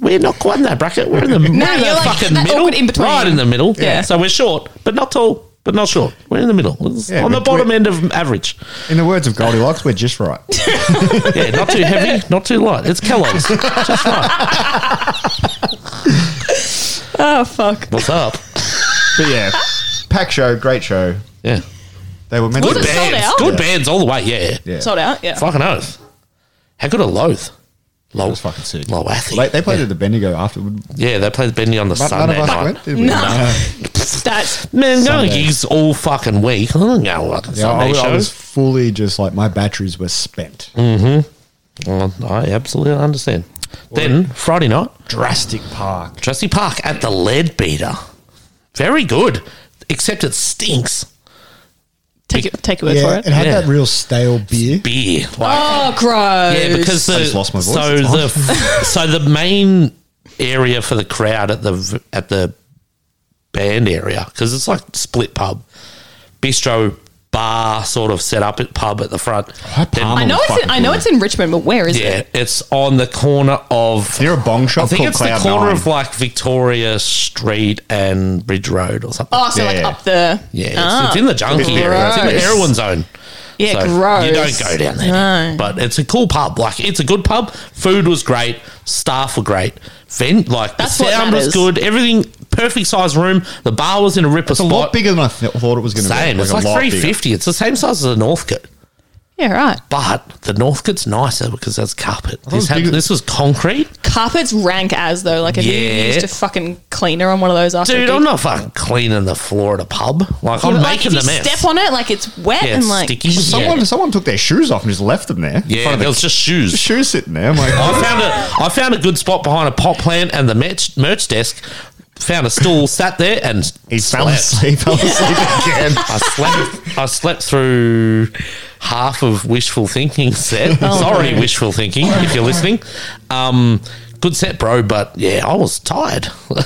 [SPEAKER 1] we're not quite in that bracket. We're in the, we're in
[SPEAKER 3] you're
[SPEAKER 1] the
[SPEAKER 3] like
[SPEAKER 1] fucking
[SPEAKER 3] that
[SPEAKER 1] middle,
[SPEAKER 3] awkward in between.
[SPEAKER 1] right in the middle.
[SPEAKER 3] Yeah.
[SPEAKER 1] So we're short, but not tall, but not short. We're in the middle. It's
[SPEAKER 2] Yeah,
[SPEAKER 1] on the
[SPEAKER 2] we-
[SPEAKER 1] bottom
[SPEAKER 2] we-
[SPEAKER 1] end of average.
[SPEAKER 2] In the words of Goldilocks, we're just right.
[SPEAKER 1] Yeah, not too heavy, not too light. It's Kellogg's. [LAUGHS] Just right.
[SPEAKER 2] Ah,
[SPEAKER 3] Oh fuck.
[SPEAKER 1] What's up?
[SPEAKER 2] But yeah, pack show, great show.
[SPEAKER 1] Yeah.
[SPEAKER 2] They were meant
[SPEAKER 3] Was
[SPEAKER 2] to
[SPEAKER 3] it
[SPEAKER 2] be.
[SPEAKER 3] so- sold
[SPEAKER 1] Bands.
[SPEAKER 3] out?
[SPEAKER 1] Good bands all the way, yeah.
[SPEAKER 2] Yeah.
[SPEAKER 3] Sold out. Yeah.
[SPEAKER 1] Fucking oath. How good a loath? Low,
[SPEAKER 2] was fucking sick.
[SPEAKER 1] Lowathy.
[SPEAKER 2] Like, they played
[SPEAKER 1] yeah.
[SPEAKER 2] at the Bendigo afterward.
[SPEAKER 1] Yeah, they played Bendy on the
[SPEAKER 2] But none of
[SPEAKER 1] Sunday
[SPEAKER 2] us
[SPEAKER 1] night.
[SPEAKER 2] went, did we?
[SPEAKER 3] No. [LAUGHS] That's
[SPEAKER 1] Man, going
[SPEAKER 2] Sunday.
[SPEAKER 1] gigs all fucking week. I don't know what
[SPEAKER 2] Yeah, I,
[SPEAKER 1] Sunday Mm.
[SPEAKER 2] was- I was
[SPEAKER 1] shows.
[SPEAKER 2] fully just like my batteries were spent.
[SPEAKER 1] Oh, I absolutely understand. Then Friday night,
[SPEAKER 2] Drastic Park.
[SPEAKER 1] Jurassic Park at the Leadbeater. Very good, except it stinks.
[SPEAKER 3] take it. Take your word
[SPEAKER 2] Yeah, it
[SPEAKER 3] for it.
[SPEAKER 2] had
[SPEAKER 1] Yeah.
[SPEAKER 2] that real stale beer.
[SPEAKER 1] Beer, like
[SPEAKER 3] Oh, gross.
[SPEAKER 1] yeah, because the,
[SPEAKER 2] I just lost my voice.
[SPEAKER 1] so
[SPEAKER 2] It's
[SPEAKER 1] the
[SPEAKER 2] [LAUGHS]
[SPEAKER 1] so the main area for the crowd at the v- at the band area because it's like split pub, bistro bar sort of set up at pub at the front.
[SPEAKER 2] I palm
[SPEAKER 3] I know it's. In, I know it's in Richmond, but where is
[SPEAKER 1] Yeah,
[SPEAKER 3] it?
[SPEAKER 1] it's on the corner of
[SPEAKER 2] Near a bong shop
[SPEAKER 1] I think
[SPEAKER 2] called
[SPEAKER 1] it's
[SPEAKER 2] Cloud
[SPEAKER 1] the corner
[SPEAKER 2] Nine.
[SPEAKER 1] of like Victoria Street and Bridge Road or something.
[SPEAKER 3] Oh, so like
[SPEAKER 2] Yeah.
[SPEAKER 3] up the.
[SPEAKER 1] yeah, it's,
[SPEAKER 3] Ah.
[SPEAKER 1] it's in the junkie area. It's in the
[SPEAKER 3] Gross.
[SPEAKER 1] heroin zone.
[SPEAKER 3] Yeah,
[SPEAKER 1] So
[SPEAKER 3] gross.
[SPEAKER 1] You don't go down there,
[SPEAKER 3] No.
[SPEAKER 1] but it's a cool pub. Like it's a good pub. Food was great. Staff were great. Vent like the
[SPEAKER 3] That's what
[SPEAKER 1] sound was
[SPEAKER 3] matters.
[SPEAKER 1] good. Everything perfect size room. The bar was in a ripper
[SPEAKER 2] a
[SPEAKER 1] spot.
[SPEAKER 2] lot bigger than I th- thought it was going to be.
[SPEAKER 1] Same. it's
[SPEAKER 2] a
[SPEAKER 1] like
[SPEAKER 2] lot
[SPEAKER 1] three
[SPEAKER 2] bigger.
[SPEAKER 1] fifty. It's the same size as the Northcote.
[SPEAKER 3] Yeah, right.
[SPEAKER 1] But the Northcote's nicer because that's carpet.
[SPEAKER 2] it was
[SPEAKER 1] This, had,
[SPEAKER 2] bigger-
[SPEAKER 1] this was concrete.
[SPEAKER 3] Carpets rank as though. Like if you
[SPEAKER 1] Yeah.
[SPEAKER 3] used a fucking cleaner on one of those after. a
[SPEAKER 1] Dude,
[SPEAKER 3] gig-
[SPEAKER 1] I'm not fucking cleaning the floor at a pub. Like, I'm
[SPEAKER 3] like,
[SPEAKER 1] making
[SPEAKER 3] if
[SPEAKER 1] the
[SPEAKER 3] you
[SPEAKER 1] mess.
[SPEAKER 3] Step on it, like it's wet
[SPEAKER 1] yeah,
[SPEAKER 3] and
[SPEAKER 1] it's
[SPEAKER 3] like
[SPEAKER 1] sticky.
[SPEAKER 2] Someone,
[SPEAKER 1] yeah,
[SPEAKER 2] someone took their shoes off and just left them there.
[SPEAKER 1] yeah
[SPEAKER 2] in front [LAUGHS]
[SPEAKER 1] there
[SPEAKER 2] of
[SPEAKER 1] was
[SPEAKER 2] the
[SPEAKER 1] just shoes.
[SPEAKER 2] shoes sitting there.
[SPEAKER 1] [LAUGHS]
[SPEAKER 2] I'm like, [LAUGHS]
[SPEAKER 1] I found a I found a good spot behind a pot plant and the merch, merch desk. Found a stool, sat there, and
[SPEAKER 2] he fell
[SPEAKER 1] slept. [LAUGHS]
[SPEAKER 2] asleep. Fell asleep again.
[SPEAKER 1] I slept. I slept through half of wishful thinking set.
[SPEAKER 3] Oh,
[SPEAKER 1] Sorry, wishful thinking. If you're listening, um, good set, bro. But yeah, I was tired.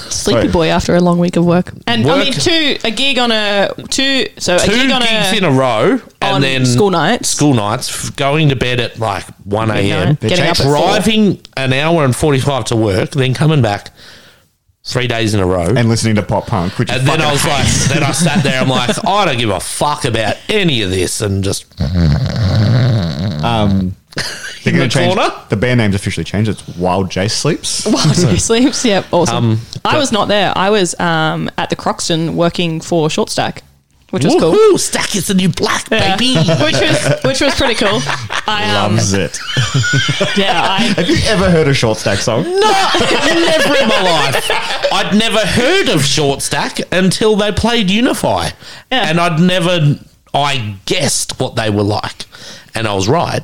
[SPEAKER 3] sleepy
[SPEAKER 2] Right.
[SPEAKER 3] boy after a long week of work. And I
[SPEAKER 1] Work-
[SPEAKER 3] mean, two a gig on a two so a
[SPEAKER 1] Two
[SPEAKER 3] gig on
[SPEAKER 1] gigs
[SPEAKER 3] a,
[SPEAKER 1] in a row,
[SPEAKER 3] on
[SPEAKER 1] and then
[SPEAKER 3] school nights.
[SPEAKER 1] school nights, f- going to bed at like one a.m.
[SPEAKER 3] Midnight,
[SPEAKER 2] They
[SPEAKER 3] getting up
[SPEAKER 2] changed
[SPEAKER 3] at
[SPEAKER 2] the
[SPEAKER 3] four.
[SPEAKER 1] driving an hour and 45 to work, then coming back three days in a row. And,
[SPEAKER 2] And listening to pop punk, which is
[SPEAKER 1] then I
[SPEAKER 2] fucking
[SPEAKER 1] was
[SPEAKER 2] [LAUGHS]
[SPEAKER 1] like, then I sat there, I'm like, I don't give a fuck about any of this. And just,
[SPEAKER 2] um,
[SPEAKER 1] [LAUGHS]
[SPEAKER 2] They're
[SPEAKER 1] In the
[SPEAKER 2] gonna change-
[SPEAKER 1] corner?
[SPEAKER 2] The band name's officially changed. It's Wild Jay Sleeps.
[SPEAKER 1] [LAUGHS]
[SPEAKER 3] Wild Day [LAUGHS] Sleeps. Yep, awesome.
[SPEAKER 1] Um,
[SPEAKER 3] I was not there. I was um, at the Croxton working for Short Stack, which was cool.
[SPEAKER 1] woohoo, Stack is the new black,
[SPEAKER 3] Yeah.
[SPEAKER 2] [LAUGHS]
[SPEAKER 1] baby.
[SPEAKER 3] which was which was pretty cool. I um,
[SPEAKER 2] Loves it.
[SPEAKER 3] yeah, I,
[SPEAKER 2] Have you ever heard a short stack song?
[SPEAKER 1] No, never in my life. I'd never heard of Short Stack until they played Unify.
[SPEAKER 3] Yeah.
[SPEAKER 1] And I'd never, I guessed what they were like. And I was right.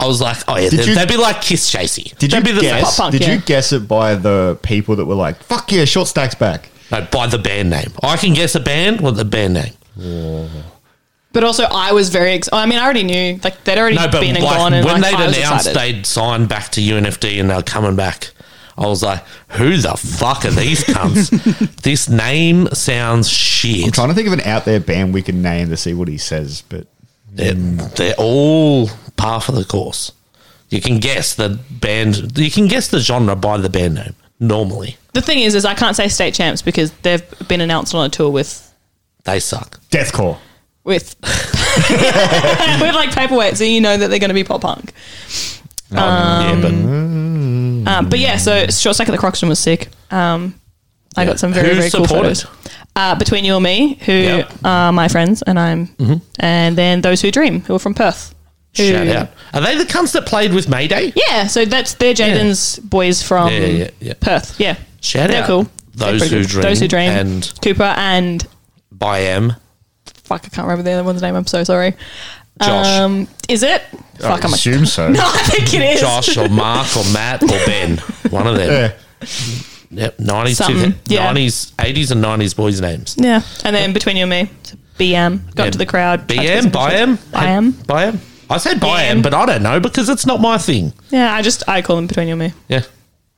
[SPEAKER 1] I was like, oh yeah,
[SPEAKER 2] Did
[SPEAKER 1] they'd,
[SPEAKER 2] you-
[SPEAKER 1] they'd be like Kiss Chasey.
[SPEAKER 2] Did you
[SPEAKER 1] They'd be the
[SPEAKER 2] guess?
[SPEAKER 1] same.
[SPEAKER 3] Pop punk,
[SPEAKER 2] did
[SPEAKER 3] yeah.
[SPEAKER 2] you guess it by the people that were like, "Fuck yeah, short stack's back"?
[SPEAKER 1] No, by the band name. I can guess a band with the band name.
[SPEAKER 3] but also I was very. Ex- I mean, I already knew like they'd already
[SPEAKER 1] No, but
[SPEAKER 3] been and
[SPEAKER 1] like,
[SPEAKER 3] gone, and
[SPEAKER 1] when
[SPEAKER 3] like, I
[SPEAKER 1] they'd
[SPEAKER 3] was
[SPEAKER 1] announced
[SPEAKER 3] excited.
[SPEAKER 1] they'd signed back to UNFD and they're coming back, I was like, who the fuck are these
[SPEAKER 3] [LAUGHS]
[SPEAKER 1] cunts? this name sounds
[SPEAKER 2] I'm
[SPEAKER 1] shit.
[SPEAKER 2] trying to think of an out there band we can name to see what he says, but
[SPEAKER 1] They're, they're all par for the course. You can guess the band, you can guess the genre by the band name normally.
[SPEAKER 3] the thing is, is I can't say state champs because they've been announced on a tour with
[SPEAKER 1] They suck.
[SPEAKER 2] deathcore.
[SPEAKER 3] with [LAUGHS] with like paperweight, so you know that they're going to be pop punk.
[SPEAKER 1] yeah, but
[SPEAKER 3] Um, but yeah, so short stack at the Croxton was sick. Um, I got some very
[SPEAKER 1] Who
[SPEAKER 3] very cool
[SPEAKER 1] supported?
[SPEAKER 3] photos. Uh, between you and me, who
[SPEAKER 1] Yeah. Mm-hmm.
[SPEAKER 3] are my friends, and I'm, and then those who dream, who are from Perth. who-
[SPEAKER 1] shout out. Are they the cunts that played with Mayday?
[SPEAKER 3] Yeah, so that's they're Jaden's boys from
[SPEAKER 1] Yeah, yeah, yeah.
[SPEAKER 3] Perth. Yeah,
[SPEAKER 1] Shout
[SPEAKER 3] they're
[SPEAKER 1] out
[SPEAKER 3] cool. They're
[SPEAKER 1] Those
[SPEAKER 3] pretty
[SPEAKER 1] Who
[SPEAKER 3] good.
[SPEAKER 1] Dream
[SPEAKER 3] those who dream,
[SPEAKER 1] and-
[SPEAKER 3] Cooper and
[SPEAKER 1] By M.
[SPEAKER 3] fuck, I can't remember the other one's name. I'm so sorry.
[SPEAKER 1] Josh. Oh,
[SPEAKER 3] Um, is it? Fuck,
[SPEAKER 2] I
[SPEAKER 3] I'm a-
[SPEAKER 2] assume so.
[SPEAKER 3] [LAUGHS] No, I think it is.
[SPEAKER 1] Josh or Mark or Matt or Ben. One of them.
[SPEAKER 2] Yeah.
[SPEAKER 1] Yep, 90s,
[SPEAKER 3] Something,
[SPEAKER 1] 2000s,
[SPEAKER 3] yeah.
[SPEAKER 1] 90s, 80s and 90s boys' names.
[SPEAKER 3] Yeah. And then between you and me, it's BM. Got
[SPEAKER 1] Yeah.
[SPEAKER 3] to the crowd. touched
[SPEAKER 1] BM,
[SPEAKER 3] this and
[SPEAKER 1] BIAM?
[SPEAKER 3] shit. BIAM.
[SPEAKER 1] BIAM? I said BIAM,
[SPEAKER 3] BIAM.
[SPEAKER 1] but I don't know because it's not my thing.
[SPEAKER 3] Yeah, I just, I call them between you and me.
[SPEAKER 1] Yeah.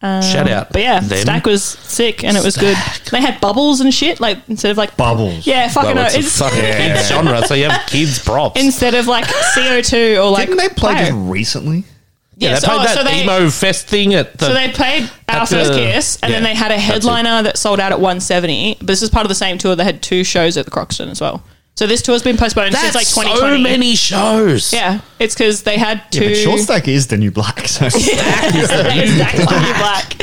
[SPEAKER 1] Shout out.
[SPEAKER 3] Um, But yeah,
[SPEAKER 1] them.
[SPEAKER 3] Stack was sick and it was
[SPEAKER 1] Stack.
[SPEAKER 3] good. They had bubbles and shit, like instead of like.
[SPEAKER 2] Bubbles.
[SPEAKER 3] Yeah, fucking
[SPEAKER 1] well,
[SPEAKER 3] no.
[SPEAKER 1] it's a
[SPEAKER 3] it's-
[SPEAKER 1] fucking kids genre, so you have kids props.
[SPEAKER 3] instead of like CO2 or like.
[SPEAKER 2] Didn't they play
[SPEAKER 3] fire.
[SPEAKER 2] just recently?
[SPEAKER 1] yeah,
[SPEAKER 3] Yes,
[SPEAKER 1] they played
[SPEAKER 3] oh,
[SPEAKER 1] that
[SPEAKER 3] so they-
[SPEAKER 1] emo fest thing at the.
[SPEAKER 3] So they played our
[SPEAKER 1] At
[SPEAKER 3] first
[SPEAKER 1] the-
[SPEAKER 3] kiss, and then
[SPEAKER 1] yeah,
[SPEAKER 3] they had a
[SPEAKER 1] that's it.
[SPEAKER 3] headliner that sold out at 170. But this is part of the same tour. They had two shows at the Croxton as well. So this tour's been postponed
[SPEAKER 1] That's
[SPEAKER 3] since like
[SPEAKER 1] so
[SPEAKER 3] 2020.
[SPEAKER 1] many shows.
[SPEAKER 3] Yeah, it's because they had
[SPEAKER 2] Yeah,
[SPEAKER 3] two.
[SPEAKER 2] but short
[SPEAKER 3] [LAUGHS]
[SPEAKER 2] stack is the new
[SPEAKER 1] [LAUGHS]
[SPEAKER 2] black. So
[SPEAKER 3] exactly black.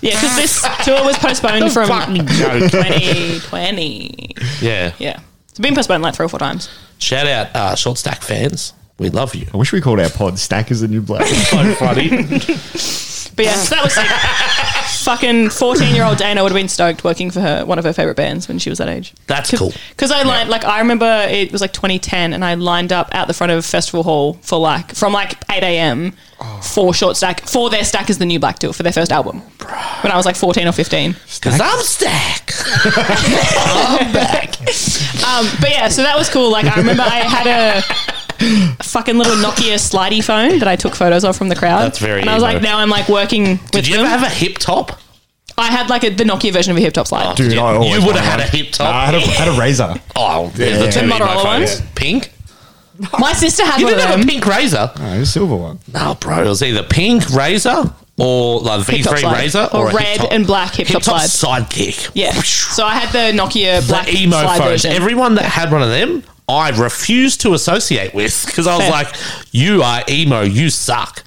[SPEAKER 3] Yeah, because this tour was postponed from [LAUGHS]
[SPEAKER 1] fucking
[SPEAKER 3] 2020.
[SPEAKER 1] Yeah.
[SPEAKER 3] Yeah, it's been postponed like three or four times.
[SPEAKER 1] Shout out uh, Short Stack fans. We love
[SPEAKER 3] [LAUGHS]
[SPEAKER 1] you.
[SPEAKER 2] I wish we called our pod stack is the new
[SPEAKER 1] [LAUGHS]
[SPEAKER 2] black.
[SPEAKER 1] So funny.
[SPEAKER 3] But yeah, so that was like fucking 14 year old Dana would have been stoked working for her one of her favorite bands when she was that age.
[SPEAKER 1] That's
[SPEAKER 3] Cause,
[SPEAKER 1] cool.
[SPEAKER 3] 'cause I lined like I remember it was like 2010, and I lined up out the front of Festival Hall for like from like 8 a.m. for Short Stack for their Stack is the New Black tour for their first album when I was like 14 or 15.
[SPEAKER 1] Because I'm Stack.
[SPEAKER 3] Um, but yeah, so that was cool. Like I remember I had a fucking little Nokia slidey phone that I took photos of from the crowd.
[SPEAKER 1] That's very
[SPEAKER 3] And I was
[SPEAKER 1] emo.
[SPEAKER 3] like, now I'm like working with
[SPEAKER 1] Did you
[SPEAKER 3] them.
[SPEAKER 1] ever have a hip top?
[SPEAKER 3] I had like a, the Nokia version of a hip top slide.
[SPEAKER 2] Dude,
[SPEAKER 1] you,
[SPEAKER 2] I always
[SPEAKER 1] would have
[SPEAKER 2] wanted
[SPEAKER 1] had a
[SPEAKER 2] one.
[SPEAKER 1] hip
[SPEAKER 2] Nah, I
[SPEAKER 1] top.
[SPEAKER 2] had a, had
[SPEAKER 1] [LAUGHS]
[SPEAKER 2] a razor.
[SPEAKER 1] oh, yeah,
[SPEAKER 2] Yeah.
[SPEAKER 1] the two
[SPEAKER 2] The
[SPEAKER 1] emo
[SPEAKER 3] Motorola
[SPEAKER 1] phones. Pink. Oh.
[SPEAKER 3] My sister had
[SPEAKER 1] You
[SPEAKER 3] one of
[SPEAKER 1] didn't have
[SPEAKER 3] them.
[SPEAKER 1] a pink razor.
[SPEAKER 2] No, it was a silver one.
[SPEAKER 1] No, bro, it was either pink razor or like
[SPEAKER 3] Hip-top
[SPEAKER 1] V3
[SPEAKER 3] slide.
[SPEAKER 1] razor
[SPEAKER 3] Or
[SPEAKER 1] or, a hip
[SPEAKER 3] red
[SPEAKER 1] top.
[SPEAKER 3] and black hip-top
[SPEAKER 1] sidekick.
[SPEAKER 3] Yeah. So I had the Nokia black
[SPEAKER 1] Black emo
[SPEAKER 3] slide
[SPEAKER 1] phones.
[SPEAKER 3] version.
[SPEAKER 1] Everyone that had one of them, I refused to associate with because I was
[SPEAKER 3] Fair.
[SPEAKER 1] like, you are emo, you suck.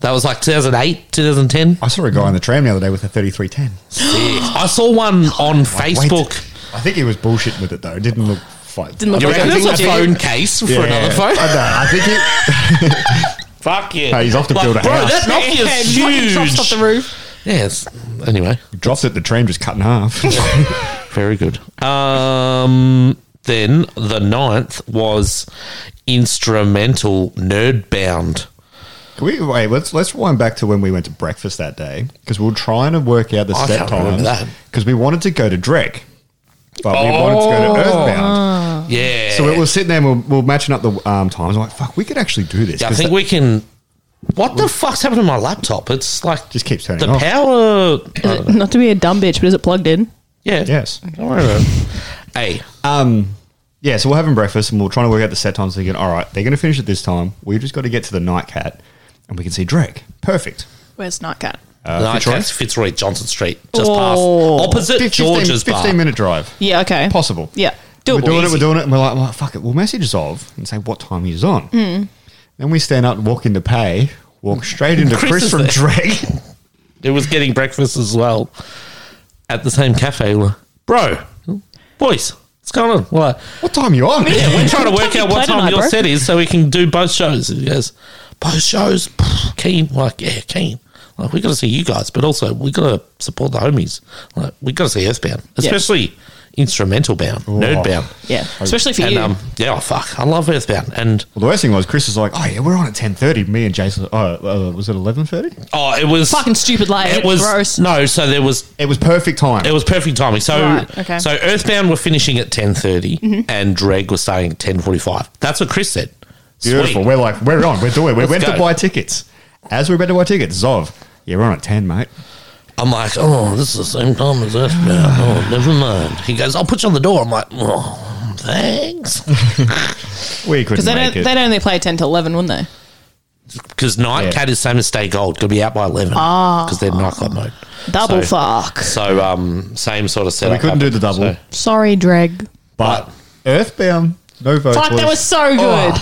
[SPEAKER 1] That was like 2008, 2010.
[SPEAKER 2] I saw a guy on the tram the other day with a 3310.
[SPEAKER 1] I saw one on Facebook.
[SPEAKER 2] I think he was bullshitting with it though. It didn't look fun.
[SPEAKER 3] Didn't look
[SPEAKER 1] You
[SPEAKER 3] Wait,
[SPEAKER 1] reckon
[SPEAKER 3] I
[SPEAKER 1] it
[SPEAKER 3] think
[SPEAKER 1] was a
[SPEAKER 3] I do.
[SPEAKER 1] phone case for
[SPEAKER 2] Yeah.
[SPEAKER 1] another phone?
[SPEAKER 2] I, know, I think it.
[SPEAKER 1] Fuck yeah.
[SPEAKER 2] Hey, he's off to
[SPEAKER 1] Like,
[SPEAKER 2] build a
[SPEAKER 1] bro,
[SPEAKER 2] house.
[SPEAKER 1] that Nokia's
[SPEAKER 3] Yeah, fucking drops off the
[SPEAKER 1] huge.
[SPEAKER 3] roof.
[SPEAKER 1] Yes. Anyway,
[SPEAKER 2] [LAUGHS] dropped it. The tram just cut
[SPEAKER 1] [LAUGHS]
[SPEAKER 2] in half.
[SPEAKER 1] very good. Um, then the ninth was instrumental nerdbound.
[SPEAKER 2] Can we wait? Let's let's wind back to when we went to breakfast that day because we were trying to work out the
[SPEAKER 1] I
[SPEAKER 2] step
[SPEAKER 1] can't remember that.
[SPEAKER 2] times because we wanted to go to Drek, but we wanted to go to
[SPEAKER 1] Oh.
[SPEAKER 2] Earthbound.
[SPEAKER 1] Yeah.
[SPEAKER 2] So we were sitting there, and we we're, we we're matching up the um, times. I'm like, fuck, we could actually do this.
[SPEAKER 1] Yeah, I
[SPEAKER 2] 'cause
[SPEAKER 1] think
[SPEAKER 2] that-
[SPEAKER 1] we can. What the fuck's happened to my laptop? It's like
[SPEAKER 2] Just keeps turning
[SPEAKER 1] the
[SPEAKER 2] off.
[SPEAKER 1] power. uh,
[SPEAKER 3] Not to be a dumb bitch, but is it plugged in?
[SPEAKER 1] yeah.
[SPEAKER 2] Yes.
[SPEAKER 1] Don't worry about it. Hey,
[SPEAKER 2] yeah. So we're having breakfast and we're trying to work out the set times. Thinking, all right, they're going to finish at this time. We just got to get to the night cat, and we can see Drek. Perfect.
[SPEAKER 3] Where's Nightcat?
[SPEAKER 1] uh, no,
[SPEAKER 2] Fitzroy?
[SPEAKER 1] that's Fitzroy Johnson Street, just
[SPEAKER 3] Oh.
[SPEAKER 1] past opposite
[SPEAKER 2] 15,
[SPEAKER 1] George's
[SPEAKER 2] 15
[SPEAKER 1] bar.
[SPEAKER 2] minute drive.
[SPEAKER 3] Yeah, okay.
[SPEAKER 2] Possible.
[SPEAKER 3] [LAUGHS] Yeah.
[SPEAKER 2] We're
[SPEAKER 3] Doable.
[SPEAKER 2] doing it,
[SPEAKER 3] Easy.
[SPEAKER 2] we're doing it, and we're like, well, fuck it. We'll message Zov and say what time he's on.
[SPEAKER 3] Hmm.
[SPEAKER 2] Then we stand up and walk into pay, walk straight
[SPEAKER 3] [LAUGHS]
[SPEAKER 2] into
[SPEAKER 1] Chris
[SPEAKER 2] Chris,
[SPEAKER 1] is
[SPEAKER 2] from
[SPEAKER 1] there.
[SPEAKER 2] Drake. [LAUGHS]
[SPEAKER 1] It was getting breakfast as well at the same cafe. We're like, Bro, boys, what's going on? We're like,
[SPEAKER 2] what time you on?
[SPEAKER 1] yeah, we're trying to work
[SPEAKER 3] Fucking
[SPEAKER 1] out what
[SPEAKER 3] play
[SPEAKER 1] time
[SPEAKER 3] tonight,
[SPEAKER 1] your
[SPEAKER 3] bro.
[SPEAKER 1] set is so we can do both shows. And he goes, both shows, Pff, keen. We're like, yeah, keen. Like, we got to see you guys, but also we got to support the homies. Like, we got to see Earthbound, especially instrumental bound, nerd bound.
[SPEAKER 3] Yeah. Especially for
[SPEAKER 1] And
[SPEAKER 3] you.
[SPEAKER 1] um, yeah, oh, fuck, I love Earthbound. And
[SPEAKER 2] Well, the worst thing was Chris was like, oh, yeah, we're on at 10.30. Me and Jason, oh, uh, was it 11.30?
[SPEAKER 1] oh, it was
[SPEAKER 3] Fucking stupid light.
[SPEAKER 1] It was
[SPEAKER 3] gross.
[SPEAKER 1] no, so there was
[SPEAKER 2] It was perfect time.
[SPEAKER 1] It was perfect timing. So,
[SPEAKER 3] Right, okay. Mm-hmm.
[SPEAKER 1] so Earthbound were finishing at ten and Dreg was starting at ten forty five. That's what Chris said.
[SPEAKER 2] Beautiful.
[SPEAKER 1] Sweet.
[SPEAKER 2] We're like, we're on. We're doing it. We
[SPEAKER 1] Let's
[SPEAKER 2] went
[SPEAKER 1] go.
[SPEAKER 2] to buy tickets. As we we're about to buy tickets, Zov, yeah, we're on at 10, mate.
[SPEAKER 1] I'm like, oh, this is the same time as Earthbound. Oh, never mind. He goes, I'll put you on the door. I'm like, oh, thanks.
[SPEAKER 2] [LAUGHS] We couldn't
[SPEAKER 3] Because they
[SPEAKER 2] make
[SPEAKER 3] don't,
[SPEAKER 2] it.
[SPEAKER 3] they'd only play 10 to 11, wouldn't they?
[SPEAKER 1] Because Nightcat
[SPEAKER 2] Yeah.
[SPEAKER 1] is same as Stay Gold. Could be out by eleven.
[SPEAKER 3] Ah.
[SPEAKER 1] Because they're nightclub mode.
[SPEAKER 3] Double
[SPEAKER 1] So-
[SPEAKER 3] fuck.
[SPEAKER 1] So, um, same sort of setup.
[SPEAKER 2] we couldn't do the double.
[SPEAKER 1] So-
[SPEAKER 3] Sorry, Dreg.
[SPEAKER 2] but Earthbound, no vote.
[SPEAKER 3] Fuck, that was so good.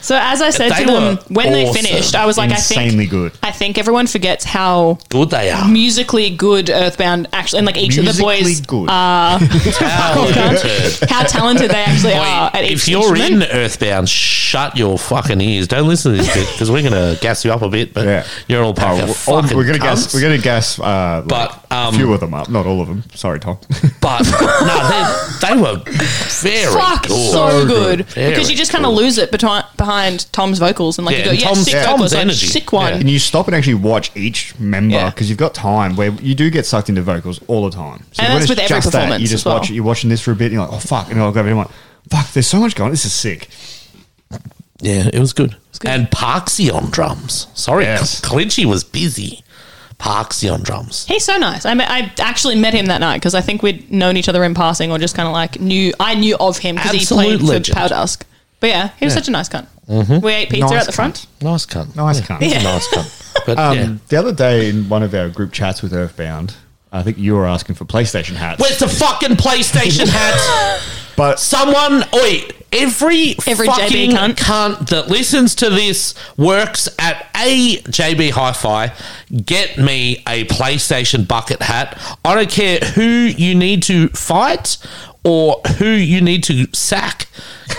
[SPEAKER 3] So as I said
[SPEAKER 1] Oh. They
[SPEAKER 3] to them
[SPEAKER 1] were
[SPEAKER 3] when they
[SPEAKER 1] awesome.
[SPEAKER 3] finished, I was like, I
[SPEAKER 2] insanely
[SPEAKER 3] think
[SPEAKER 2] good.
[SPEAKER 3] I think everyone forgets how
[SPEAKER 1] Good they are.
[SPEAKER 3] musically good Earthbound actually, and like each of the boys,
[SPEAKER 2] good.
[SPEAKER 1] Talented.
[SPEAKER 3] how talented they actually are Uh, at each
[SPEAKER 1] if you're
[SPEAKER 3] instrument.
[SPEAKER 1] in Earthbound, shut your fucking ears. Don't listen to this bit because we're going to gas you up a bit. But
[SPEAKER 2] Yeah.
[SPEAKER 1] you're all pack
[SPEAKER 2] Oh,
[SPEAKER 1] of
[SPEAKER 2] we're,
[SPEAKER 1] fucking
[SPEAKER 2] we're gonna
[SPEAKER 1] cunts.
[SPEAKER 2] guess. We're gonna guess. Uh,
[SPEAKER 1] But,
[SPEAKER 2] but
[SPEAKER 1] um,
[SPEAKER 2] a few of them up, not all of them. Sorry, Tom. [LAUGHS]
[SPEAKER 1] but no, they, they were very
[SPEAKER 3] Fuck,
[SPEAKER 1] good.
[SPEAKER 3] so
[SPEAKER 2] So
[SPEAKER 3] good.
[SPEAKER 2] good.
[SPEAKER 1] Very
[SPEAKER 3] Because you just kind of lose it beti- behind Tom's vocals and like
[SPEAKER 1] Yeah,
[SPEAKER 3] you go,
[SPEAKER 1] and
[SPEAKER 3] yeah,
[SPEAKER 1] Tom's-
[SPEAKER 3] sick
[SPEAKER 1] yeah,
[SPEAKER 3] vocals,
[SPEAKER 1] Tom's
[SPEAKER 3] like,
[SPEAKER 1] energy.
[SPEAKER 3] sick one.
[SPEAKER 2] and you stop and actually watch each member
[SPEAKER 3] Yeah.
[SPEAKER 2] because you've got time where you do get sucked into vocals all the time. So when
[SPEAKER 3] And that's
[SPEAKER 2] it's
[SPEAKER 3] with every
[SPEAKER 2] just
[SPEAKER 3] performance
[SPEAKER 2] you
[SPEAKER 3] as
[SPEAKER 2] just
[SPEAKER 3] well.
[SPEAKER 2] watch it. You're watching this for a bit. and You're like, oh fuck, and I'll go over and I'm like, fuck. There's so much going. on. This is sick.
[SPEAKER 1] Yeah, it was good.
[SPEAKER 3] good.
[SPEAKER 1] And Parksy on drums. Sorry,
[SPEAKER 2] Yes.
[SPEAKER 1] Clinchy was busy. Parksy on drums.
[SPEAKER 3] He's so nice. I, met, I actually met him that night because I think we'd known each other in passing or just kind of like knew. I knew of him because he
[SPEAKER 1] Absolute
[SPEAKER 3] played
[SPEAKER 1] legend. Mm-hmm.
[SPEAKER 3] for Powdusk. But yeah, he was such a nice cunt. We ate pizza
[SPEAKER 2] Nice
[SPEAKER 3] at the front.
[SPEAKER 1] Nice cunt.
[SPEAKER 2] Nice
[SPEAKER 1] yeah.
[SPEAKER 2] cunt.
[SPEAKER 1] Nice cunt. But
[SPEAKER 2] [LAUGHS] Um,
[SPEAKER 1] yeah.
[SPEAKER 2] The other day in one of our group chats with Earthbound, I think you were asking for PlayStation hats.
[SPEAKER 1] Where's the fucking PlayStation
[SPEAKER 3] [LAUGHS]
[SPEAKER 1] hat?
[SPEAKER 2] But
[SPEAKER 1] Someone, wait, every,
[SPEAKER 3] Every
[SPEAKER 1] fucking
[SPEAKER 3] JB cunt.
[SPEAKER 1] that listens to this works at a JB Hi Fi. Get me a PlayStation bucket hat. I don't care who you need to fight or who you need to sack.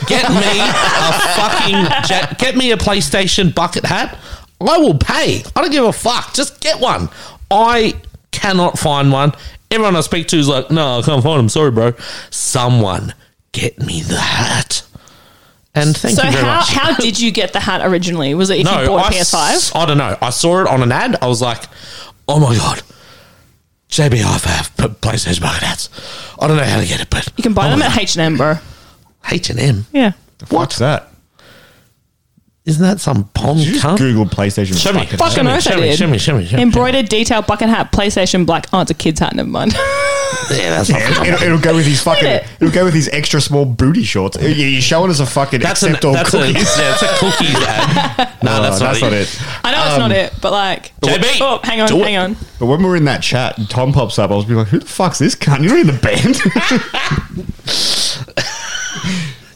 [SPEAKER 1] Get me
[SPEAKER 3] [LAUGHS]
[SPEAKER 1] a fucking, J- get me a PlayStation bucket hat. I will pay. I don't give a fuck. Just get one. I cannot find one. Everyone I speak to is like, no, I can't find them. Sorry, bro. Someone get me the hat. And thank
[SPEAKER 3] so
[SPEAKER 1] you very
[SPEAKER 3] how,
[SPEAKER 1] much.
[SPEAKER 3] how did you get the hat originally? Was it if you
[SPEAKER 1] no,
[SPEAKER 3] bought
[SPEAKER 1] I,
[SPEAKER 3] a PS5?
[SPEAKER 1] I don't know. I saw it on an ad. I was like, oh my God. JB have PlayStation Market hats. I don't know how to get it, but
[SPEAKER 3] You can buy
[SPEAKER 1] oh
[SPEAKER 3] them
[SPEAKER 1] my
[SPEAKER 3] at
[SPEAKER 1] God.
[SPEAKER 3] H&M, bro.
[SPEAKER 1] H&M.
[SPEAKER 3] Yeah.
[SPEAKER 1] What?
[SPEAKER 2] what's that?
[SPEAKER 1] Isn't that some bomb
[SPEAKER 2] Did you just
[SPEAKER 1] cunt?
[SPEAKER 2] Google PlayStation
[SPEAKER 1] Show me.
[SPEAKER 2] bucket
[SPEAKER 1] Fuck Show
[SPEAKER 2] hat?
[SPEAKER 3] Fucking
[SPEAKER 1] me,
[SPEAKER 3] oath
[SPEAKER 1] show
[SPEAKER 3] I
[SPEAKER 1] me,
[SPEAKER 3] did.
[SPEAKER 1] show me, show me, show me.
[SPEAKER 3] Embroidered detail bucket hat, PlayStation black. Oh, it's a kid's hat, never mind.
[SPEAKER 1] [LAUGHS] Yeah, that's not
[SPEAKER 2] It'll, it'll go with his fucking.
[SPEAKER 3] it.
[SPEAKER 2] It'll go with his extra small booty shorts. You- You're showing us a fucking
[SPEAKER 1] That's, an,
[SPEAKER 2] accept all
[SPEAKER 1] that's, a, yeah, [LAUGHS]
[SPEAKER 2] cookies.
[SPEAKER 1] that's a cookies ad. No,
[SPEAKER 2] Oh,
[SPEAKER 1] that's, not, it.
[SPEAKER 3] I know it's not it, but like...
[SPEAKER 1] JB,
[SPEAKER 3] Oh, hang on,
[SPEAKER 1] um, do it.
[SPEAKER 3] hang on.
[SPEAKER 2] But when we were in that chat, and Tom pops up. I was be like, "Who the fuck's this cunt? You're in the band."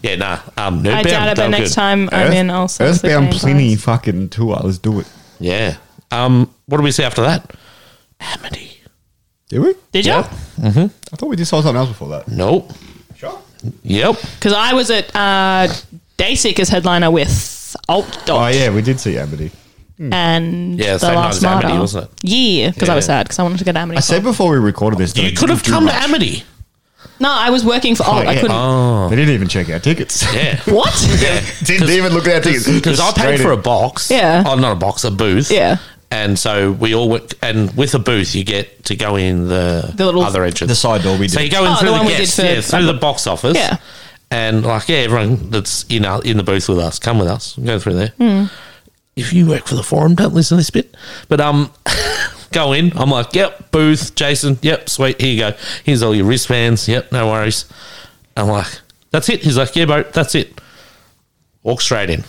[SPEAKER 1] Yeah, nah. Um,
[SPEAKER 3] I
[SPEAKER 1] Nerdbound,
[SPEAKER 3] doubt it,
[SPEAKER 1] they
[SPEAKER 3] but
[SPEAKER 1] were
[SPEAKER 3] next
[SPEAKER 1] good.
[SPEAKER 3] time [LAUGHS] I'm in, I'll send us the
[SPEAKER 2] Earthbound
[SPEAKER 3] game
[SPEAKER 2] Pliny
[SPEAKER 3] prize.
[SPEAKER 2] fucking tour. Let's do it.
[SPEAKER 1] Yeah. Um, what do we see after that? Amity.
[SPEAKER 2] Did we?
[SPEAKER 3] Did you?
[SPEAKER 2] I thought we just saw something else before that.
[SPEAKER 1] Nope.
[SPEAKER 2] Sure.
[SPEAKER 1] Yep.
[SPEAKER 3] Because I was at uh, Dayseek as headliner with Alt
[SPEAKER 2] Oh
[SPEAKER 3] Dot
[SPEAKER 2] yeah, we did see Amity.
[SPEAKER 3] and
[SPEAKER 1] Yeah,
[SPEAKER 3] The
[SPEAKER 1] same night
[SPEAKER 3] Last
[SPEAKER 1] as Amity,
[SPEAKER 3] Martyr.
[SPEAKER 1] wasn't it?
[SPEAKER 3] Yeah, because I was sad because I wanted to go to Amity.
[SPEAKER 2] I said before we recorded this, that I
[SPEAKER 1] You could have
[SPEAKER 2] didn't
[SPEAKER 1] come
[SPEAKER 2] do
[SPEAKER 1] to
[SPEAKER 2] much.
[SPEAKER 3] [LAUGHS]
[SPEAKER 1] Amity.
[SPEAKER 3] no, I was working for
[SPEAKER 2] Oh,
[SPEAKER 3] Alt. I
[SPEAKER 2] yeah.
[SPEAKER 3] couldn't.
[SPEAKER 2] They didn't even check our tickets.
[SPEAKER 1] [LAUGHS] Yeah.
[SPEAKER 3] What?
[SPEAKER 2] [LAUGHS] didn't even look at our tickets
[SPEAKER 1] Because I paid for a
[SPEAKER 2] box.
[SPEAKER 1] box.
[SPEAKER 3] Yeah.
[SPEAKER 1] Oh, not a box, a booth.
[SPEAKER 3] Yeah.
[SPEAKER 1] And so we all went, and with a booth, you get to go in the,
[SPEAKER 3] The little-
[SPEAKER 1] other entrance.
[SPEAKER 2] the side door we
[SPEAKER 1] So
[SPEAKER 2] did.
[SPEAKER 1] you go in
[SPEAKER 3] Oh,
[SPEAKER 1] through
[SPEAKER 3] the
[SPEAKER 1] the,
[SPEAKER 3] one we
[SPEAKER 1] guests,
[SPEAKER 3] did for-
[SPEAKER 1] yeah, through the box office.
[SPEAKER 3] Yeah.
[SPEAKER 1] And like, yeah, everyone that's in our, in the booth with us, come with us, go through there.
[SPEAKER 3] Hmm.
[SPEAKER 1] If you work for the forum, don't listen to this bit. But um, [LAUGHS] go in. I'm like, yep, booth, Jason. Yep, sweet. Here you go. Here's all your wristbands. Yep, no worries. I'm like, that's it. He's like, yeah, bro, that's it. Walk straight in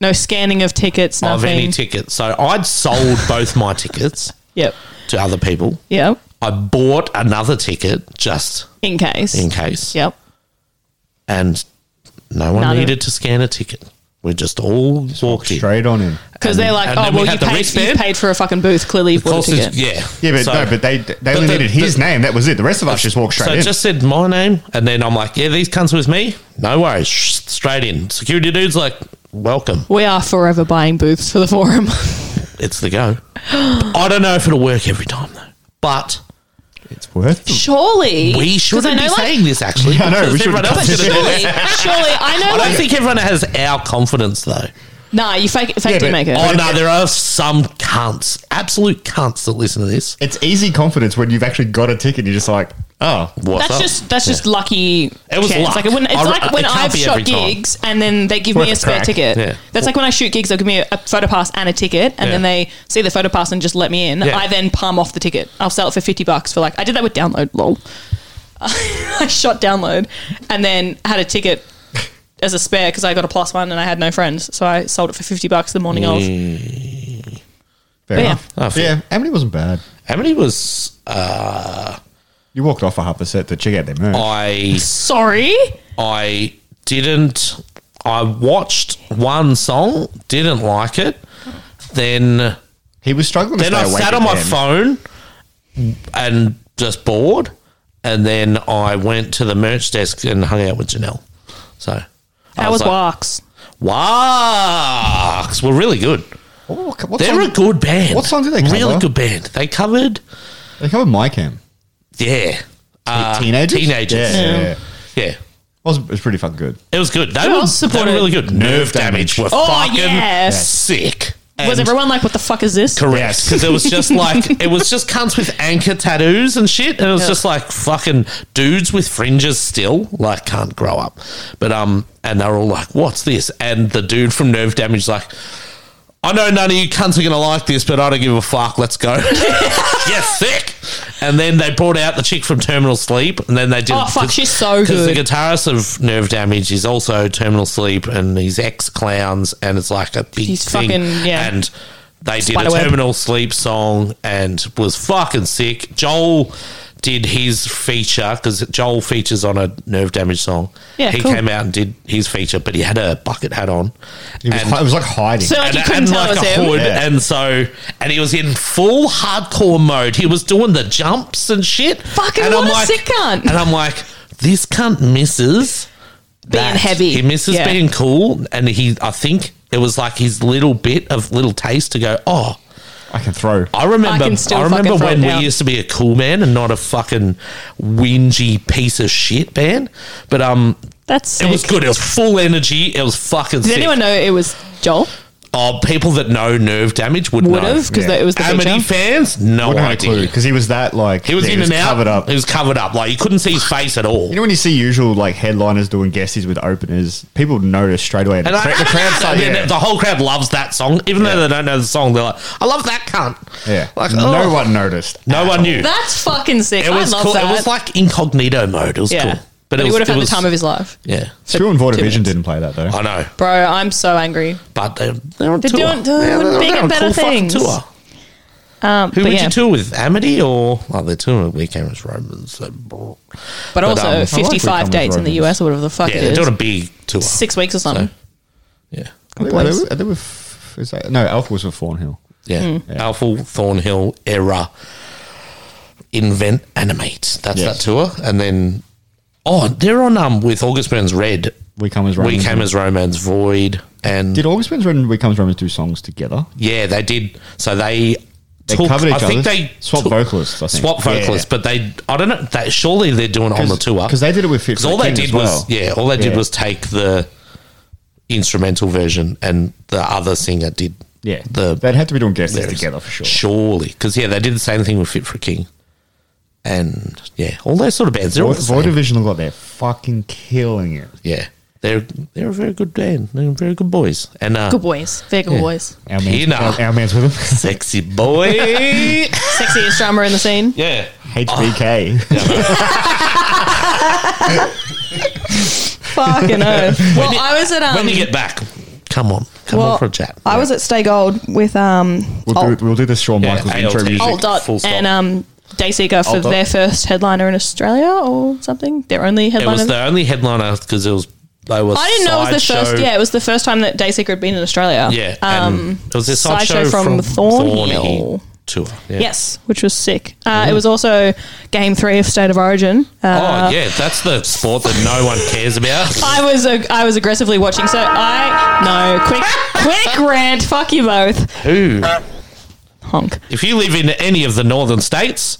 [SPEAKER 3] No scanning of tickets. Nothing.
[SPEAKER 1] Oh, of any ticket. So I'd sold both my tickets
[SPEAKER 3] yep.
[SPEAKER 1] to other people.
[SPEAKER 3] Yep.
[SPEAKER 1] I bought another ticket just
[SPEAKER 3] In case.
[SPEAKER 1] in case.
[SPEAKER 3] Yep.
[SPEAKER 1] And no one
[SPEAKER 3] None of-
[SPEAKER 1] needed to scan a ticket. We just all walked in.
[SPEAKER 2] Straight on in.
[SPEAKER 3] Because they're like,
[SPEAKER 1] and
[SPEAKER 3] oh
[SPEAKER 1] then we
[SPEAKER 3] well,
[SPEAKER 1] had
[SPEAKER 3] you
[SPEAKER 1] the
[SPEAKER 3] paid, you
[SPEAKER 1] wristband.
[SPEAKER 3] paid for a fucking booth. Clearly, you bought a
[SPEAKER 1] Courses-
[SPEAKER 3] ticket.
[SPEAKER 1] yeah.
[SPEAKER 2] Yeah, but
[SPEAKER 1] So-
[SPEAKER 2] no, but they they only
[SPEAKER 1] the-
[SPEAKER 2] needed his
[SPEAKER 1] the-
[SPEAKER 2] name. That was it. The rest of us just walked straight
[SPEAKER 1] so
[SPEAKER 2] in.
[SPEAKER 1] it just said my name, and then I'm like, "Yeah, these cunts with me. No worries, Sh- straight in." Security dude's like, "Welcome,
[SPEAKER 3] We are forever buying booths for the forum.
[SPEAKER 1] it's the
[SPEAKER 3] [GASPS]
[SPEAKER 1] go." I don't know if it'll work every time though, but
[SPEAKER 2] it's worth. it.
[SPEAKER 3] Surely
[SPEAKER 1] we
[SPEAKER 3] 'Cause I
[SPEAKER 1] shouldn't
[SPEAKER 3] know,
[SPEAKER 1] be
[SPEAKER 3] like-
[SPEAKER 1] saying this actually.
[SPEAKER 2] Yeah, I know,
[SPEAKER 1] because
[SPEAKER 2] we shouldn't
[SPEAKER 1] everyone [LAUGHS] else
[SPEAKER 2] be
[SPEAKER 3] But
[SPEAKER 1] should have
[SPEAKER 3] surely,
[SPEAKER 1] been
[SPEAKER 3] surely, I know.
[SPEAKER 1] I don't
[SPEAKER 3] like,
[SPEAKER 1] think everyone has our confidence though.
[SPEAKER 3] nah, you fake, fake
[SPEAKER 2] Yeah,
[SPEAKER 3] it,
[SPEAKER 2] but-
[SPEAKER 3] make it.
[SPEAKER 1] Oh no, there are some cunts, absolute cunts that listen to this.
[SPEAKER 2] It's easy confidence when you've actually got a ticket. You're just like, oh,
[SPEAKER 1] What's
[SPEAKER 3] That's
[SPEAKER 1] up?
[SPEAKER 3] just that's just lucky.
[SPEAKER 1] It was
[SPEAKER 3] chance.
[SPEAKER 1] luck.
[SPEAKER 3] Like it wouldn't- it's
[SPEAKER 1] I re-
[SPEAKER 3] like when
[SPEAKER 1] it can't
[SPEAKER 3] I've
[SPEAKER 1] be
[SPEAKER 3] shot
[SPEAKER 1] every time.
[SPEAKER 3] gigs and then they give
[SPEAKER 2] Worth
[SPEAKER 3] me
[SPEAKER 2] a
[SPEAKER 3] a spare
[SPEAKER 2] crack.
[SPEAKER 3] ticket.
[SPEAKER 1] Yeah.
[SPEAKER 3] That's like when I shoot gigs, they'll give me a, a photo pass and a ticket, and
[SPEAKER 1] Yeah.
[SPEAKER 3] then they see the photo pass and just let me in.
[SPEAKER 1] Yeah.
[SPEAKER 3] I then palm off the ticket. I'll sell it for fifty bucks for like I did that with download. Lol. [LAUGHS] I shot download and then had a ticket as a spare because I got a plus one and I had no friends, so I sold it for fifty bucks the morning of.
[SPEAKER 2] fair
[SPEAKER 3] Yeah.
[SPEAKER 2] enough.
[SPEAKER 1] Oh, fair.
[SPEAKER 2] yeah, Amity wasn't bad.
[SPEAKER 1] How many was uh,
[SPEAKER 2] You walked off a half a set to check out their
[SPEAKER 1] Oh.
[SPEAKER 2] merch.
[SPEAKER 1] I?
[SPEAKER 3] Sorry.
[SPEAKER 1] I didn't. I watched one song, didn't like it. Then
[SPEAKER 2] he was struggling.
[SPEAKER 1] then
[SPEAKER 2] to
[SPEAKER 1] I
[SPEAKER 2] stay awake
[SPEAKER 1] sat
[SPEAKER 2] at
[SPEAKER 1] on my
[SPEAKER 2] 10.
[SPEAKER 1] phone and just bored. And then I went to the merch desk and hung out with Janelle. So
[SPEAKER 3] That was
[SPEAKER 1] like,
[SPEAKER 3] Wax.
[SPEAKER 1] Wax were really good.
[SPEAKER 2] Oh, What, what, what
[SPEAKER 1] They're a
[SPEAKER 2] song,
[SPEAKER 1] good band.
[SPEAKER 2] what song did they cover?
[SPEAKER 1] Really good band. They covered
[SPEAKER 2] they covered my cam.
[SPEAKER 1] yeah, uh,
[SPEAKER 2] teenagers.
[SPEAKER 1] Teenagers.
[SPEAKER 2] Yeah,
[SPEAKER 1] Yeah.
[SPEAKER 2] yeah, yeah. It, was, it was pretty fucking good.
[SPEAKER 1] it was good. They,
[SPEAKER 3] Who
[SPEAKER 1] were,
[SPEAKER 3] else
[SPEAKER 1] they were
[SPEAKER 3] supported?
[SPEAKER 1] really good. Nerve damage were
[SPEAKER 3] Oh,
[SPEAKER 1] fucking
[SPEAKER 3] yes.
[SPEAKER 1] sick.
[SPEAKER 3] Was
[SPEAKER 1] And-
[SPEAKER 3] everyone like, what the fuck is this?
[SPEAKER 1] Correct. Because it was
[SPEAKER 3] [LAUGHS]
[SPEAKER 1] just like, it was just cunts with anchor tattoos and shit. And it was
[SPEAKER 3] Yeah.
[SPEAKER 1] just like fucking dudes with fringes still, like, can't grow up. But, um, and they're all like, what's this? And the dude from Nerve Damage, like, I know none of you cunts are going to like this, but I don't give a fuck. Let's go. [LAUGHS] yes, sick. And then they brought out the chick from Terminal Sleep, and then they did.
[SPEAKER 3] Oh, fuck, she's so
[SPEAKER 1] Because the
[SPEAKER 3] good.
[SPEAKER 1] guitarist of Nerve Damage is also Terminal Sleep, and he's ex clowns, and it's like a big
[SPEAKER 3] She's
[SPEAKER 1] thing.
[SPEAKER 3] fucking- yeah.
[SPEAKER 1] And They did a
[SPEAKER 3] Spiderweb.
[SPEAKER 1] Terminal Sleep song and was fucking sick. Joel did his feature because Joel features on a nerve damage song.
[SPEAKER 3] Yeah,
[SPEAKER 1] he
[SPEAKER 3] cool.
[SPEAKER 1] came out and did his feature, but he had a bucket hat on.
[SPEAKER 2] It was,
[SPEAKER 1] And-
[SPEAKER 2] hi- it was like hiding.
[SPEAKER 3] So like you couldn't tell us it was him.
[SPEAKER 2] Yeah.
[SPEAKER 1] and so and he was in full hardcore mode. He was doing the jumps and shit.
[SPEAKER 3] Fucking
[SPEAKER 1] and
[SPEAKER 3] what a sick cunt.
[SPEAKER 1] And I'm like, this cunt misses
[SPEAKER 3] Being
[SPEAKER 1] that.
[SPEAKER 3] heavy.
[SPEAKER 1] He misses
[SPEAKER 3] Yeah.
[SPEAKER 1] being cool, and he I think it was like his little bit of little taste to go, oh.
[SPEAKER 2] I can throw.
[SPEAKER 1] I remember.
[SPEAKER 3] I can
[SPEAKER 1] I,
[SPEAKER 3] still
[SPEAKER 1] remember
[SPEAKER 3] fucking throw
[SPEAKER 1] when
[SPEAKER 3] it
[SPEAKER 1] we
[SPEAKER 3] down.
[SPEAKER 1] used to be a cool man and not a fucking whingy piece of shit band. But um,
[SPEAKER 3] That's sick.
[SPEAKER 1] it was good. It was full energy. It was fucking.
[SPEAKER 3] Did
[SPEAKER 1] sick.
[SPEAKER 3] anyone know it was Joel?
[SPEAKER 1] Oh, people that know nerve damage would
[SPEAKER 3] Would
[SPEAKER 1] know.
[SPEAKER 3] have because
[SPEAKER 2] Yeah.
[SPEAKER 3] it was the
[SPEAKER 1] Amity
[SPEAKER 3] feature.
[SPEAKER 1] fans? No
[SPEAKER 2] Wouldn't have a clue
[SPEAKER 1] idea.
[SPEAKER 2] because he was that like
[SPEAKER 1] He was
[SPEAKER 2] yeah,
[SPEAKER 1] in and out.
[SPEAKER 2] covered up.
[SPEAKER 1] He was covered up. Like you couldn't see his face at all.
[SPEAKER 2] You know when you see usual like headliners doing guesties with openers, people notice straight away.
[SPEAKER 1] [LAUGHS]
[SPEAKER 2] And
[SPEAKER 1] and
[SPEAKER 2] the, cra- the crowd's like,
[SPEAKER 1] I mean,
[SPEAKER 2] yeah,
[SPEAKER 1] the whole crowd loves that song, even though they don't know the song. They're like, "I love that cunt."
[SPEAKER 2] yeah.
[SPEAKER 1] like
[SPEAKER 2] no
[SPEAKER 1] oh.
[SPEAKER 2] one noticed.
[SPEAKER 1] No one knew.
[SPEAKER 3] That's fucking sick.
[SPEAKER 1] it was
[SPEAKER 3] I love
[SPEAKER 1] cool.
[SPEAKER 3] that.
[SPEAKER 1] It was like incognito mode. It was
[SPEAKER 3] yeah.
[SPEAKER 1] cool,
[SPEAKER 3] But, he would have had the time of his life.
[SPEAKER 1] yeah.
[SPEAKER 2] True and
[SPEAKER 3] Two
[SPEAKER 2] Vortivision
[SPEAKER 3] minutes.
[SPEAKER 2] didn't play that though.
[SPEAKER 1] I know,
[SPEAKER 3] Bro, I'm so angry.
[SPEAKER 1] but they they're on
[SPEAKER 3] They're
[SPEAKER 1] tour.
[SPEAKER 3] doing- doing
[SPEAKER 1] they're-
[SPEAKER 3] bigger,
[SPEAKER 1] they're on
[SPEAKER 3] better
[SPEAKER 1] fucking
[SPEAKER 3] things.
[SPEAKER 1] Tour.
[SPEAKER 3] Um,
[SPEAKER 1] Who
[SPEAKER 3] but
[SPEAKER 1] would
[SPEAKER 3] yeah.
[SPEAKER 1] you tour with? Amity or like they're touring with Weekend with Romans? So, yeah,
[SPEAKER 3] But also
[SPEAKER 1] um, I like
[SPEAKER 3] 55
[SPEAKER 2] Weekend with
[SPEAKER 3] dates in the
[SPEAKER 2] Romans.
[SPEAKER 3] US or whatever the fuck it
[SPEAKER 1] they're
[SPEAKER 3] is.
[SPEAKER 1] doing a big tour.
[SPEAKER 3] Six weeks or something.
[SPEAKER 1] Yeah.
[SPEAKER 2] I think, I
[SPEAKER 3] Boys.
[SPEAKER 2] think- I think with- is that- no, Alpha was with Thornhill.
[SPEAKER 1] Yeah.
[SPEAKER 2] Hmm.
[SPEAKER 1] Alpha Thornhill era. Invent Animate. That's
[SPEAKER 2] Yes.
[SPEAKER 1] that tour. And then Oh, they're on um with August Burns Red.
[SPEAKER 2] We come as
[SPEAKER 1] We
[SPEAKER 2] Romans.
[SPEAKER 1] came as Romance Void and
[SPEAKER 2] Did August Burns and We Come as Romans do songs together?
[SPEAKER 1] Yeah, they did so they
[SPEAKER 2] They
[SPEAKER 1] took-
[SPEAKER 2] covered each
[SPEAKER 1] I think
[SPEAKER 2] other.
[SPEAKER 1] they
[SPEAKER 2] Swap
[SPEAKER 1] took-
[SPEAKER 2] vocalists, I think.
[SPEAKER 1] Swap
[SPEAKER 2] Yeah.
[SPEAKER 1] vocalists, but they I don't know that surely they're doing it on the tour.
[SPEAKER 2] because they did it with Fit
[SPEAKER 1] Because
[SPEAKER 2] for
[SPEAKER 1] all
[SPEAKER 2] the
[SPEAKER 1] they
[SPEAKER 2] King
[SPEAKER 1] did
[SPEAKER 2] as well.
[SPEAKER 1] was yeah, all they did
[SPEAKER 2] Yeah.
[SPEAKER 1] was take the instrumental version and the other singer did
[SPEAKER 2] yeah.
[SPEAKER 1] the
[SPEAKER 2] They'd have to be doing guesties
[SPEAKER 1] lyrics.
[SPEAKER 2] together for sure.
[SPEAKER 1] Surely, because yeah, they did the same thing with Fit for a King, and yeah, all those sort of bands. They're all
[SPEAKER 2] Void,
[SPEAKER 1] the same.
[SPEAKER 2] Division look like they're fucking killing it.
[SPEAKER 1] yeah, they're they're a very good band. They're very good boys, and uh,
[SPEAKER 3] Good boys. They're good boys.
[SPEAKER 2] Our man's,
[SPEAKER 1] Pina.
[SPEAKER 2] our, our man's
[SPEAKER 1] [LAUGHS]
[SPEAKER 2] with him.
[SPEAKER 1] Oh. sexy
[SPEAKER 3] [LAUGHS]
[SPEAKER 1] boy.
[SPEAKER 3] Sexiest drummer in
[SPEAKER 1] [LAUGHS]
[SPEAKER 3] the scene.
[SPEAKER 1] yeah,
[SPEAKER 2] HBK.
[SPEAKER 3] Fucking earth. Well,
[SPEAKER 1] you-
[SPEAKER 3] I was at. Um,
[SPEAKER 1] when you get back, come on, come
[SPEAKER 4] Well,
[SPEAKER 1] on for a chat.
[SPEAKER 4] I was at Stay Gold with um.
[SPEAKER 2] We'll,
[SPEAKER 4] Alt.
[SPEAKER 2] do, we'll do the Shawn
[SPEAKER 1] Oh. Yeah,
[SPEAKER 2] Michaels
[SPEAKER 1] ALT.
[SPEAKER 2] intro music.
[SPEAKER 1] Oh,
[SPEAKER 3] Alt Dot
[SPEAKER 1] Full stop.
[SPEAKER 3] and um, Dayseeker for
[SPEAKER 2] Alt Dot.
[SPEAKER 3] their first headliner in Australia or something. Their only
[SPEAKER 1] it
[SPEAKER 3] headliner.
[SPEAKER 1] was the only headliner because it was they were.
[SPEAKER 3] I didn't know it was the
[SPEAKER 1] sideshow-
[SPEAKER 3] first. Yeah, it was the first time that Dayseeker had been in Australia.
[SPEAKER 1] yeah.
[SPEAKER 3] Um,
[SPEAKER 1] and it was this sideshow
[SPEAKER 3] sideshow
[SPEAKER 1] show
[SPEAKER 3] from
[SPEAKER 1] from,
[SPEAKER 3] Thornhill.
[SPEAKER 1] Thornhill Mm. tour. Yeah.
[SPEAKER 3] Yes, which was sick. Uh, It was also game three of State of Origin. Uh,
[SPEAKER 1] Oh yeah, that's the sport that no one cares
[SPEAKER 3] [LAUGHS]
[SPEAKER 1] about.
[SPEAKER 3] I was ag- I was aggressively watching, so I no quick
[SPEAKER 1] [LAUGHS]
[SPEAKER 3] quick rant. Fuck you both.
[SPEAKER 1] Who?
[SPEAKER 3] Honk.
[SPEAKER 1] If you live in any of the northern states,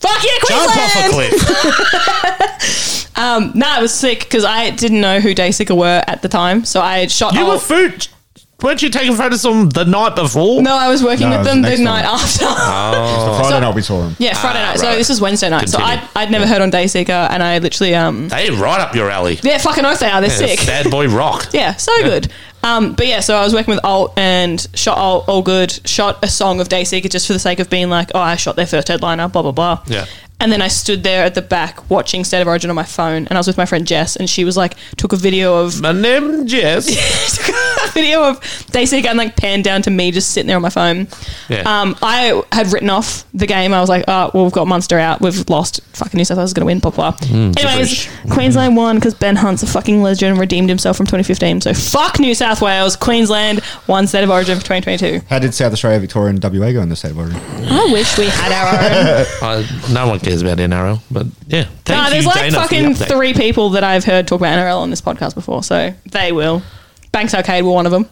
[SPEAKER 3] Fuck you, Queensland.
[SPEAKER 1] jump off a cliff.
[SPEAKER 3] No, it was sick because I didn't know who Dayseeker were at the time, so I
[SPEAKER 1] [LAUGHS]
[SPEAKER 3] shot.
[SPEAKER 1] You
[SPEAKER 3] all-
[SPEAKER 1] were food. Weren't you taking photos of them the night before?
[SPEAKER 3] no, I was working
[SPEAKER 2] No, it
[SPEAKER 3] with
[SPEAKER 2] was
[SPEAKER 3] them
[SPEAKER 2] the
[SPEAKER 3] the
[SPEAKER 2] next
[SPEAKER 3] night
[SPEAKER 2] night.
[SPEAKER 3] after.
[SPEAKER 1] [LAUGHS] Oh.
[SPEAKER 2] Friday
[SPEAKER 3] So-
[SPEAKER 2] night we saw him.
[SPEAKER 3] yeah, Friday
[SPEAKER 1] Ah,
[SPEAKER 3] night.
[SPEAKER 1] right.
[SPEAKER 3] So this was Wednesday night.
[SPEAKER 1] Continue.
[SPEAKER 3] So I'd, I'd never heard on Dayseeker, and I literally um
[SPEAKER 1] They right up your alley.
[SPEAKER 3] yeah fucking oath they are. They're
[SPEAKER 1] Yeah,
[SPEAKER 3] sick.
[SPEAKER 1] Bad boy rock.
[SPEAKER 3] Yeah, so good. Um, but yeah, so I was working with Alt and shot Alt, all good, shot a song of Dayseeker just for the sake of being like, oh, I shot their first headliner, blah, blah, blah.
[SPEAKER 1] Yeah.
[SPEAKER 3] And then I stood there at the back watching State of Origin on my phone, and I was with my friend Jess, and she was like, took a video of
[SPEAKER 1] My name Jess.
[SPEAKER 3] took a [LAUGHS] video of Dayseeker and like panned down to me just sitting there on my phone.
[SPEAKER 1] Yeah.
[SPEAKER 3] Um, I had written off the game. I was like, oh, well, we've got Munster out. We've lost. Fucking New South Wales is going to win, blah, blah. Anyways, [LAUGHS] Queensland won because Ben Hunt's a fucking legend and redeemed himself from 2015. So fuck New South Wales. Queensland won State of Origin for 2022.
[SPEAKER 2] How did South Australia, Victoria, and WA go in the state of origin?
[SPEAKER 3] I wish we had [LAUGHS] our own.
[SPEAKER 1] I, no one cares about NRL, but yeah. Thank
[SPEAKER 3] no, there's
[SPEAKER 1] you,
[SPEAKER 3] like
[SPEAKER 1] Dana, for the
[SPEAKER 3] fucking
[SPEAKER 1] update.
[SPEAKER 3] three people that I've heard talk about NRL on this podcast before. So they will. Banks Arcade were one of them.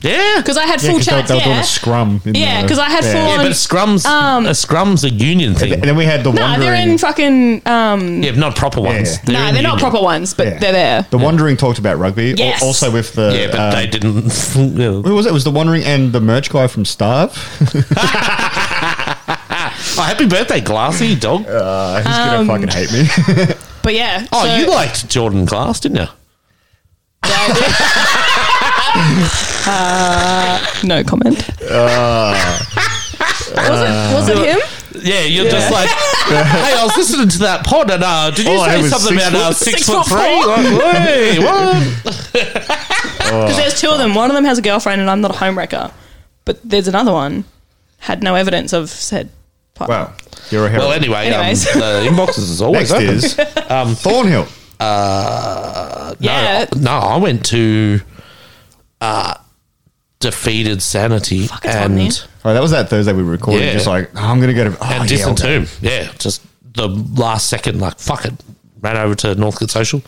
[SPEAKER 1] Yeah.
[SPEAKER 3] Because I had full
[SPEAKER 2] they,
[SPEAKER 3] chats,
[SPEAKER 2] they were doing
[SPEAKER 3] yeah.
[SPEAKER 2] a scrum. in
[SPEAKER 3] Yeah,
[SPEAKER 2] the-
[SPEAKER 3] 'cause I had full
[SPEAKER 1] yeah, but scrums,
[SPEAKER 3] Um,
[SPEAKER 1] a scrum's a union thing.
[SPEAKER 2] And then we had the
[SPEAKER 3] No,
[SPEAKER 2] wandering.
[SPEAKER 3] they're in fucking um,
[SPEAKER 1] yeah, not proper ones.
[SPEAKER 2] Yeah.
[SPEAKER 3] No,
[SPEAKER 1] in
[SPEAKER 3] they're not
[SPEAKER 1] union.
[SPEAKER 3] proper ones, but
[SPEAKER 2] Yeah.
[SPEAKER 3] they're there.
[SPEAKER 2] The wandering talked about rugby. Al-
[SPEAKER 3] Yes.
[SPEAKER 2] Also with the
[SPEAKER 1] Yeah, but
[SPEAKER 2] uh,
[SPEAKER 1] they didn't. [LAUGHS]
[SPEAKER 2] who was it? It was the wandering and the merch guy from Starve.
[SPEAKER 1] Oh, happy birthday, Glassy dog.
[SPEAKER 2] Uh, he's
[SPEAKER 3] Um,
[SPEAKER 2] gonna fucking hate [LAUGHS] me.
[SPEAKER 3] But yeah.
[SPEAKER 1] oh,
[SPEAKER 3] so-
[SPEAKER 1] you liked Jordan Glass, didn't you?
[SPEAKER 3] no [LAUGHS] comment. was it, was it him?
[SPEAKER 1] Yeah, you're just
[SPEAKER 2] [LAUGHS]
[SPEAKER 1] like, hey, I was listening to that pod, and uh, did you
[SPEAKER 2] Oh, I
[SPEAKER 1] say
[SPEAKER 2] was
[SPEAKER 1] something
[SPEAKER 2] six
[SPEAKER 1] about uh,
[SPEAKER 2] foot-
[SPEAKER 1] six,
[SPEAKER 3] six
[SPEAKER 1] foot
[SPEAKER 3] foot
[SPEAKER 1] three?
[SPEAKER 3] four.
[SPEAKER 1] Like,
[SPEAKER 2] [LAUGHS]
[SPEAKER 1] hey, what?
[SPEAKER 3] Because there's two of them. One of them has a girlfriend, and I'm not a homewrecker. But there's another one. Had no evidence of said pipe.
[SPEAKER 2] Wow. You're a hero.
[SPEAKER 1] Well, anyway, um,
[SPEAKER 3] [LAUGHS] Anyways.
[SPEAKER 1] the inboxes is always
[SPEAKER 2] Next
[SPEAKER 1] open.
[SPEAKER 2] is
[SPEAKER 1] um,
[SPEAKER 2] Thornhill.
[SPEAKER 1] no,
[SPEAKER 3] Yeah.
[SPEAKER 1] no, I went to uh, defeated sanity
[SPEAKER 3] Fuck, it's on
[SPEAKER 1] and
[SPEAKER 3] there.
[SPEAKER 2] Oh, that was that Thursday we recorded.
[SPEAKER 1] Yeah.
[SPEAKER 2] Just like, oh, I'm going to go to. Oh,
[SPEAKER 1] and
[SPEAKER 2] yeah,
[SPEAKER 1] distant
[SPEAKER 2] okay.
[SPEAKER 1] tomb. Yeah, just the last second, like fuck it. Ran over to Northcote Social,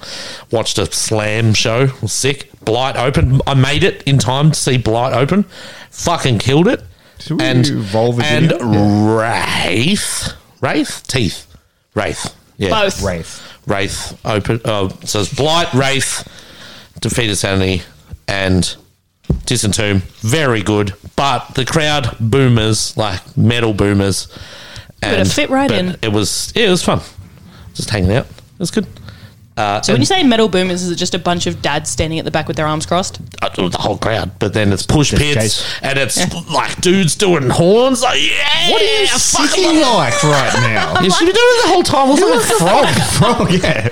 [SPEAKER 1] watched a slam show. Was sick. Blight open. I made it in time to see Blight open. Fucking killed it.
[SPEAKER 2] Did we
[SPEAKER 1] and
[SPEAKER 2] evolve as
[SPEAKER 1] and
[SPEAKER 2] an idiot?
[SPEAKER 1] Wraith, Wraith, teeth, Wraith. Yeah,
[SPEAKER 3] Both.
[SPEAKER 2] Wraith.
[SPEAKER 1] Wraith open. Uh, so it's Blight, Wraith, Defeated Sanity, and Distant Tomb. Very good, but the crowd boomers, like metal boomers.
[SPEAKER 3] Would've fit right
[SPEAKER 1] but
[SPEAKER 3] in.
[SPEAKER 1] It was yeah, it was fun. Just hanging out. It was good. Uh,
[SPEAKER 3] So when you say metal boomers, is it just a bunch of dads standing at the back with their arms crossed?
[SPEAKER 1] uh, the whole crowd, but then it's push
[SPEAKER 2] Just
[SPEAKER 1] pits
[SPEAKER 2] Jason.
[SPEAKER 1] and it's like dudes doing horns. Like, yeah,
[SPEAKER 2] What are you sicking like right
[SPEAKER 3] [LAUGHS]
[SPEAKER 2] now?
[SPEAKER 1] You should be doing it the whole time. I was like,
[SPEAKER 2] frog, [LAUGHS] frog, yeah.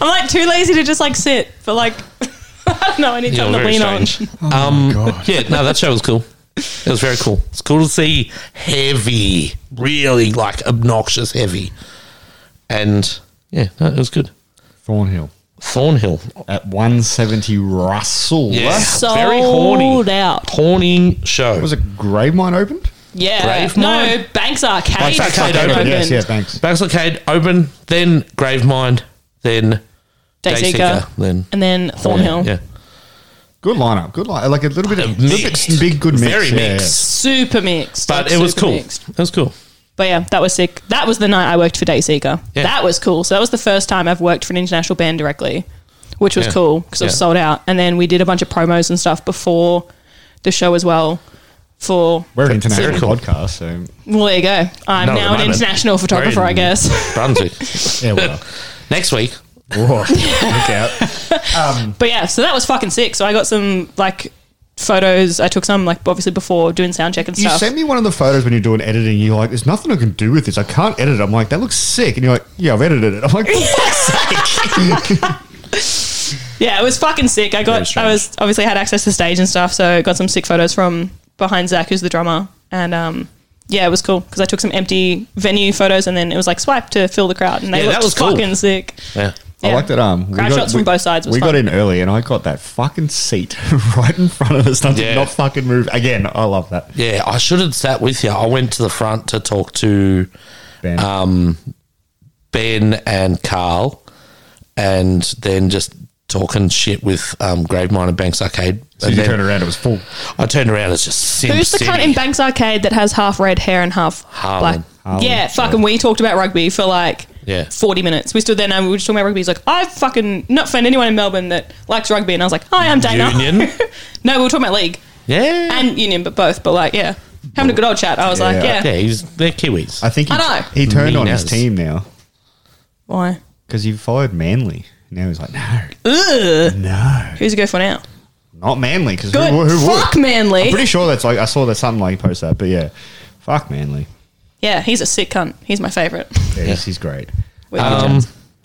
[SPEAKER 3] I'm like too lazy to just like sit for like [LAUGHS] I don't know. I need
[SPEAKER 1] Yeah,
[SPEAKER 3] something to
[SPEAKER 1] very
[SPEAKER 3] lean on. [LAUGHS]
[SPEAKER 1] strange.
[SPEAKER 2] Oh
[SPEAKER 1] um, yeah, no, that show was cool. It was very cool. It's cool to see heavy, really like obnoxious heavy, and yeah, no, it was good.
[SPEAKER 2] Thornhill.
[SPEAKER 1] Thornhill,
[SPEAKER 2] At 170 Russell.
[SPEAKER 1] yeah,
[SPEAKER 3] Sold
[SPEAKER 1] very horny,
[SPEAKER 3] out.
[SPEAKER 1] horny show.
[SPEAKER 2] Was it Grave Mine opened?
[SPEAKER 3] Yeah.
[SPEAKER 1] Brave
[SPEAKER 3] No,
[SPEAKER 1] Mine?
[SPEAKER 3] Banks Arcade.
[SPEAKER 1] Banks Arcade
[SPEAKER 3] fucking
[SPEAKER 1] opened.
[SPEAKER 3] opened.
[SPEAKER 2] Yes, yeah, thanks.
[SPEAKER 1] Banks Arcade open, then Gravemind, then
[SPEAKER 3] Dayseeker,
[SPEAKER 1] Dayseeker, then
[SPEAKER 3] and then Thornhill.
[SPEAKER 1] Yeah,
[SPEAKER 2] Good lineup. Good line. Like a little bit of little
[SPEAKER 1] Mixed.
[SPEAKER 2] bit big good mix.
[SPEAKER 1] Very
[SPEAKER 2] yeah, yeah.
[SPEAKER 1] mixed.
[SPEAKER 3] Super mixed.
[SPEAKER 1] but
[SPEAKER 3] like,
[SPEAKER 1] it was
[SPEAKER 3] super
[SPEAKER 1] cool.
[SPEAKER 3] mixed.
[SPEAKER 1] It was cool.
[SPEAKER 3] But yeah, that was sick. That was the night I worked for Dayseeker.
[SPEAKER 1] Yeah.
[SPEAKER 3] That was cool. So that was the first time I've worked for an international band directly, which was
[SPEAKER 1] Yeah.
[SPEAKER 3] cool because it was
[SPEAKER 1] Yeah.
[SPEAKER 3] sold out. And then we did a bunch of promos and stuff before the show as well. For
[SPEAKER 2] We're an international
[SPEAKER 1] Very cool.
[SPEAKER 2] podcast, so
[SPEAKER 3] well, there you go.
[SPEAKER 1] Not at
[SPEAKER 3] I'm
[SPEAKER 1] the
[SPEAKER 3] now an
[SPEAKER 1] moment.
[SPEAKER 3] international photographer,
[SPEAKER 1] We're in-
[SPEAKER 3] I
[SPEAKER 1] [LAUGHS]
[SPEAKER 3] guess. [LAUGHS]
[SPEAKER 1] Brunswick. [LAUGHS]
[SPEAKER 2] yeah, well.
[SPEAKER 1] Next week,
[SPEAKER 2] Whoa, look out.
[SPEAKER 3] But yeah, so that was fucking sick. So I got some like photos. I took some like obviously before doing sound check and
[SPEAKER 2] [LAUGHS] You
[SPEAKER 3] stuff.
[SPEAKER 2] sent me one of the photos when you're doing editing. You're like, "There's nothing I can do with this. I can't edit." it. I'm like, "That looks sick," and you're like, "Yeah, I've edited it." [LAUGHS] I'm like,
[SPEAKER 3] Yeah, it was fucking sick. I got, I was obviously had access to stage and stuff, so got some sick photos from behind Zach, who's the drummer, and um, yeah, it was cool because I took some empty venue photos and then it was like swipe to fill the crowd, and they
[SPEAKER 1] Yeah,
[SPEAKER 3] looked
[SPEAKER 1] that was cool.
[SPEAKER 3] fucking sick.
[SPEAKER 1] yeah.
[SPEAKER 2] I
[SPEAKER 3] Yeah.
[SPEAKER 2] like that. Um, we
[SPEAKER 3] Crowd
[SPEAKER 2] got-
[SPEAKER 3] shots
[SPEAKER 2] we-
[SPEAKER 3] from both sides. Was
[SPEAKER 2] we got
[SPEAKER 3] fun.
[SPEAKER 2] in early, and I got that fucking seat [LAUGHS] right in front of us. That
[SPEAKER 1] Yeah.
[SPEAKER 2] did not fucking move again. I love that.
[SPEAKER 1] Yeah, I should have sat with you. I went to the front to talk to
[SPEAKER 2] Ben.
[SPEAKER 1] um, Ben and Carl, and then just talking shit with um, Gravemind and Banks Arcade.
[SPEAKER 2] so
[SPEAKER 1] and
[SPEAKER 2] you
[SPEAKER 1] then
[SPEAKER 2] turned around, it was full.
[SPEAKER 1] I turned around. It's just Sim
[SPEAKER 3] Who's the
[SPEAKER 1] City.
[SPEAKER 3] cunt in Banks Arcade that has half red hair and half
[SPEAKER 1] Harlan.
[SPEAKER 3] black?
[SPEAKER 2] Harlan,
[SPEAKER 3] yeah,
[SPEAKER 2] sure.
[SPEAKER 3] fucking. We talked about rugby for like
[SPEAKER 1] Yeah.
[SPEAKER 3] forty minutes. We stood there and we were just talking about rugby. He's like, I fucking not found anyone in Melbourne that likes rugby, and I was like, Hi, I'm Dana.
[SPEAKER 1] Union?
[SPEAKER 3] [LAUGHS] no, we were talking about league
[SPEAKER 1] Yeah,
[SPEAKER 3] and union, but both. But like, yeah, having a good old chat. I was like,
[SPEAKER 2] Yeah.
[SPEAKER 3] yeah,
[SPEAKER 1] yeah, he's they're Kiwis.
[SPEAKER 2] I think he,
[SPEAKER 3] I know.
[SPEAKER 2] he turned on
[SPEAKER 1] Mean as.
[SPEAKER 2] his team now
[SPEAKER 3] why?
[SPEAKER 2] because he fired Manly. Now he's like, no,
[SPEAKER 3] Ugh.
[SPEAKER 2] no,
[SPEAKER 3] Who's the go for now?
[SPEAKER 2] not Manly. Because
[SPEAKER 3] Good.
[SPEAKER 2] who, who would?
[SPEAKER 3] Fuck Manly.
[SPEAKER 2] I'm pretty sure that's like I saw that something like post that, but yeah, fuck Manly.
[SPEAKER 3] yeah, he's a sick cunt. He's
[SPEAKER 1] [LAUGHS]
[SPEAKER 3] my favorite.
[SPEAKER 2] Yeah, He's, he's great.
[SPEAKER 3] We-
[SPEAKER 1] um,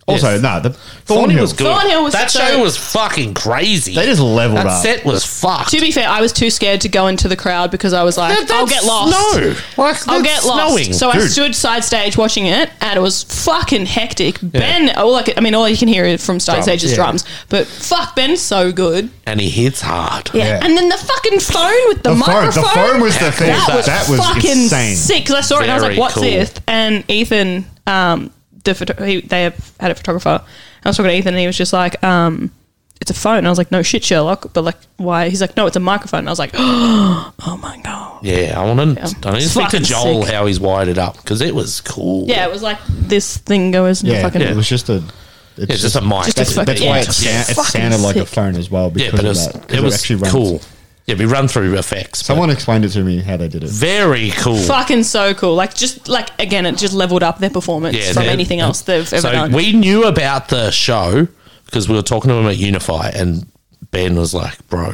[SPEAKER 2] Also,
[SPEAKER 1] yes.
[SPEAKER 2] no, the
[SPEAKER 1] Thornhill
[SPEAKER 2] Thornhill
[SPEAKER 1] was good.
[SPEAKER 3] Thornhill was
[SPEAKER 1] that
[SPEAKER 3] so-
[SPEAKER 1] show was fucking crazy.
[SPEAKER 2] They just leveled
[SPEAKER 1] that
[SPEAKER 2] up.
[SPEAKER 1] set was fucked.
[SPEAKER 3] to be fair, I was too scared to go into the crowd because I was like,
[SPEAKER 1] That-
[SPEAKER 3] I'll
[SPEAKER 1] that's
[SPEAKER 3] get lost.
[SPEAKER 1] No, like
[SPEAKER 3] I'll
[SPEAKER 1] that's
[SPEAKER 3] get lost.
[SPEAKER 1] snowing.
[SPEAKER 3] so I
[SPEAKER 1] Dude.
[SPEAKER 3] stood side stage watching it, and it was fucking hectic. Ben, all I, could, I mean, all you can hear from side stage is
[SPEAKER 2] yeah.
[SPEAKER 3] drums, but fuck, Ben's so good.
[SPEAKER 1] and he hits hard.
[SPEAKER 2] Yeah.
[SPEAKER 3] And then the fucking phone with the,
[SPEAKER 2] The phone, the
[SPEAKER 3] microphone.
[SPEAKER 2] phone was the thing.
[SPEAKER 3] That was,
[SPEAKER 2] That was
[SPEAKER 3] fucking
[SPEAKER 2] insane.
[SPEAKER 3] sick. Because I saw it and I was
[SPEAKER 1] Very
[SPEAKER 3] like, "What's
[SPEAKER 1] cool.
[SPEAKER 3] this?" And Ethan, um, the photo- he, they have had a photographer. And I was talking to Ethan, and he was just like, um, "It's a phone." And I was like, "No shit, Sherlock." But like, why? He's like, "No, it's a microphone." And I was like, [GASPS] "Oh my god."
[SPEAKER 1] Yeah, I want to. I
[SPEAKER 3] Yeah.
[SPEAKER 1] need to
[SPEAKER 3] It's
[SPEAKER 1] speak to
[SPEAKER 3] fucking
[SPEAKER 1] Joel
[SPEAKER 3] sick.
[SPEAKER 1] how he's wired it up because it was cool.
[SPEAKER 3] Yeah, it was like this thing goes and
[SPEAKER 2] yeah,
[SPEAKER 3] fucking.
[SPEAKER 2] it was just a. It's,
[SPEAKER 1] it's just a mic.
[SPEAKER 3] Just a
[SPEAKER 2] That's,
[SPEAKER 3] fucking-
[SPEAKER 2] that's why
[SPEAKER 3] yeah,
[SPEAKER 2] it,
[SPEAKER 3] it's
[SPEAKER 2] sa- it
[SPEAKER 3] fucking
[SPEAKER 2] sounded like a
[SPEAKER 3] sick.
[SPEAKER 2] phone as well.
[SPEAKER 1] yeah,
[SPEAKER 2] Because
[SPEAKER 1] but it
[SPEAKER 2] of
[SPEAKER 1] was
[SPEAKER 2] that, 'cause
[SPEAKER 1] it was
[SPEAKER 2] runs.
[SPEAKER 1] cool. Yeah, we run through effects. but
[SPEAKER 2] Someone explained it to me how they did it.
[SPEAKER 1] very cool.
[SPEAKER 3] Fucking so cool. Like just like again, it just leveled up their performance
[SPEAKER 1] Yeah,
[SPEAKER 3] from
[SPEAKER 1] they're-
[SPEAKER 3] anything else they've ever
[SPEAKER 1] so
[SPEAKER 3] done.
[SPEAKER 1] we knew about the show because we were talking to him at Unify, and Ben was like, "Bro,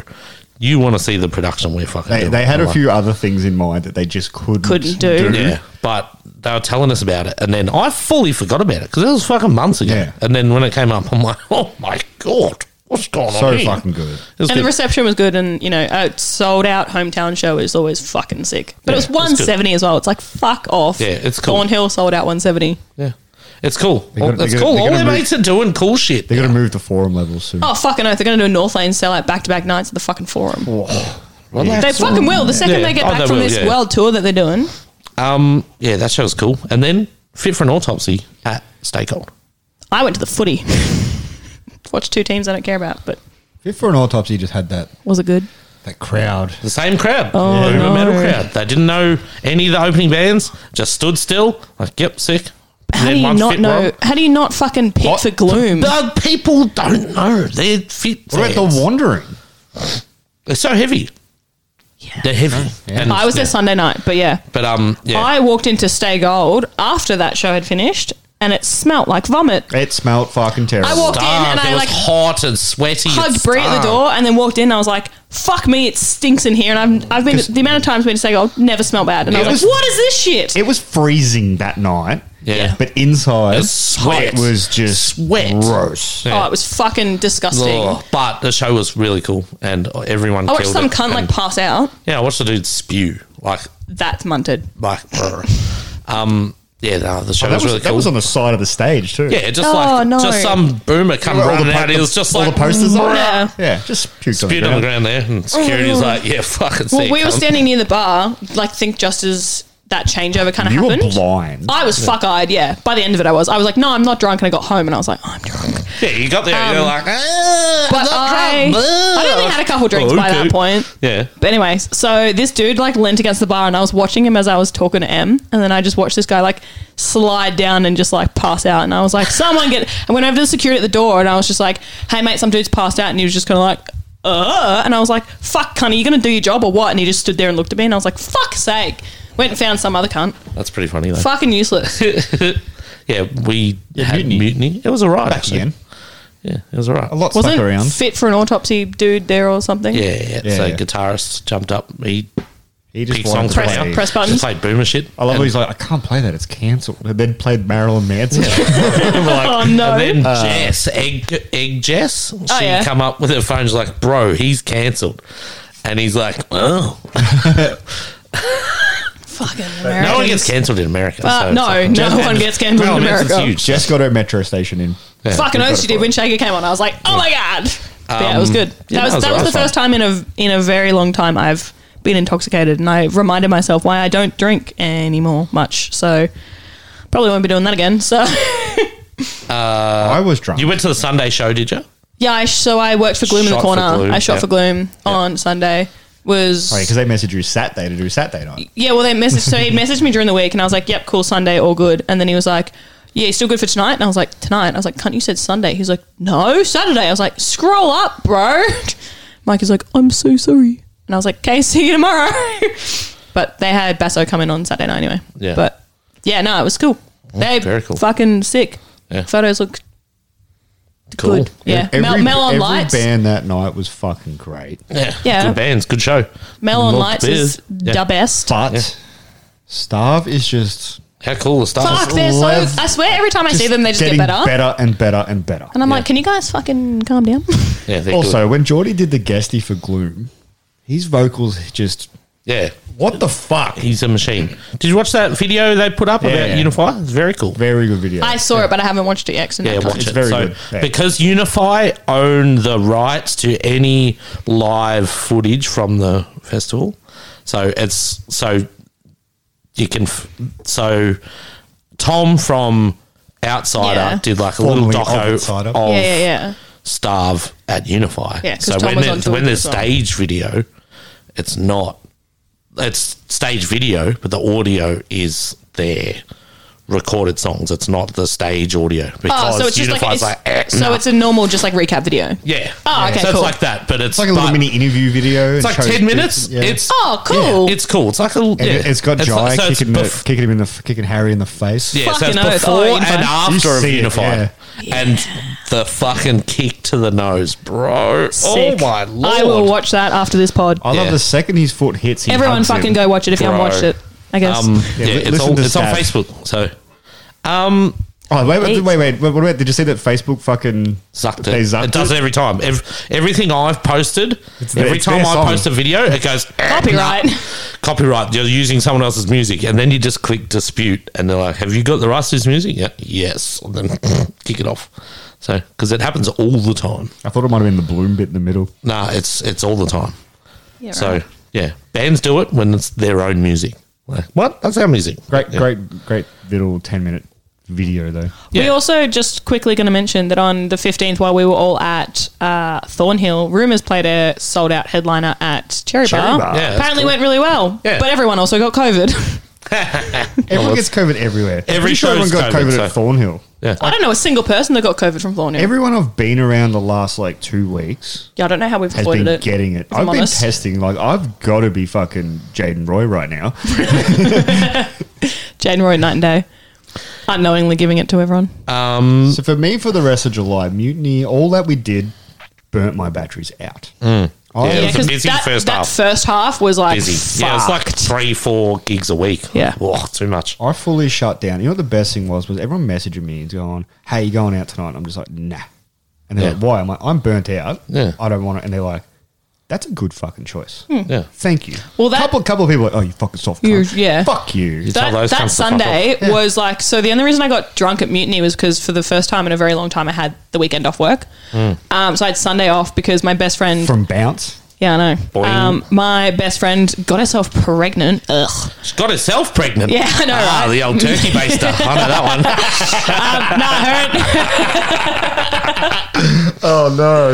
[SPEAKER 1] you want to see the production we're fucking."
[SPEAKER 2] They,
[SPEAKER 1] doing."
[SPEAKER 2] they had
[SPEAKER 1] I'm
[SPEAKER 2] a
[SPEAKER 1] like,
[SPEAKER 2] few other things in mind that they just couldn't
[SPEAKER 3] Couldn't do.
[SPEAKER 1] Yeah, but they were telling us about it, and then I fully forgot about it because it was fucking months ago.
[SPEAKER 2] Yeah.
[SPEAKER 1] [LAUGHS] And then when it came up, I'm like, "Oh my god." What's going on?
[SPEAKER 2] So
[SPEAKER 1] here?
[SPEAKER 2] fucking good.
[SPEAKER 1] It was
[SPEAKER 3] and the
[SPEAKER 1] good.
[SPEAKER 3] reception was good, and you know, a sold out hometown show is always fucking sick. But it was
[SPEAKER 1] Yeah, it's good.
[SPEAKER 3] 170 as well. It's like fuck off.
[SPEAKER 1] Yeah, it's cool.
[SPEAKER 3] Thornhill sold out 170.
[SPEAKER 1] yeah. It's cool.
[SPEAKER 2] gotta-
[SPEAKER 1] Well, That's
[SPEAKER 2] they gotta-
[SPEAKER 1] cool.
[SPEAKER 2] they
[SPEAKER 1] All
[SPEAKER 2] gotta
[SPEAKER 1] their
[SPEAKER 2] move-
[SPEAKER 1] mates are doing cool shit.
[SPEAKER 2] They're gonna move to forum level soon.
[SPEAKER 3] Oh fucking oath! They're going to do a North Lane sell out back to back nights at the fucking Forum.
[SPEAKER 1] Relax.
[SPEAKER 3] They fucking will. The second
[SPEAKER 1] Yeah.
[SPEAKER 3] they get
[SPEAKER 1] Oh,
[SPEAKER 3] back
[SPEAKER 1] they
[SPEAKER 3] from
[SPEAKER 1] will,
[SPEAKER 3] this
[SPEAKER 1] yeah.
[SPEAKER 3] world tour that they're doing,
[SPEAKER 1] Um, yeah, that show's cool. And then fit for an autopsy at Stakehold.
[SPEAKER 3] I went to the footy. [LAUGHS] Watched two teams I don't care about, but
[SPEAKER 2] If for an autopsy, you just had that
[SPEAKER 3] was it good?
[SPEAKER 2] that crowd.
[SPEAKER 1] The same crowd.
[SPEAKER 3] Oh,
[SPEAKER 1] Uber
[SPEAKER 3] no.
[SPEAKER 1] metal crowd. They didn't know any of the opening bands, just stood still, like, yep, sick.
[SPEAKER 3] How
[SPEAKER 1] Then
[SPEAKER 3] do you
[SPEAKER 1] one
[SPEAKER 3] not
[SPEAKER 1] fit
[SPEAKER 3] know?
[SPEAKER 1] one.
[SPEAKER 3] How do you not fucking pick
[SPEAKER 1] What?
[SPEAKER 3] for gloom?
[SPEAKER 1] The people don't know. They're fit.
[SPEAKER 2] What about
[SPEAKER 1] fans.
[SPEAKER 2] the wandering?
[SPEAKER 1] They're so heavy. Yeah. They're heavy.
[SPEAKER 2] Oh, Yeah.
[SPEAKER 1] And-
[SPEAKER 3] I was there
[SPEAKER 1] yeah.
[SPEAKER 3] Sunday night, but yeah.
[SPEAKER 1] But um, yeah.
[SPEAKER 3] I walked into Stay Gold after that show had finished, and it smelt like vomit.
[SPEAKER 2] It smelled fucking terrible.
[SPEAKER 3] I walked in and
[SPEAKER 1] Dark. It
[SPEAKER 3] I
[SPEAKER 1] was
[SPEAKER 3] like
[SPEAKER 1] hot and sweaty. and
[SPEAKER 3] hugged Brie at the
[SPEAKER 1] stark.
[SPEAKER 3] door, and then walked in. and I was like, "Fuck me, it stinks in here." And I've I've been the amount of times I've been to Stay Gold never smelled bad, and I
[SPEAKER 1] Yeah.
[SPEAKER 3] was like, "What is this shit?"
[SPEAKER 2] It was freezing that night.
[SPEAKER 1] Yeah.
[SPEAKER 2] But inside,
[SPEAKER 1] It was sweat.
[SPEAKER 2] it was just
[SPEAKER 1] Sweat.
[SPEAKER 2] gross.
[SPEAKER 1] Yeah.
[SPEAKER 3] Oh, it was fucking disgusting.
[SPEAKER 1] Ugh. But the show was really cool, and everyone.
[SPEAKER 3] I watched
[SPEAKER 1] killed
[SPEAKER 3] some
[SPEAKER 1] it,
[SPEAKER 3] cunt
[SPEAKER 1] and-
[SPEAKER 3] like pass out.
[SPEAKER 1] Yeah, I watched the dude spew like
[SPEAKER 3] That's munted.
[SPEAKER 1] like. brr. um. Yeah, no, the show
[SPEAKER 2] That
[SPEAKER 1] was,
[SPEAKER 2] was,
[SPEAKER 1] really
[SPEAKER 2] that
[SPEAKER 1] cool.
[SPEAKER 2] was on the side of the stage too.
[SPEAKER 1] yeah, just
[SPEAKER 3] Oh,
[SPEAKER 1] like
[SPEAKER 3] no.
[SPEAKER 1] just some boomer come
[SPEAKER 2] All the
[SPEAKER 1] running
[SPEAKER 2] po-
[SPEAKER 1] out. He was just
[SPEAKER 2] all
[SPEAKER 1] like
[SPEAKER 2] the posters on it.
[SPEAKER 3] Yeah.
[SPEAKER 2] Yeah, just puked on the
[SPEAKER 1] spewed on the ground
[SPEAKER 2] ground.
[SPEAKER 1] there, and security was like, "Yeah, fucking."
[SPEAKER 3] Well,
[SPEAKER 1] sick,
[SPEAKER 3] we were
[SPEAKER 1] cunt."
[SPEAKER 3] standing near the bar, like think just as that changeover kind of
[SPEAKER 2] You
[SPEAKER 3] happened.
[SPEAKER 2] were blind.
[SPEAKER 3] I was fuck eyed, yeah. By the end of it, I was. I was like, no, I'm not drunk. And I got home and I was like, oh, I'm drunk.
[SPEAKER 1] Yeah, you got there. you're
[SPEAKER 3] Um,
[SPEAKER 1] like, ah,
[SPEAKER 3] But I, I only had a couple drinks by
[SPEAKER 1] Okay.
[SPEAKER 3] that point.
[SPEAKER 1] Yeah.
[SPEAKER 3] But anyways, so this dude like leant against the bar and I was watching him as I was talking to M. And then I just watched this guy like slide down and just like pass out. And I was like, someone get. I went over to the security at the door and I was just like, hey, mate, some dude's passed out. And he was just kind of like, uh. And I was like, fuck, cunt, are you going to do your job or what? And he just stood there and looked at me and I was like, fuck's sake. Went and found some other cunt.
[SPEAKER 1] That's pretty funny though.
[SPEAKER 3] Fucking useless.
[SPEAKER 1] Yeah, we
[SPEAKER 2] Yeah,
[SPEAKER 1] had mutiny.
[SPEAKER 2] mutiny.
[SPEAKER 1] It was alright actually.
[SPEAKER 2] Again,
[SPEAKER 1] Yeah, it was alright.
[SPEAKER 2] a lot stuck
[SPEAKER 3] Wasn't
[SPEAKER 2] around.
[SPEAKER 3] fit for an autopsy dude there or something?
[SPEAKER 1] Yeah, yeah.
[SPEAKER 2] Yeah,
[SPEAKER 1] so
[SPEAKER 2] yeah.
[SPEAKER 1] guitarist jumped up. He
[SPEAKER 2] he just
[SPEAKER 1] picked
[SPEAKER 2] wanted
[SPEAKER 1] songs
[SPEAKER 2] to
[SPEAKER 1] for
[SPEAKER 3] Press-
[SPEAKER 1] play.
[SPEAKER 2] play.
[SPEAKER 3] press buttons.
[SPEAKER 1] Just played boomer shit.
[SPEAKER 2] I love
[SPEAKER 1] and,
[SPEAKER 2] how he's like, I can't play that. It's cancelled. And then played Marilyn Manson. [LAUGHS] And we're like,
[SPEAKER 3] [LAUGHS] Oh no. Oh,
[SPEAKER 1] And then Jess, egg, egg Jess, she
[SPEAKER 3] yeah.
[SPEAKER 1] come up with her phone. She's like, "Bro, he's cancelled," and he's like, "Oh,
[SPEAKER 3] Fucking
[SPEAKER 1] no one
[SPEAKER 3] Americans.
[SPEAKER 1] gets cancelled in America."
[SPEAKER 3] Uh,
[SPEAKER 1] so it's
[SPEAKER 3] no,
[SPEAKER 1] like-
[SPEAKER 3] no one gets cancelled in
[SPEAKER 1] Marilyn Manson's
[SPEAKER 3] America.
[SPEAKER 1] huge.
[SPEAKER 2] Jess got her metro station in.
[SPEAKER 1] Yeah.
[SPEAKER 3] Fucking
[SPEAKER 2] We've
[SPEAKER 3] oath
[SPEAKER 2] got
[SPEAKER 3] she
[SPEAKER 2] it
[SPEAKER 3] did.
[SPEAKER 2] for
[SPEAKER 3] When Shaker came on, I was like, oh my god. But yeah, it was good. That
[SPEAKER 1] Um, yeah,
[SPEAKER 3] was, that was, the
[SPEAKER 1] alright
[SPEAKER 3] first
[SPEAKER 1] fun.
[SPEAKER 3] time in a in a very long time I've been intoxicated, and I reminded myself why I don't drink anymore much. So probably won't be doing that again. So [LAUGHS]
[SPEAKER 2] I was drunk.
[SPEAKER 1] Uh, You went to the Sunday show, did you?
[SPEAKER 3] yeah, I, so I worked for Gloom in
[SPEAKER 1] Shot
[SPEAKER 3] the
[SPEAKER 1] for
[SPEAKER 3] corner.
[SPEAKER 1] Gloom,
[SPEAKER 3] I shot
[SPEAKER 1] yeah.
[SPEAKER 3] for Gloom on Sunday. Was
[SPEAKER 2] because they messaged you Saturday to do Saturday night.
[SPEAKER 3] Yeah, well, they messaged. So he messaged me during the week, and I was like, "Yep, cool, Sunday, all good." And then he was like, "Yeah, you still good for tonight?" And I was like, "Tonight?" I was like, "Cunt, you said Sunday." He's like, "No, Saturday." I was like, "Scroll up, bro." [LAUGHS] Mike is like, "I'm so sorry," and I was like, "Okay, [LAUGHS] see you tomorrow." but they had Basso come in on Saturday night anyway.
[SPEAKER 1] Yeah. Mm,
[SPEAKER 3] But yeah, no, it was cool. they
[SPEAKER 1] very cool.
[SPEAKER 3] Fucking sick.
[SPEAKER 1] Yeah.
[SPEAKER 3] Photos look
[SPEAKER 1] Cool.
[SPEAKER 3] good. Yeah. Mel, Mel on
[SPEAKER 2] every
[SPEAKER 3] lights.
[SPEAKER 2] band that night was fucking great.
[SPEAKER 1] Yeah,
[SPEAKER 3] Yeah.
[SPEAKER 1] Good bands, good show.
[SPEAKER 3] Mel on
[SPEAKER 1] Looked
[SPEAKER 3] lights is
[SPEAKER 1] biz. Yeah.
[SPEAKER 3] the best.
[SPEAKER 2] But
[SPEAKER 1] Yeah.
[SPEAKER 2] Starve is just,
[SPEAKER 1] How cool the stuff.
[SPEAKER 3] Fuck, they're so.
[SPEAKER 2] love-
[SPEAKER 3] I swear, every time I
[SPEAKER 2] just
[SPEAKER 3] see them, they just get
[SPEAKER 2] getting
[SPEAKER 3] better.
[SPEAKER 2] better and better and better.
[SPEAKER 3] And I'm
[SPEAKER 1] Yeah.
[SPEAKER 3] like, can you guys fucking calm down?
[SPEAKER 1] Yeah, they're
[SPEAKER 2] also,
[SPEAKER 1] good.
[SPEAKER 2] when Geordie did the guestie for Gloom, his vocals just
[SPEAKER 1] yeah,
[SPEAKER 2] what the fuck?
[SPEAKER 1] he's a machine. Did you watch that video they put up
[SPEAKER 2] Yeah.
[SPEAKER 1] about Unify? It's very cool.
[SPEAKER 2] Very good video.
[SPEAKER 3] [LAUGHS] I saw it, but I haven't watched it yet. 'cause I'm
[SPEAKER 1] Yeah,
[SPEAKER 3] not
[SPEAKER 1] watch
[SPEAKER 2] It's
[SPEAKER 1] it.
[SPEAKER 2] very
[SPEAKER 1] so,
[SPEAKER 2] good. Yeah.
[SPEAKER 1] Because Unify own the rights to any live footage from the festival, so it's so you can. f- So Tom from Outsider
[SPEAKER 3] Yeah.
[SPEAKER 1] did like a
[SPEAKER 2] Formerly
[SPEAKER 1] little doco
[SPEAKER 2] of
[SPEAKER 1] of,
[SPEAKER 2] Outsider.
[SPEAKER 3] [LAUGHS] Yeah, yeah, yeah.
[SPEAKER 1] Starve at Unify.
[SPEAKER 3] Yeah, 'cause
[SPEAKER 1] so
[SPEAKER 3] Tom
[SPEAKER 1] when
[SPEAKER 3] was on
[SPEAKER 1] there's
[SPEAKER 3] tour
[SPEAKER 1] when
[SPEAKER 3] with
[SPEAKER 1] there's
[SPEAKER 3] us as well.
[SPEAKER 1] stage video, it's not it's stage video, but the audio is their recorded songs. It's not the stage audio because
[SPEAKER 3] Oh, so it's just like,
[SPEAKER 1] Unify's
[SPEAKER 3] it's,
[SPEAKER 1] like, eh,
[SPEAKER 3] so
[SPEAKER 1] nah.
[SPEAKER 3] it's a normal just like recap video.
[SPEAKER 1] yeah.
[SPEAKER 3] Oh, okay,
[SPEAKER 1] so
[SPEAKER 3] cool.
[SPEAKER 1] it's like that, but it's
[SPEAKER 2] it's like a little
[SPEAKER 1] but
[SPEAKER 2] mini interview video.
[SPEAKER 1] It's like ten minutes. It's
[SPEAKER 3] Oh, cool.
[SPEAKER 1] It's cool. It's like a
[SPEAKER 2] and
[SPEAKER 1] yeah.
[SPEAKER 2] it- it's got Jai
[SPEAKER 1] like- so it's
[SPEAKER 2] kicking, the,
[SPEAKER 1] bef-
[SPEAKER 2] kicking him in the kicking Harry in the face.
[SPEAKER 1] yeah, so
[SPEAKER 3] Fucking
[SPEAKER 1] it's
[SPEAKER 3] oath.
[SPEAKER 1] before
[SPEAKER 3] Oh,
[SPEAKER 1] and
[SPEAKER 3] Unify.
[SPEAKER 2] You
[SPEAKER 1] after of
[SPEAKER 2] see it,
[SPEAKER 1] Unify, and the fucking kick to the nose, bro.
[SPEAKER 3] Sick.
[SPEAKER 1] Oh my lord!
[SPEAKER 3] I will watch that after this pod.
[SPEAKER 2] I love
[SPEAKER 1] Yeah.
[SPEAKER 2] the second his foot hits. He
[SPEAKER 3] Everyone
[SPEAKER 2] hugs
[SPEAKER 3] fucking
[SPEAKER 2] him.
[SPEAKER 3] go watch it if you haven't
[SPEAKER 1] Bro.
[SPEAKER 3] watched it. I guess.
[SPEAKER 1] Um, yeah,
[SPEAKER 2] Yeah, li-
[SPEAKER 1] it's,
[SPEAKER 2] listen
[SPEAKER 1] all,
[SPEAKER 2] to
[SPEAKER 1] it's on
[SPEAKER 2] Stav.
[SPEAKER 1] Facebook. So, um,
[SPEAKER 2] Oh wait, wait,
[SPEAKER 5] Eat.
[SPEAKER 2] wait, wait, wait, What about? Did you see that Facebook fucking
[SPEAKER 1] Sucked
[SPEAKER 2] They
[SPEAKER 1] it.
[SPEAKER 2] zucked
[SPEAKER 1] it does it every time. Ev- everything I've posted,
[SPEAKER 2] their-
[SPEAKER 1] every
[SPEAKER 2] it's
[SPEAKER 1] time
[SPEAKER 2] their
[SPEAKER 1] I
[SPEAKER 2] song.
[SPEAKER 1] post a video, it goes "Eh,
[SPEAKER 3] Copyright.
[SPEAKER 1] nah." [LAUGHS] Copyright. You're using someone else's music, and then you just click dispute, and they're like, "Have you got the rights to this music?" Yeah, yes. And then [LAUGHS] kick it off. So, because it happens all the time.
[SPEAKER 2] I thought it might have been the bloom bit in the middle.
[SPEAKER 1] Nah, it's it's all the time.
[SPEAKER 3] Yeah,
[SPEAKER 1] So
[SPEAKER 3] right.
[SPEAKER 1] yeah, bands do it when it's their own music. Like, what? That's our music.
[SPEAKER 2] Great,
[SPEAKER 1] Yeah.
[SPEAKER 2] great, great little ten minute video though.
[SPEAKER 1] Yeah.
[SPEAKER 3] We also just quickly going to mention that on the 15th, while we were all at uh, Thornhill, Rumours played a sold out headliner at Cherry,
[SPEAKER 1] Cherry
[SPEAKER 3] Bar.
[SPEAKER 1] Bar. Yeah, that's
[SPEAKER 3] Apparently
[SPEAKER 1] cool.
[SPEAKER 3] went really well,
[SPEAKER 1] Yeah.
[SPEAKER 3] but everyone also got COVID. [LAUGHS]
[SPEAKER 2] Everyone gets COVID everywhere.
[SPEAKER 1] Every
[SPEAKER 2] I'm pretty sure everyone
[SPEAKER 1] show's
[SPEAKER 2] got
[SPEAKER 1] COVID,
[SPEAKER 2] COVID,
[SPEAKER 1] so-
[SPEAKER 2] at Thornhill.
[SPEAKER 1] Yeah.
[SPEAKER 3] I don't know a single person that got COVID from Thornhill.
[SPEAKER 2] Everyone I've been around the last like two weeks
[SPEAKER 3] yeah, I don't know how we've
[SPEAKER 2] has
[SPEAKER 3] avoided
[SPEAKER 2] been
[SPEAKER 3] it.
[SPEAKER 2] getting it.
[SPEAKER 3] if I'm
[SPEAKER 2] I've been
[SPEAKER 3] honest.
[SPEAKER 2] testing. Like I've got to be fucking Jaden Roy right now.
[SPEAKER 3] Jane Roy night and day, unknowingly giving it to everyone.
[SPEAKER 1] Uh, Mm.
[SPEAKER 2] so for me, for the rest of July, mutiny, all that we did, burnt my batteries out.
[SPEAKER 1] Mm.
[SPEAKER 2] I,
[SPEAKER 1] Yeah. it was a
[SPEAKER 3] 'cause
[SPEAKER 1] busy
[SPEAKER 3] that,
[SPEAKER 1] first
[SPEAKER 3] that
[SPEAKER 1] half.
[SPEAKER 3] first half was like
[SPEAKER 1] Busy.
[SPEAKER 3] fucked.
[SPEAKER 1] Yeah, it's like three, four gigs a week.
[SPEAKER 3] Yeah.
[SPEAKER 1] Oh, too much.
[SPEAKER 2] I fully shut down. You know what the best thing was was everyone messaging me and going, "Hey, you going out tonight?" I'm just like, "Nah," and they're
[SPEAKER 1] Yeah.
[SPEAKER 2] like, "Why?" I'm like, "I'm burnt out.
[SPEAKER 1] Yeah.
[SPEAKER 2] I don't want it." And they're like, "That's a good fucking choice."
[SPEAKER 1] Yeah.
[SPEAKER 2] Thank you.
[SPEAKER 3] Hmm. Well, that-
[SPEAKER 2] couple couple of people like, "Oh, you fucking soft."
[SPEAKER 3] You-
[SPEAKER 2] cunt.
[SPEAKER 3] yeah.
[SPEAKER 2] Fuck you.
[SPEAKER 1] Tell
[SPEAKER 3] that,
[SPEAKER 1] those cunts
[SPEAKER 3] that
[SPEAKER 1] to fuck
[SPEAKER 3] Sunday was like so. The only reason I got drunk at Mutiny was because for the first time in a very long time, I had the weekend off work.
[SPEAKER 1] Hmm.
[SPEAKER 3] Um, so I had Sunday off because my best friend.
[SPEAKER 2] From bounce.
[SPEAKER 3] yeah, I know.
[SPEAKER 1] Boing.
[SPEAKER 3] Um, my best friend got herself pregnant. Ugh.
[SPEAKER 1] She got herself pregnant.
[SPEAKER 3] Yeah, I know,
[SPEAKER 1] Ah,
[SPEAKER 3] right?
[SPEAKER 1] the old turkey baster. I know that one.
[SPEAKER 3] [LAUGHS] Um, nah, her. [LAUGHS]
[SPEAKER 2] Oh no.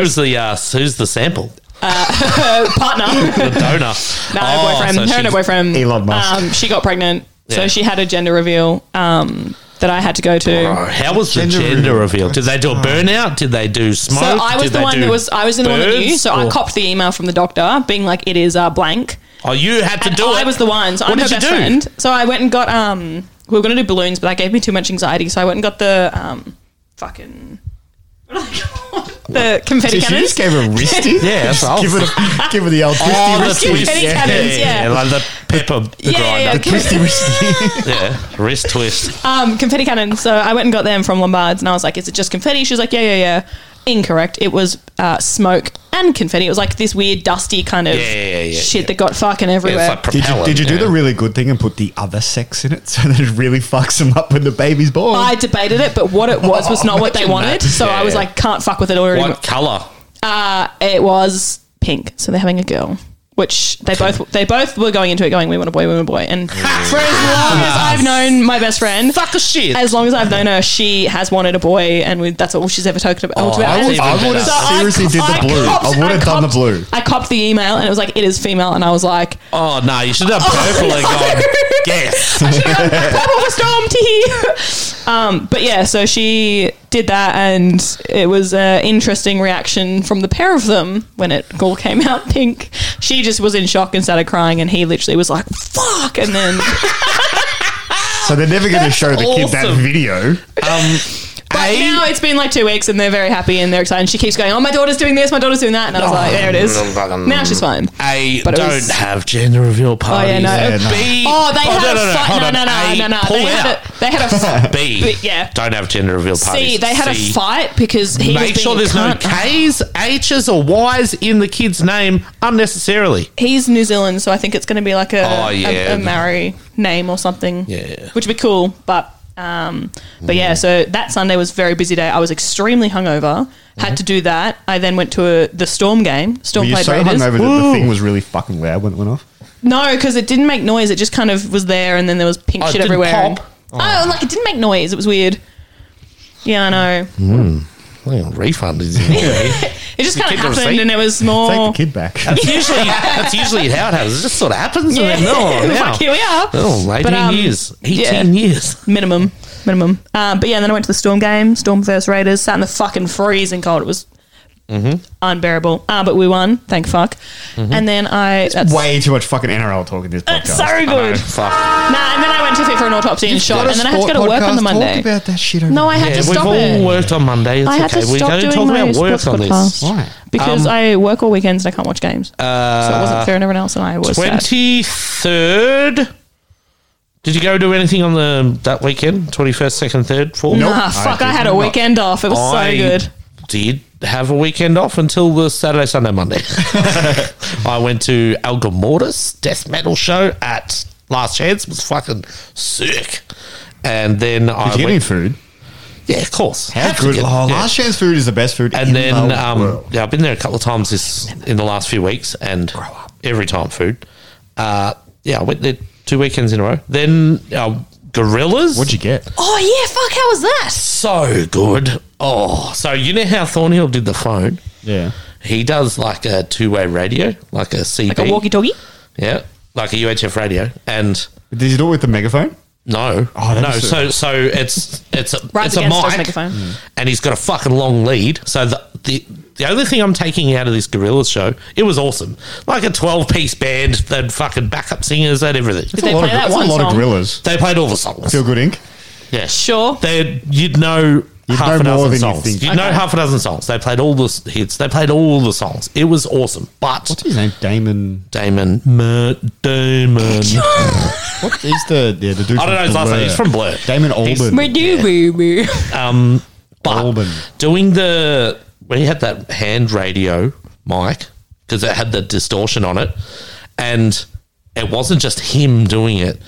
[SPEAKER 1] Who's the uh, who's the sample?
[SPEAKER 3] her partner.
[SPEAKER 1] The [LAUGHS] donor.
[SPEAKER 3] No,
[SPEAKER 1] Oh,
[SPEAKER 3] her boyfriend.
[SPEAKER 1] so
[SPEAKER 3] her and her
[SPEAKER 1] she's-
[SPEAKER 3] boyfriend.
[SPEAKER 2] Elon Musk.
[SPEAKER 3] Um, she got pregnant, so
[SPEAKER 1] Yeah.
[SPEAKER 3] she had a gender reveal um, that I had to go to.
[SPEAKER 1] Oh, How was the
[SPEAKER 2] Gender
[SPEAKER 1] gender,
[SPEAKER 2] reveal.
[SPEAKER 1] reveal? Did they do a burnout? Did they do smoke?
[SPEAKER 3] So I was
[SPEAKER 1] Did
[SPEAKER 3] the
[SPEAKER 1] they
[SPEAKER 3] one
[SPEAKER 1] do
[SPEAKER 3] that was I was the one that knew.
[SPEAKER 1] birds?
[SPEAKER 3] So I
[SPEAKER 1] Or-
[SPEAKER 3] copped the email from the doctor being like, "It is uh, blank."
[SPEAKER 1] Oh, you had to
[SPEAKER 3] And
[SPEAKER 1] do it.
[SPEAKER 3] I was the one. So
[SPEAKER 1] What
[SPEAKER 3] I'm her
[SPEAKER 1] did you
[SPEAKER 3] best
[SPEAKER 1] do?
[SPEAKER 3] friend. So I went and got um. We were going to do balloons, but that gave me too much anxiety. So I went and got the um, fucking [LAUGHS] what are they called? the confetti
[SPEAKER 2] She
[SPEAKER 3] cannons.
[SPEAKER 2] just gave her a wristy.
[SPEAKER 1] [LAUGHS] Yeah, that's all.
[SPEAKER 2] Give her, the, give her the old twisty
[SPEAKER 1] Oh, the
[SPEAKER 2] wristy.
[SPEAKER 3] Confetti
[SPEAKER 1] twist.
[SPEAKER 3] cannons, yeah.
[SPEAKER 1] like the pepper
[SPEAKER 3] [LAUGHS]
[SPEAKER 1] [LAUGHS]
[SPEAKER 3] yeah, yeah,
[SPEAKER 1] grinder.
[SPEAKER 3] yeah.
[SPEAKER 2] Twisty
[SPEAKER 3] [LAUGHS]
[SPEAKER 2] wristy.
[SPEAKER 1] yeah, wrist twist.
[SPEAKER 3] um, confetti cannons. So I went and got them from Lombards, and I was like, "Is it just confetti?" She was like, "Yeah, yeah, yeah." Incorrect. It was uh, smoke and confetti. It was like this weird dusty kind of
[SPEAKER 1] Yeah, yeah, yeah, yeah,
[SPEAKER 3] shit that got fucking everywhere.
[SPEAKER 1] It's like
[SPEAKER 2] Did you,
[SPEAKER 1] propellant.
[SPEAKER 2] did you do
[SPEAKER 1] yeah.
[SPEAKER 2] the really good thing and put the other sex in it [LAUGHS] so that it really fucks them up when the baby's born?
[SPEAKER 3] I debated it, but what it was was not what they
[SPEAKER 1] Imagine
[SPEAKER 3] wanted.
[SPEAKER 1] that.
[SPEAKER 3] So
[SPEAKER 1] Yeah,
[SPEAKER 3] I was
[SPEAKER 1] yeah.
[SPEAKER 3] like, can't fuck with it already.
[SPEAKER 1] What colour?
[SPEAKER 3] Uh, it was pink, so they're having a girl. Which they both they both were going into it going, we want a boy, we want a boy.
[SPEAKER 1] [LAUGHS]
[SPEAKER 3] And for as long as I've known my best friend,
[SPEAKER 1] Fuck a shit.
[SPEAKER 3] as long as I've known her, she has wanted a boy, and we, that's all she's ever talked about.
[SPEAKER 2] Oh,
[SPEAKER 3] talked about.
[SPEAKER 1] I would-
[SPEAKER 3] And-
[SPEAKER 1] I would've
[SPEAKER 2] seriously did the blue. I would've done the
[SPEAKER 3] copped-
[SPEAKER 2] blue.
[SPEAKER 3] I copped the email, and it was like, it is female, and I was like,
[SPEAKER 1] oh no, you should have done
[SPEAKER 3] Oh,
[SPEAKER 1] purple and
[SPEAKER 3] no. [LAUGHS]
[SPEAKER 1] gone. Guess.
[SPEAKER 3] I should have gone purple storm tea. [LAUGHS] um, but yeah, so she did that, and it was an interesting reaction from the pair of them when it all came [LAUGHS] out pink. She just was in shock and started crying, and he literally was like, "Fuck!" And then
[SPEAKER 2] so they're never going to show the kid that
[SPEAKER 1] awesome.
[SPEAKER 2] video.
[SPEAKER 1] Um,
[SPEAKER 3] but now it's been like two weeks, and they're very happy and they're excited. And she keeps going, "Oh, my daughter's doing this, my daughter's doing that," and
[SPEAKER 1] Oh.
[SPEAKER 3] I was like, "There it
[SPEAKER 1] Mm,
[SPEAKER 3] is." Now she's fine.
[SPEAKER 1] A,
[SPEAKER 3] But it
[SPEAKER 1] don't
[SPEAKER 3] was- Oh,
[SPEAKER 1] have gender reveal parties.
[SPEAKER 3] yeah, no. Yeah,
[SPEAKER 2] no.
[SPEAKER 1] B,
[SPEAKER 3] Oh, they had
[SPEAKER 1] no,
[SPEAKER 3] a
[SPEAKER 1] no, no,
[SPEAKER 3] fu-
[SPEAKER 1] hold
[SPEAKER 3] no,
[SPEAKER 1] on.
[SPEAKER 3] no, no,
[SPEAKER 1] A,
[SPEAKER 3] no, no.
[SPEAKER 1] Pull
[SPEAKER 3] They had
[SPEAKER 1] out.
[SPEAKER 3] a, they
[SPEAKER 1] [LAUGHS]
[SPEAKER 3] had a f-
[SPEAKER 1] B,
[SPEAKER 3] yeah.
[SPEAKER 1] don't have gender reveal parties.
[SPEAKER 3] See, they had
[SPEAKER 1] C,
[SPEAKER 3] a fight because he was
[SPEAKER 1] Make
[SPEAKER 3] being
[SPEAKER 1] sure
[SPEAKER 3] a
[SPEAKER 1] there's no
[SPEAKER 3] cunt.
[SPEAKER 1] K's, H's, or Y's in the kid's name unnecessarily.
[SPEAKER 3] he's New Zealand, so I think it's going to be like a,
[SPEAKER 1] Oh, yeah.
[SPEAKER 3] a, a Maori name or something.
[SPEAKER 1] Yeah.
[SPEAKER 3] which would be cool. But um, but yeah, so that Sunday was a very busy day. I was extremely hungover.
[SPEAKER 1] Mm-hmm.
[SPEAKER 3] Had to do that. I then went to a, the Storm game. Storm
[SPEAKER 2] Were you
[SPEAKER 3] played
[SPEAKER 2] so
[SPEAKER 3] Raiders.
[SPEAKER 2] hungover that the thing was really fucking loud when it went off?
[SPEAKER 3] No, because it didn't make noise. It just kind of was there, and then there was pink
[SPEAKER 1] Oh, it
[SPEAKER 3] shit
[SPEAKER 1] didn't
[SPEAKER 3] everywhere.
[SPEAKER 1] pop?
[SPEAKER 3] Oh. like it didn't make noise. It was weird. Yeah, I know.
[SPEAKER 1] Fucking refund is in
[SPEAKER 3] It just kind
[SPEAKER 1] keep
[SPEAKER 3] of
[SPEAKER 1] the
[SPEAKER 3] happened,
[SPEAKER 1] receipt?
[SPEAKER 3] and it was
[SPEAKER 2] Take the
[SPEAKER 3] more.
[SPEAKER 2] kid
[SPEAKER 1] [LAUGHS]
[SPEAKER 2] back. [LAUGHS]
[SPEAKER 1] usually that's usually how it happens. It just sort of happens.
[SPEAKER 3] Yeah,
[SPEAKER 1] And then,
[SPEAKER 3] [LAUGHS]
[SPEAKER 1] oh, now.
[SPEAKER 3] Fuck, here we are.
[SPEAKER 1] Oh, 18
[SPEAKER 3] But, um,
[SPEAKER 1] years. 18
[SPEAKER 3] yeah.
[SPEAKER 1] years.
[SPEAKER 3] minimum, minimum. Um, but yeah, and then I went to the Storm game, Storm versus Raiders, sat in the fucking freezing cold. It was
[SPEAKER 1] Mm-hmm.
[SPEAKER 3] unbearable. Uh, but we won, thank fuck. And then I that's,
[SPEAKER 2] Way too much fucking NRL talk in this podcast.
[SPEAKER 3] that's so good.
[SPEAKER 1] Fuck.
[SPEAKER 3] Nah, and then I went to fit for an autopsy and shot, and then I had to go to work on the Monday.
[SPEAKER 2] Talk about that shit over
[SPEAKER 3] No, I had
[SPEAKER 1] Yeah,
[SPEAKER 3] to
[SPEAKER 1] we've
[SPEAKER 3] stop
[SPEAKER 1] all
[SPEAKER 3] it.
[SPEAKER 1] worked on Monday. It's
[SPEAKER 3] I had
[SPEAKER 1] okay.
[SPEAKER 3] to
[SPEAKER 1] we
[SPEAKER 3] stop
[SPEAKER 1] don't
[SPEAKER 3] doing
[SPEAKER 1] talk
[SPEAKER 3] my
[SPEAKER 1] about work
[SPEAKER 3] sports
[SPEAKER 1] on this.
[SPEAKER 3] podcast.
[SPEAKER 2] Why?
[SPEAKER 3] Because
[SPEAKER 1] Um,
[SPEAKER 3] I work all weekends and I can't watch
[SPEAKER 1] uh,
[SPEAKER 3] games, so it wasn't fair on everyone else, and I was sad.
[SPEAKER 1] Twenty third Did you go do anything on the that weekend? Twenty first, second, third, fourth.
[SPEAKER 2] Nope.
[SPEAKER 3] Nah,
[SPEAKER 2] I
[SPEAKER 3] Ah, fuck,
[SPEAKER 2] did
[SPEAKER 3] I had a
[SPEAKER 2] not.
[SPEAKER 3] weekend off. It was so
[SPEAKER 1] I
[SPEAKER 3] good.
[SPEAKER 1] Did have a weekend off until the Saturday, Sunday,
[SPEAKER 2] [LAUGHS]
[SPEAKER 1] Monday. I went to Alga Mortis death metal show at Last Chance. It was fucking sick. And then I
[SPEAKER 2] Did you
[SPEAKER 1] went,
[SPEAKER 2] get any food?
[SPEAKER 1] yeah, of course.
[SPEAKER 2] How
[SPEAKER 1] Have to
[SPEAKER 2] good!
[SPEAKER 1] get-
[SPEAKER 2] oh,
[SPEAKER 1] yeah.
[SPEAKER 2] Last chance food is the best food.
[SPEAKER 1] And
[SPEAKER 2] in
[SPEAKER 1] then
[SPEAKER 2] the
[SPEAKER 1] um,
[SPEAKER 2] world.
[SPEAKER 1] yeah, I've been there a couple of times this in the last few weeks, and every time food. Uh, yeah, I went there two weekends in a row. Then uh, gorillas.
[SPEAKER 2] what'd you get?
[SPEAKER 3] Oh yeah, fuck, how was that?
[SPEAKER 1] so good. Oh, so you know how Thornhill did the phone?
[SPEAKER 2] Yeah,
[SPEAKER 1] He does like a two-way radio, like a CB,
[SPEAKER 3] Like a walkie-talkie.
[SPEAKER 1] yeah, like a UHF radio, and
[SPEAKER 2] did you do it with the megaphone?
[SPEAKER 1] no,
[SPEAKER 2] Oh, that
[SPEAKER 1] no.
[SPEAKER 2] is Hmm.
[SPEAKER 1] So,
[SPEAKER 2] a-
[SPEAKER 1] so it's it's a
[SPEAKER 3] Right
[SPEAKER 1] it's a
[SPEAKER 3] against us,
[SPEAKER 1] mic,
[SPEAKER 3] megaphone. Mm.
[SPEAKER 1] and he's got a fucking long lead. So the the. The only thing I'm taking out of this Gorillaz show, it was awesome. Like a 12 piece band, they had fucking backup singers, they had everything.
[SPEAKER 3] Did they play that
[SPEAKER 2] That's a
[SPEAKER 3] one
[SPEAKER 2] lot of
[SPEAKER 3] song?
[SPEAKER 2] gorillas.
[SPEAKER 1] They played all the songs.
[SPEAKER 2] Feel good, Inc.
[SPEAKER 1] Yeah,
[SPEAKER 3] Sure.
[SPEAKER 1] They you'd know
[SPEAKER 2] You'd
[SPEAKER 1] half
[SPEAKER 2] know
[SPEAKER 1] a
[SPEAKER 2] more
[SPEAKER 1] dozen
[SPEAKER 2] than you
[SPEAKER 1] songs.
[SPEAKER 2] think.
[SPEAKER 1] You'd know
[SPEAKER 3] Okay.
[SPEAKER 1] half a dozen songs. They played all the s- hits. They played all the songs. It was awesome. But
[SPEAKER 2] What's his name? Damon.
[SPEAKER 1] Damon, Matt Damon.
[SPEAKER 2] What is the yeah the dude?
[SPEAKER 1] I don't know his last name. He's from Blur.
[SPEAKER 2] Damon
[SPEAKER 1] He's-
[SPEAKER 2] Alban.
[SPEAKER 1] Um, but
[SPEAKER 2] Alban.
[SPEAKER 1] doing the when he had that hand radio mic because it had the distortion on it, and it wasn't just him doing it.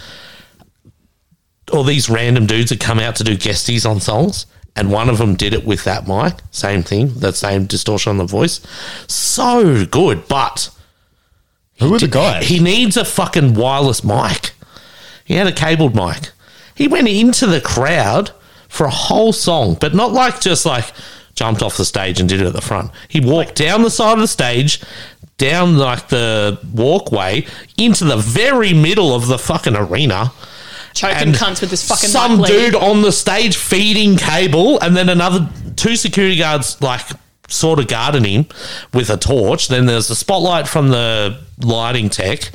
[SPEAKER 1] All these random dudes had come out to do guesties on songs, and one of them did it with that mic. Same thing, that same distortion on the voice. So good, but
[SPEAKER 2] Who was the guy?
[SPEAKER 1] he needs a fucking wireless mic. He had a cabled mic. He went into the crowd for a whole song, but not like just like jumped off the stage and did it at the front. He walked down the side of the stage, down like the walkway, into the very middle of the fucking arena.
[SPEAKER 3] Choking cunts with this fucking
[SPEAKER 1] some
[SPEAKER 3] mic lead.
[SPEAKER 1] dude on the stage feeding cable, and then another two security guards like sort of guarding him with a torch. Then there's a spotlight from the lighting tech,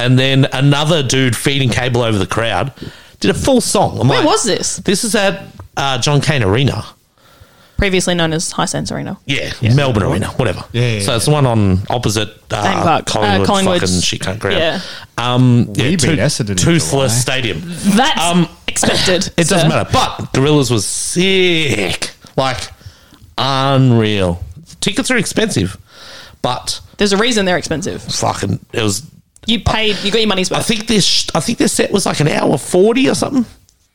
[SPEAKER 1] and then another dude feeding cable over the crowd. Did a full song. I'm
[SPEAKER 3] Where
[SPEAKER 1] like,
[SPEAKER 3] was this?
[SPEAKER 1] This is at uh, John Cain Arena.
[SPEAKER 3] Previously known as High Sense Arena.
[SPEAKER 1] Yeah, Melbourne Arena, whatever.
[SPEAKER 2] Yeah, yeah,
[SPEAKER 1] so it's the one on opposite
[SPEAKER 3] Dang
[SPEAKER 1] uh,
[SPEAKER 3] buck. Uh,
[SPEAKER 1] Collingwood,
[SPEAKER 3] Collingwood's-
[SPEAKER 1] fucking shit cunt ground.
[SPEAKER 3] Yeah.
[SPEAKER 1] Um, yeah,
[SPEAKER 2] beat
[SPEAKER 1] Tooth-
[SPEAKER 2] Essendon in July.
[SPEAKER 1] Toothless Stadium.
[SPEAKER 3] That's
[SPEAKER 1] Um,
[SPEAKER 3] expected.
[SPEAKER 1] [LAUGHS] It
[SPEAKER 3] sir.
[SPEAKER 1] doesn't matter. But Gorillas was sick. Like, unreal. Tickets are expensive, but
[SPEAKER 3] There's a reason they're expensive.
[SPEAKER 1] fucking, it was.
[SPEAKER 3] You
[SPEAKER 1] Uh,
[SPEAKER 3] paid. You got your money's worth.
[SPEAKER 1] I think this. sh- I think this set was like an hour forty or something,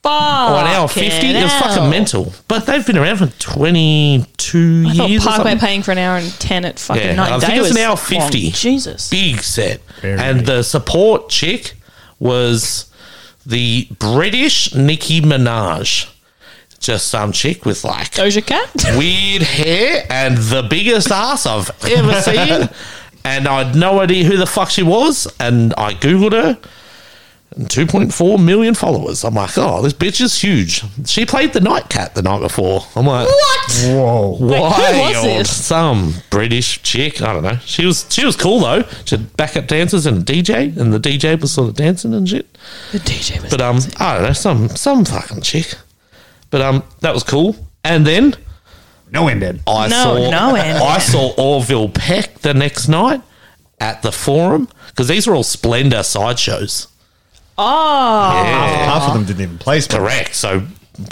[SPEAKER 1] or an hour fifty. It was fucking mental. But they've been around for twenty two
[SPEAKER 3] I thought
[SPEAKER 1] years. or
[SPEAKER 3] Parkway
[SPEAKER 1] something.
[SPEAKER 3] paying for an hour and ten at fucking
[SPEAKER 1] Yeah,
[SPEAKER 3] night
[SPEAKER 1] I
[SPEAKER 3] and
[SPEAKER 1] think
[SPEAKER 3] day
[SPEAKER 1] it was an hour
[SPEAKER 3] long.
[SPEAKER 1] 50.
[SPEAKER 3] Jesus.
[SPEAKER 1] big set.
[SPEAKER 2] Very
[SPEAKER 1] and
[SPEAKER 2] big.
[SPEAKER 1] the support chick was the British Nicki Minaj. Just some chick with like
[SPEAKER 3] Doja Cat.
[SPEAKER 1] weird hair and the biggest ass I've
[SPEAKER 3] [LAUGHS]
[SPEAKER 1] ever seen. And I had no idea who the fuck she was. And I Googled her. And 2.4 million followers. I'm like, oh, this bitch is huge. She played the Night Cat the night before. I'm like,
[SPEAKER 3] what?
[SPEAKER 2] Whoa.
[SPEAKER 3] Like, who was
[SPEAKER 1] wild.
[SPEAKER 3] this?
[SPEAKER 1] Some British chick. I don't know. She was she was cool though. She had backup dancers and a DJ, and the DJ was sort of dancing and shit.
[SPEAKER 3] The DJ was.
[SPEAKER 1] But um, I don't know, some some fucking chick. But um, that was cool. And then
[SPEAKER 2] No end then.
[SPEAKER 1] I
[SPEAKER 3] No,
[SPEAKER 1] saw
[SPEAKER 3] no, Andy.
[SPEAKER 1] I saw Orville Peck the next night at the forum because these are all Splendor sideshows.
[SPEAKER 3] oh,
[SPEAKER 2] Half of them didn't even play. Sport.
[SPEAKER 1] Correct. So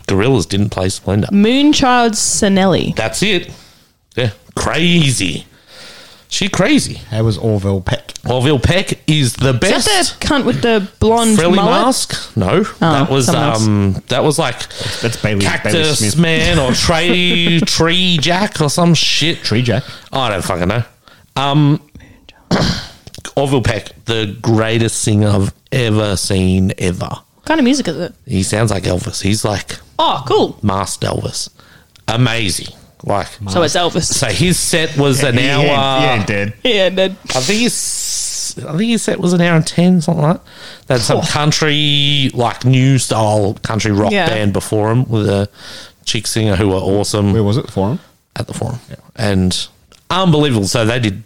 [SPEAKER 1] Gorillas didn't play Splendor.
[SPEAKER 3] Moonchild Sinelli.
[SPEAKER 1] That's it. Yeah, crazy. She crazy.
[SPEAKER 2] How was Orville Peck?
[SPEAKER 1] Orville Peck is the
[SPEAKER 3] Is
[SPEAKER 1] best.
[SPEAKER 3] that the cunt with the blonde
[SPEAKER 1] Frilly
[SPEAKER 3] mullet? Oh,
[SPEAKER 1] mask? No, that was
[SPEAKER 3] someone else.
[SPEAKER 1] um, that was like
[SPEAKER 2] That's Bailey. Bailey
[SPEAKER 1] cactus
[SPEAKER 2] Smith.
[SPEAKER 1] man or
[SPEAKER 3] [LAUGHS]
[SPEAKER 1] tree tree jack or some shit.
[SPEAKER 2] Tree Jack.
[SPEAKER 1] I don't fucking know. Um, [COUGHS] Orville Peck, the greatest singer I've ever seen ever.
[SPEAKER 3] What kind of music is it?
[SPEAKER 1] He sounds like Elvis. He's like
[SPEAKER 3] Oh, cool.
[SPEAKER 1] masked Elvis. Amazing. Like
[SPEAKER 3] So it's Elvis.
[SPEAKER 1] so, his set was an
[SPEAKER 2] He ain't-
[SPEAKER 1] hour.
[SPEAKER 2] He
[SPEAKER 3] uh,
[SPEAKER 2] ain't dead.
[SPEAKER 3] [LAUGHS] Yeah, dude.
[SPEAKER 1] I think his I think his set was an hour and ten, something like that. They had some country, like new style country rock
[SPEAKER 3] Yeah.
[SPEAKER 1] band before him with a chick singer who were awesome
[SPEAKER 2] Where was it? Forum.
[SPEAKER 1] at the forum. And unbelievable. So they did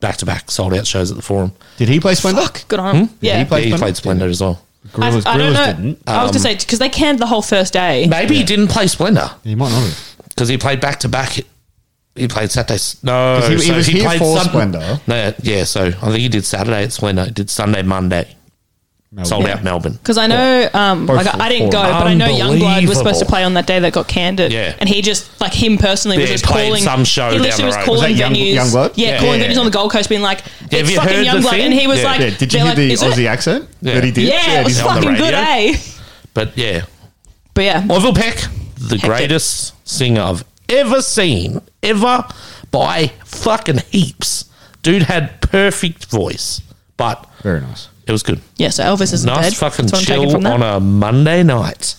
[SPEAKER 1] back to back sold out shows at the forum.
[SPEAKER 2] Did he play Splendor?
[SPEAKER 3] Good on him.
[SPEAKER 2] he
[SPEAKER 3] Yeah.
[SPEAKER 2] played
[SPEAKER 1] yeah, he
[SPEAKER 2] Splendor?
[SPEAKER 1] played Splendor as well.
[SPEAKER 3] I,
[SPEAKER 2] Gorillas,
[SPEAKER 3] I don't
[SPEAKER 2] Gorillas
[SPEAKER 3] know.
[SPEAKER 2] didn't.
[SPEAKER 3] I was going to say, because they canned the whole first day.
[SPEAKER 1] Maybe he didn't play Splendor
[SPEAKER 2] He might not have.
[SPEAKER 1] because he played back to back. He played Saturday. s- No,
[SPEAKER 2] 'Cause he- he was here for Splendor.
[SPEAKER 1] No, yeah, so I think he did Saturday at Splendor. He did Sunday, Monday.
[SPEAKER 2] Oh,
[SPEAKER 1] Sold out Melbourne.
[SPEAKER 3] Because I know, um,
[SPEAKER 2] Both
[SPEAKER 3] like I I didn't go,
[SPEAKER 2] four.
[SPEAKER 3] but I know Youngblood was supposed to
[SPEAKER 1] Unbelievable.
[SPEAKER 3] play on that day that got candid.
[SPEAKER 1] Yeah.
[SPEAKER 3] and he just like him personally was
[SPEAKER 1] Yeah,
[SPEAKER 3] just
[SPEAKER 1] played
[SPEAKER 3] calling
[SPEAKER 1] some show
[SPEAKER 3] He
[SPEAKER 1] down
[SPEAKER 3] literally
[SPEAKER 1] the
[SPEAKER 3] was
[SPEAKER 1] road.
[SPEAKER 3] calling
[SPEAKER 2] Was that Young-
[SPEAKER 3] venues.
[SPEAKER 2] Youngblood?
[SPEAKER 3] Yeah,
[SPEAKER 1] Yeah.
[SPEAKER 3] calling
[SPEAKER 1] Yeah.
[SPEAKER 3] venues on the Gold Coast, being like, "It's
[SPEAKER 1] you
[SPEAKER 3] fucking
[SPEAKER 1] heard the
[SPEAKER 3] Youngblood,"
[SPEAKER 1] thing?
[SPEAKER 3] and he was
[SPEAKER 1] Yeah.
[SPEAKER 3] like,
[SPEAKER 2] Yeah, did you
[SPEAKER 3] they're
[SPEAKER 2] hear
[SPEAKER 3] like,
[SPEAKER 2] the
[SPEAKER 3] "Is it?"
[SPEAKER 2] Aussie accent
[SPEAKER 1] Yeah.
[SPEAKER 2] that he did?
[SPEAKER 3] Yeah, it was
[SPEAKER 2] he's on the
[SPEAKER 3] fucking good,
[SPEAKER 1] radio.
[SPEAKER 3] eh? [LAUGHS]
[SPEAKER 1] But yeah,
[SPEAKER 3] But yeah,
[SPEAKER 1] Orville Peck, the greatest singer I've ever seen, ever by fucking heaps. Dude had perfect voice, but
[SPEAKER 2] Very nice.
[SPEAKER 1] it was good.
[SPEAKER 3] yeah. So Elvis is
[SPEAKER 1] Nice
[SPEAKER 3] dead.
[SPEAKER 1] fucking
[SPEAKER 3] That's what I'm taking from
[SPEAKER 1] chill
[SPEAKER 3] that.
[SPEAKER 1] on a Monday night.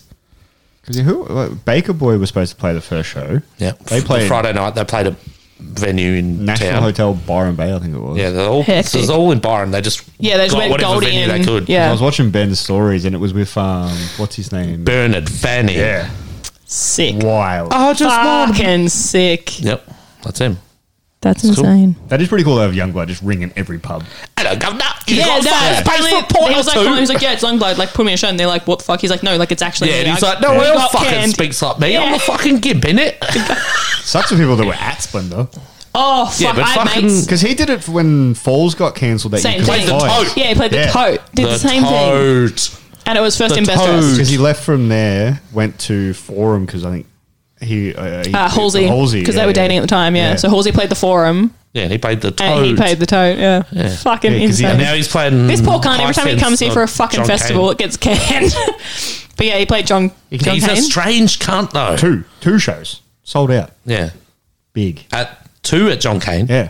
[SPEAKER 2] Because who like, Baker Boy was supposed to play the first show.
[SPEAKER 1] Yeah,
[SPEAKER 2] they played
[SPEAKER 1] Friday night. They played a venue in
[SPEAKER 2] National
[SPEAKER 1] town.
[SPEAKER 2] Hotel Bar and Bay, I think it was.
[SPEAKER 1] Yeah, they're all this
[SPEAKER 3] Hectic.
[SPEAKER 1] is all in Byron. They just
[SPEAKER 3] Yeah, they just
[SPEAKER 1] got
[SPEAKER 3] went
[SPEAKER 1] whatever
[SPEAKER 3] Goldie
[SPEAKER 1] venue
[SPEAKER 3] and-
[SPEAKER 1] they could.
[SPEAKER 3] yeah.
[SPEAKER 2] I was watching Ben's stories, and it was with um, what's his name?
[SPEAKER 1] Bernard Fanning.
[SPEAKER 2] Yeah,
[SPEAKER 3] Sick.
[SPEAKER 2] wild.
[SPEAKER 3] Oh,
[SPEAKER 1] I just want.
[SPEAKER 3] Fucking sick.
[SPEAKER 1] Yep, that's him.
[SPEAKER 4] That's
[SPEAKER 1] It's cool.
[SPEAKER 4] insane.
[SPEAKER 2] That is pretty cool. to have Youngblood just ringing every pub.
[SPEAKER 1] Hello, governor. You
[SPEAKER 3] Yeah,
[SPEAKER 1] got fucking
[SPEAKER 3] that
[SPEAKER 1] space for a
[SPEAKER 3] apparently
[SPEAKER 1] point
[SPEAKER 3] he was
[SPEAKER 1] or
[SPEAKER 3] like,
[SPEAKER 1] two?
[SPEAKER 3] he was like, yeah, it's Youngblood. Like, put me in a show, and they're like, what the fuck? He's like, no, like it's actually.
[SPEAKER 1] yeah,
[SPEAKER 3] me.
[SPEAKER 1] and he's
[SPEAKER 3] I-
[SPEAKER 1] like, no one
[SPEAKER 3] I
[SPEAKER 1] else
[SPEAKER 3] got
[SPEAKER 1] fucking
[SPEAKER 3] canned."
[SPEAKER 1] speaks like me. I'm
[SPEAKER 3] Yeah.
[SPEAKER 1] a fucking gib in it.
[SPEAKER 2] Sucks for people that were at Splendor
[SPEAKER 3] Oh fuck,
[SPEAKER 1] Yeah, but
[SPEAKER 3] I had
[SPEAKER 1] fucking-
[SPEAKER 3] mates.
[SPEAKER 2] because he did it for when Falls got cancelled. That
[SPEAKER 3] Same
[SPEAKER 2] you
[SPEAKER 3] thing.
[SPEAKER 1] Played
[SPEAKER 2] could
[SPEAKER 1] the oh,
[SPEAKER 2] buy.
[SPEAKER 1] tote.
[SPEAKER 3] Yeah, he played the
[SPEAKER 2] Yeah.
[SPEAKER 3] tote. Did the, same thing.
[SPEAKER 1] thing.
[SPEAKER 3] And it was first
[SPEAKER 1] The
[SPEAKER 3] in best
[SPEAKER 1] toad.
[SPEAKER 3] dressed.
[SPEAKER 2] Because he left from there, went to Forum because I think he, uh, he
[SPEAKER 3] Uh, Halsey.
[SPEAKER 2] Halsey,
[SPEAKER 3] Because
[SPEAKER 2] yeah,
[SPEAKER 3] they were
[SPEAKER 2] yeah.
[SPEAKER 3] dating at the time, yeah.
[SPEAKER 2] Yeah.
[SPEAKER 3] So Halsey played the forum
[SPEAKER 1] Yeah, and he played the
[SPEAKER 3] and
[SPEAKER 1] toad.
[SPEAKER 3] he played the tote, yeah. Fucking
[SPEAKER 2] Yeah, 'cause he-
[SPEAKER 3] insane.
[SPEAKER 1] and now he's playing.
[SPEAKER 3] this poor cunt, every time he
[SPEAKER 1] Hyphens
[SPEAKER 3] comes here
[SPEAKER 1] of
[SPEAKER 3] for a fucking
[SPEAKER 1] John
[SPEAKER 3] festival, it gets canned. [LAUGHS] but yeah, he played John,
[SPEAKER 1] Cain.
[SPEAKER 3] John
[SPEAKER 1] He's a
[SPEAKER 3] Cain.
[SPEAKER 1] strange cunt though.
[SPEAKER 2] Two two shows sold out.
[SPEAKER 1] Yeah,
[SPEAKER 2] Big.
[SPEAKER 1] at two at John Kane.
[SPEAKER 2] Yeah.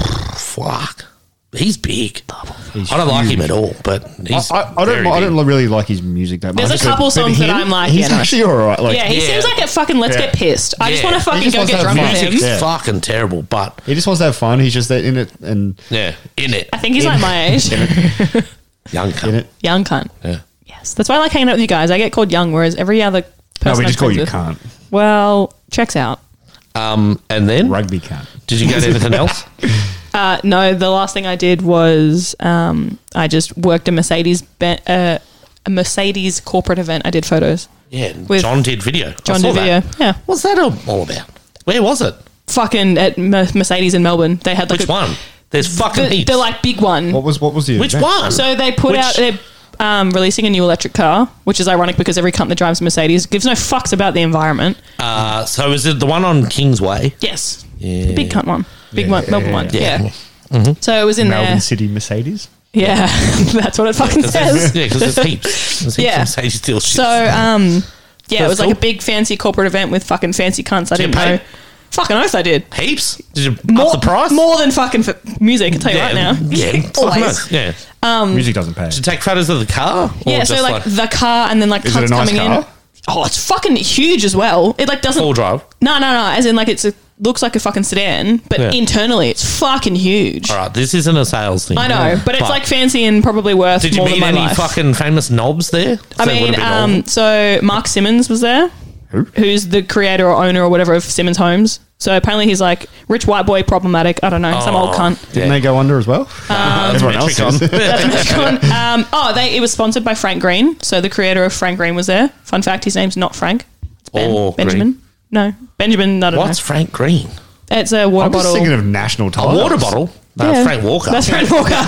[SPEAKER 1] Fuck, he's big. I don't like him at all, but he's
[SPEAKER 2] I, I don't.
[SPEAKER 1] very
[SPEAKER 2] mi- I
[SPEAKER 1] big.
[SPEAKER 2] don't really like his music that much.
[SPEAKER 3] There's a couple
[SPEAKER 2] but
[SPEAKER 3] songs that I'm like,
[SPEAKER 2] he's
[SPEAKER 3] yeah, no.
[SPEAKER 2] actually all right. Like,
[SPEAKER 3] yeah, he
[SPEAKER 1] Yeah.
[SPEAKER 3] seems like a fucking let's
[SPEAKER 2] Yeah.
[SPEAKER 3] get pissed. I just
[SPEAKER 1] Yeah.
[SPEAKER 3] want to
[SPEAKER 2] He
[SPEAKER 3] fucking
[SPEAKER 2] just
[SPEAKER 3] go
[SPEAKER 2] wants
[SPEAKER 3] get
[SPEAKER 2] to have
[SPEAKER 3] drunk with
[SPEAKER 2] fun.
[SPEAKER 3] him.
[SPEAKER 1] Music's
[SPEAKER 2] Yeah.
[SPEAKER 1] fucking terrible, but
[SPEAKER 2] he just wants to have fun. He's just that in it and
[SPEAKER 1] yeah, in it,
[SPEAKER 3] I think he's like my age.
[SPEAKER 1] young cunt.
[SPEAKER 2] in it.
[SPEAKER 3] Young cunt.
[SPEAKER 1] Yeah.
[SPEAKER 3] Yes. That's why I like hanging out with you guys. I get called young, whereas every other person
[SPEAKER 2] No, we
[SPEAKER 3] I'm
[SPEAKER 2] just call
[SPEAKER 3] friends
[SPEAKER 2] you
[SPEAKER 3] with-
[SPEAKER 2] can't
[SPEAKER 3] Well, checks out.
[SPEAKER 1] Um, and then
[SPEAKER 2] rugby can't.
[SPEAKER 1] did you get anything
[SPEAKER 3] [LAUGHS]
[SPEAKER 1] else?
[SPEAKER 3] Uh, no, the last thing I did was um, I just worked a Mercedes be- uh, a Mercedes corporate event. I did photos.
[SPEAKER 1] Yeah, and
[SPEAKER 3] With-
[SPEAKER 1] John did video.
[SPEAKER 3] John
[SPEAKER 1] I saw
[SPEAKER 3] did video.
[SPEAKER 1] That.
[SPEAKER 3] Yeah,
[SPEAKER 1] What's that all about? Where was it?
[SPEAKER 3] fucking at Mer- Mercedes in Melbourne. They had like
[SPEAKER 1] Which
[SPEAKER 3] a,
[SPEAKER 1] one? There's fucking
[SPEAKER 3] The,
[SPEAKER 1] heaps.
[SPEAKER 3] the like big one.
[SPEAKER 2] What was what was the
[SPEAKER 1] Which
[SPEAKER 2] event?
[SPEAKER 1] one?
[SPEAKER 3] So they put
[SPEAKER 1] Um, Which-
[SPEAKER 3] out they're um, releasing a new electric car, which is ironic because every company that drives a Mercedes gives no fucks about the environment.
[SPEAKER 1] Uh, so is it the one on Kingsway?
[SPEAKER 3] Yes, The big [LAUGHS] cunt one, big
[SPEAKER 2] Yeah,
[SPEAKER 3] one,
[SPEAKER 2] yeah,
[SPEAKER 3] Melbourne
[SPEAKER 2] yeah,
[SPEAKER 3] one.
[SPEAKER 1] yeah. Mm-hmm.
[SPEAKER 3] Yeah.
[SPEAKER 1] Yeah.
[SPEAKER 3] So it was in
[SPEAKER 2] Melbourne
[SPEAKER 3] there.
[SPEAKER 2] City Mercedes.
[SPEAKER 3] Yeah, [LAUGHS] that's what it fucking says.
[SPEAKER 1] There's, yeah, because there's heaps. There's heaps
[SPEAKER 3] Yeah.
[SPEAKER 1] of Mercedes deal shit.
[SPEAKER 3] So, um, yeah, it
[SPEAKER 1] That's
[SPEAKER 3] was like
[SPEAKER 1] cool.
[SPEAKER 3] a big fancy corporate event with fucking fancy cunts. I
[SPEAKER 1] Did you
[SPEAKER 3] didn't know.
[SPEAKER 1] pay?
[SPEAKER 3] Fucking oath, I did.
[SPEAKER 1] heaps? Did you up the price?
[SPEAKER 3] More than fucking f- music. I can tell you
[SPEAKER 1] yeah,
[SPEAKER 3] right now. [LAUGHS]
[SPEAKER 1] Yeah, fucking
[SPEAKER 3] always.
[SPEAKER 1] nice. Yeah.
[SPEAKER 2] Music doesn't pay.
[SPEAKER 1] To take photos of the car? Or
[SPEAKER 3] Yeah, so
[SPEAKER 1] just
[SPEAKER 3] like, the car and then like
[SPEAKER 2] Is
[SPEAKER 3] cunts
[SPEAKER 2] it a nice
[SPEAKER 3] coming in.
[SPEAKER 2] car?
[SPEAKER 3] Oh, it's fucking huge as well. It like doesn't.
[SPEAKER 1] All drive.
[SPEAKER 3] No, no, no. As in like it's a, looks like a fucking sedan, but
[SPEAKER 1] Yeah.
[SPEAKER 3] internally it's fucking huge.
[SPEAKER 1] All right, this isn't a sales thing.
[SPEAKER 3] I know, but it's like fancy and probably worth
[SPEAKER 1] Did you
[SPEAKER 3] more
[SPEAKER 1] meet
[SPEAKER 3] than my
[SPEAKER 1] any
[SPEAKER 3] life.
[SPEAKER 1] fucking famous knobs there?
[SPEAKER 3] I
[SPEAKER 1] That would've
[SPEAKER 3] mean,
[SPEAKER 1] been
[SPEAKER 3] um,
[SPEAKER 1] awful.
[SPEAKER 3] so Mark Simmons was there,
[SPEAKER 2] Who?
[SPEAKER 3] who's the creator or owner or whatever of Simmons Homes. So apparently he's like rich white boy problematic. I don't know, some old
[SPEAKER 1] Oh, [LAUGHS]
[SPEAKER 3] cunt.
[SPEAKER 2] Didn't
[SPEAKER 1] yeah.
[SPEAKER 2] they go under as well? Everyone else
[SPEAKER 1] Metricon.
[SPEAKER 2] is.
[SPEAKER 3] Um, oh, they, it was sponsored by Frank Green. So the creator of Frank Green was there. Fun fact: his name's not Frank. It's Ben,
[SPEAKER 1] Or Green.
[SPEAKER 3] Benjamin. No, Benjamin. I don't
[SPEAKER 1] What's Frank Green?
[SPEAKER 3] know. It's a
[SPEAKER 2] [LAUGHS]
[SPEAKER 3] water
[SPEAKER 2] I'm just
[SPEAKER 3] bottle.
[SPEAKER 2] thinking of national
[SPEAKER 1] A
[SPEAKER 2] titles.
[SPEAKER 1] water bottle? No,
[SPEAKER 3] Yeah.
[SPEAKER 1] Uh, Frank Walker.
[SPEAKER 3] That's
[SPEAKER 1] [LAUGHS]
[SPEAKER 3] Frank Walker.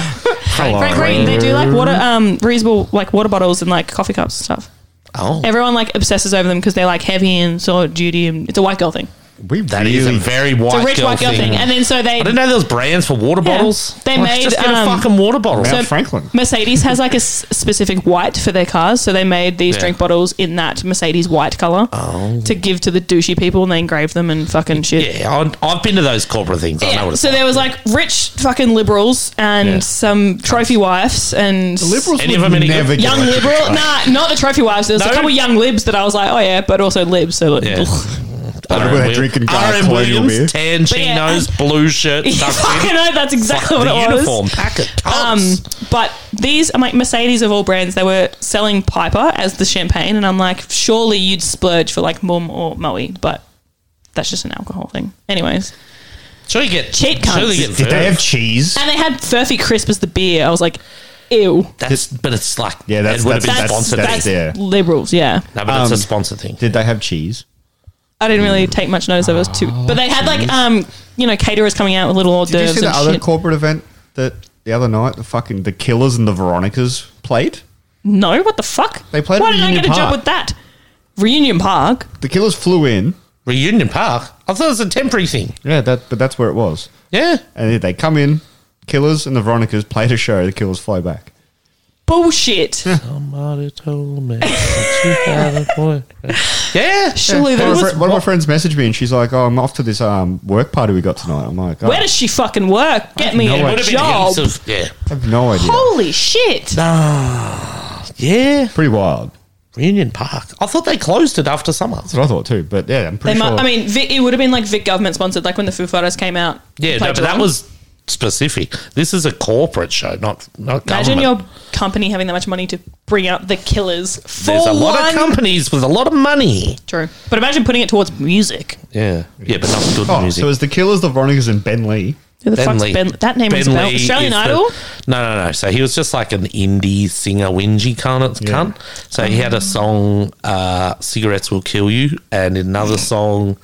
[SPEAKER 3] Frank Green. They do like water, um, reusable like water bottles and like coffee cups and stuff.
[SPEAKER 1] Oh,
[SPEAKER 3] Everyone like obsesses over them because they're like heavy and so duty and it's a white girl thing.
[SPEAKER 2] We
[SPEAKER 1] that
[SPEAKER 2] really
[SPEAKER 1] is a very white,
[SPEAKER 3] It's a rich
[SPEAKER 1] girl,
[SPEAKER 3] white girl thing. And then so they
[SPEAKER 1] I didn't know there was brands for water
[SPEAKER 3] Yeah.
[SPEAKER 1] bottles.
[SPEAKER 3] They made,
[SPEAKER 1] just get a
[SPEAKER 3] um,
[SPEAKER 1] fucking water bottle.
[SPEAKER 2] Mount
[SPEAKER 3] so-
[SPEAKER 2] Franklin.
[SPEAKER 3] Mercedes has like a s- specific white for their cars, so they made these
[SPEAKER 1] Yeah. Oh.
[SPEAKER 3] drink bottles in that Mercedes white color to give to the douchey people, and they engraved them and fucking shit.
[SPEAKER 1] yeah, I, I've been to those corporate things. I know what it's
[SPEAKER 3] So
[SPEAKER 1] like.
[SPEAKER 3] there was like rich fucking liberals and
[SPEAKER 1] Yeah.
[SPEAKER 3] some trophy wives and
[SPEAKER 2] Liberals
[SPEAKER 1] Any
[SPEAKER 2] would
[SPEAKER 1] of them any
[SPEAKER 2] never
[SPEAKER 1] good?
[SPEAKER 2] get
[SPEAKER 3] young
[SPEAKER 2] elected.
[SPEAKER 3] liberal. Nah, not the trophy wives. There was
[SPEAKER 1] No?
[SPEAKER 3] a couple young libs that I was like, oh yeah, but also libs. So like, [LAUGHS]
[SPEAKER 1] Yeah.
[SPEAKER 2] I remember they drinking dark
[SPEAKER 1] RM
[SPEAKER 2] colonial beer.
[SPEAKER 1] Williams, tan chinos, blue shirt,
[SPEAKER 3] [LAUGHS]
[SPEAKER 1] tucked
[SPEAKER 3] fucking
[SPEAKER 1] in.
[SPEAKER 3] know that's exactly
[SPEAKER 1] Fuck,
[SPEAKER 3] what
[SPEAKER 1] the
[SPEAKER 3] it was.
[SPEAKER 1] uniform packet.
[SPEAKER 3] Um, but these, I'm like, Mercedes of all brands, they were selling Piper as the champagne, and I'm like, surely you'd splurge for like Mum or Moe, but that's just an alcohol thing. Anyways.
[SPEAKER 1] Sure, you get
[SPEAKER 3] Cheap
[SPEAKER 1] sure you
[SPEAKER 3] cunts.
[SPEAKER 1] get
[SPEAKER 2] Did they have
[SPEAKER 1] Verve.
[SPEAKER 2] cheese?
[SPEAKER 3] And they had Furphy Crisp as the beer. I was like, ew.
[SPEAKER 1] That's but it's like
[SPEAKER 2] Yeah, that's-
[SPEAKER 1] it would have been
[SPEAKER 2] that's-
[SPEAKER 1] sponsored.
[SPEAKER 2] that's-
[SPEAKER 1] thing.
[SPEAKER 2] yeah.
[SPEAKER 3] liberals, yeah.
[SPEAKER 1] No, but that's a
[SPEAKER 2] Um,
[SPEAKER 1] sponsor thing.
[SPEAKER 2] Did they have cheese?
[SPEAKER 3] I didn't really take much notice of it. it was too, but they had
[SPEAKER 1] Mm.
[SPEAKER 3] like, um, you know, caterers coming out with little hors
[SPEAKER 2] Did you
[SPEAKER 3] d'oeuvres
[SPEAKER 2] see the
[SPEAKER 3] and
[SPEAKER 2] other
[SPEAKER 3] shit.
[SPEAKER 2] corporate event that the other night the fucking the Killers and the Veronicas played?
[SPEAKER 3] No, what the fuck?
[SPEAKER 2] They played
[SPEAKER 3] Why
[SPEAKER 2] at
[SPEAKER 3] did I
[SPEAKER 2] Union
[SPEAKER 3] get a
[SPEAKER 2] Park.
[SPEAKER 3] job with that? Reunion Park.
[SPEAKER 2] The killers flew in.
[SPEAKER 1] Reunion Park. I thought it was a temporary thing.
[SPEAKER 2] Yeah, that but that's where it was.
[SPEAKER 1] Yeah.
[SPEAKER 2] And they come in, killers and the Veronicas played a show. The killers fly back.
[SPEAKER 3] Bullshit.
[SPEAKER 1] Somebody told me that
[SPEAKER 3] [LAUGHS]
[SPEAKER 1] you had a boy. Yeah.
[SPEAKER 3] Surely
[SPEAKER 2] One
[SPEAKER 3] there
[SPEAKER 2] of, my
[SPEAKER 3] was.
[SPEAKER 2] fri- one of my friends messaged me and she's like, "Oh, I'm off to this um, work party we got tonight." I'm like, oh,
[SPEAKER 3] Where does she fucking work? Get me
[SPEAKER 1] It
[SPEAKER 3] a
[SPEAKER 1] would have been
[SPEAKER 3] job.
[SPEAKER 1] heaps of yeah.
[SPEAKER 2] I have no idea."
[SPEAKER 3] Holy shit.
[SPEAKER 1] Yeah.
[SPEAKER 2] Pretty wild.
[SPEAKER 1] Reunion Park. I thought they closed it after summer.
[SPEAKER 2] That's what I thought too. But yeah, I'm
[SPEAKER 3] They
[SPEAKER 2] pretty
[SPEAKER 3] mu-
[SPEAKER 2] sure.
[SPEAKER 3] I mean, Vic, it would have been like Vic government sponsored, like when the Foo Fighters came out.
[SPEAKER 1] Yeah,
[SPEAKER 3] They
[SPEAKER 1] no,
[SPEAKER 3] played
[SPEAKER 1] but that
[SPEAKER 3] Geelong.
[SPEAKER 1] was specific. This is a corporate show, not not
[SPEAKER 3] Imagine
[SPEAKER 1] government.
[SPEAKER 3] your company having that much money to bring out the killers for
[SPEAKER 1] There's a lot
[SPEAKER 3] one.
[SPEAKER 1] of companies with a lot of money.
[SPEAKER 3] True, but imagine putting it towards music.
[SPEAKER 1] Yeah, yeah, but not good
[SPEAKER 2] oh,
[SPEAKER 1] music.
[SPEAKER 2] so it was the killers, the Veronicas, and Ben Lee.
[SPEAKER 3] Who the
[SPEAKER 1] Ben
[SPEAKER 3] fuck's
[SPEAKER 1] Lee.
[SPEAKER 3] Ben? That name
[SPEAKER 1] Ben
[SPEAKER 3] is about
[SPEAKER 1] Lee
[SPEAKER 3] Australian
[SPEAKER 1] is the-
[SPEAKER 3] Idol.
[SPEAKER 1] no, no, no. So he was just like an indie singer, whingy cunt. cunt. So he had a song, uh, "Cigarettes Will Kill You," and another song.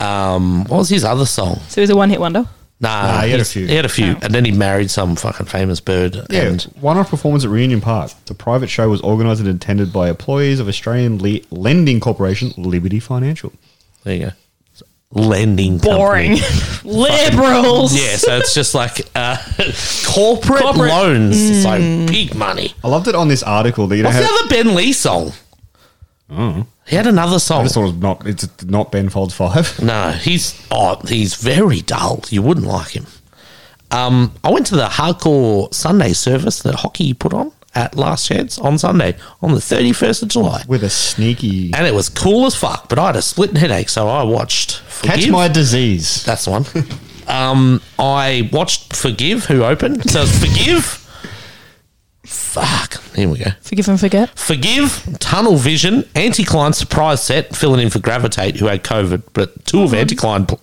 [SPEAKER 1] Um, what was his other song?
[SPEAKER 3] So he's a one-hit wonder.
[SPEAKER 1] Nah,
[SPEAKER 2] Nah, he had a
[SPEAKER 1] he's-
[SPEAKER 2] few.
[SPEAKER 1] He had a
[SPEAKER 3] Oh.
[SPEAKER 1] few, and then he married some fucking famous bird.
[SPEAKER 2] Yeah,
[SPEAKER 1] and
[SPEAKER 2] one-off performance at Reunion Park. The private show was organised and attended by employees of Australian le- lending corporation Liberty Financial.
[SPEAKER 1] there you go. Lending company.
[SPEAKER 3] Boring, [LAUGHS] liberals.
[SPEAKER 1] Yeah, so it's just like uh, [LAUGHS] corporate,
[SPEAKER 3] Corporate.
[SPEAKER 1] loans. It's like big money.
[SPEAKER 2] I loved it on this article that you don't
[SPEAKER 1] What's the
[SPEAKER 2] have. Mm.
[SPEAKER 1] other Ben Lee song? He had another
[SPEAKER 2] I
[SPEAKER 1] song.
[SPEAKER 2] just thought it was not. It's not Ben Folds Five. [LAUGHS]
[SPEAKER 1] No, he's oh, he's very dull. You wouldn't like him. Um, I went to the hardcore Sunday service that hockey put on at Last Chance on Sunday on the thirty first of July,
[SPEAKER 2] with a sneaky
[SPEAKER 1] and it was cool as fuck. But I had a splitting headache, so I watched.
[SPEAKER 2] catch
[SPEAKER 1] Forgive.
[SPEAKER 2] my disease.
[SPEAKER 1] That's the one. [LAUGHS] um, I watched Forgive, who opened. So it's Forgive. Fuck. Here we go.
[SPEAKER 3] Forgive and forget.
[SPEAKER 1] Forgive, Tunnel Vision, Anticline Surprise Set, filling in for Gravitate, who had COVID, but two of
[SPEAKER 3] Uh-huh.
[SPEAKER 1] Anticline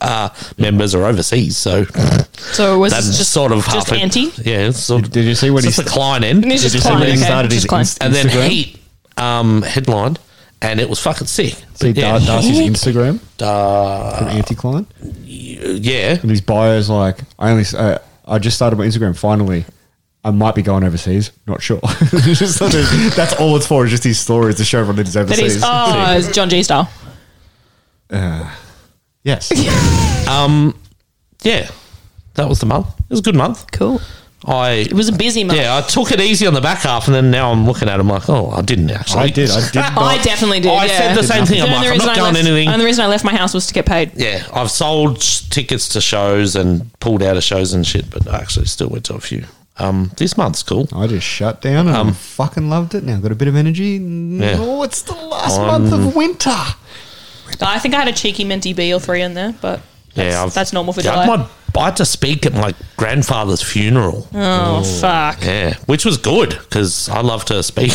[SPEAKER 1] uh, members are overseas, so that's
[SPEAKER 3] So it was just
[SPEAKER 1] sort of
[SPEAKER 3] just
[SPEAKER 1] half a-
[SPEAKER 3] anti.
[SPEAKER 1] Yeah, it's sort of,
[SPEAKER 2] Did you see
[SPEAKER 1] it's
[SPEAKER 2] when he
[SPEAKER 1] just
[SPEAKER 2] st-
[SPEAKER 1] the Klein end,
[SPEAKER 3] And he's just
[SPEAKER 2] Did you see
[SPEAKER 3] climbing.
[SPEAKER 2] when he
[SPEAKER 3] okay,
[SPEAKER 2] started his
[SPEAKER 3] just climbing.
[SPEAKER 2] Inst-
[SPEAKER 1] and then
[SPEAKER 2] Instagram?
[SPEAKER 1] Heat um, headlined, and it was fucking sick.
[SPEAKER 2] See
[SPEAKER 1] But
[SPEAKER 2] Dar-
[SPEAKER 1] yeah,
[SPEAKER 2] Darcy's Instagram from Anticline,
[SPEAKER 1] yeah,
[SPEAKER 2] and his bio's like, "I only, uh, I just started my Instagram. Finally, I might be going overseas. Not sure." [LAUGHS] Just sort of- that's all it's for. Is just these stories to show everyone that he's
[SPEAKER 3] That
[SPEAKER 2] overseas.
[SPEAKER 3] is, oh, it's John G style.
[SPEAKER 2] Uh, yes,
[SPEAKER 1] yeah, that was the month. It was a good month.
[SPEAKER 3] Cool.
[SPEAKER 1] I
[SPEAKER 3] It was a busy month.
[SPEAKER 1] yeah, I took it easy on the back half, and then now I'm looking at him like, oh, I didn't actually.
[SPEAKER 2] I did. I did. Not,
[SPEAKER 3] I definitely did.
[SPEAKER 1] I
[SPEAKER 3] yeah.
[SPEAKER 1] said the same thing. I'm
[SPEAKER 3] The only
[SPEAKER 1] like, I'm
[SPEAKER 3] reason
[SPEAKER 1] not
[SPEAKER 3] I
[SPEAKER 1] going
[SPEAKER 3] left-
[SPEAKER 1] anything.
[SPEAKER 3] And the reason I left my house was to get paid.
[SPEAKER 1] yeah, I've sold s- tickets to shows and pulled out of shows and shit, but I actually still went to a few. Um, this month's cool.
[SPEAKER 2] I just shut down and I fucking loved it. Now I've got a bit of energy. and-
[SPEAKER 1] Um, Yeah. Um,
[SPEAKER 2] Oh, it's the last month of winter.
[SPEAKER 3] I think I had a cheeky minty B or three in there, but that's,
[SPEAKER 1] yeah, I've-
[SPEAKER 3] that's normal for
[SPEAKER 1] yeah,
[SPEAKER 3] July.
[SPEAKER 1] My, I had to speak at my grandfather's funeral.
[SPEAKER 3] oh, fuck.
[SPEAKER 1] Yeah, which was good because I love to
[SPEAKER 3] [LAUGHS]
[SPEAKER 1] speak.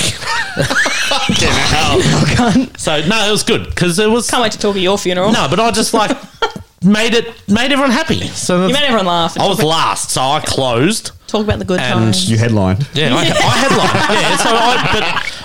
[SPEAKER 1] so no, it was good because it was
[SPEAKER 3] Can't wait to talk at your funeral.
[SPEAKER 1] no, but I just like made it made everyone happy. So
[SPEAKER 3] You
[SPEAKER 1] that's-
[SPEAKER 3] made everyone laugh. And
[SPEAKER 1] I was last, so I closed.
[SPEAKER 3] talk about the good
[SPEAKER 1] Oh. And-
[SPEAKER 3] times.
[SPEAKER 2] You headlined.
[SPEAKER 1] Yeah, I, I had like yeah. So I,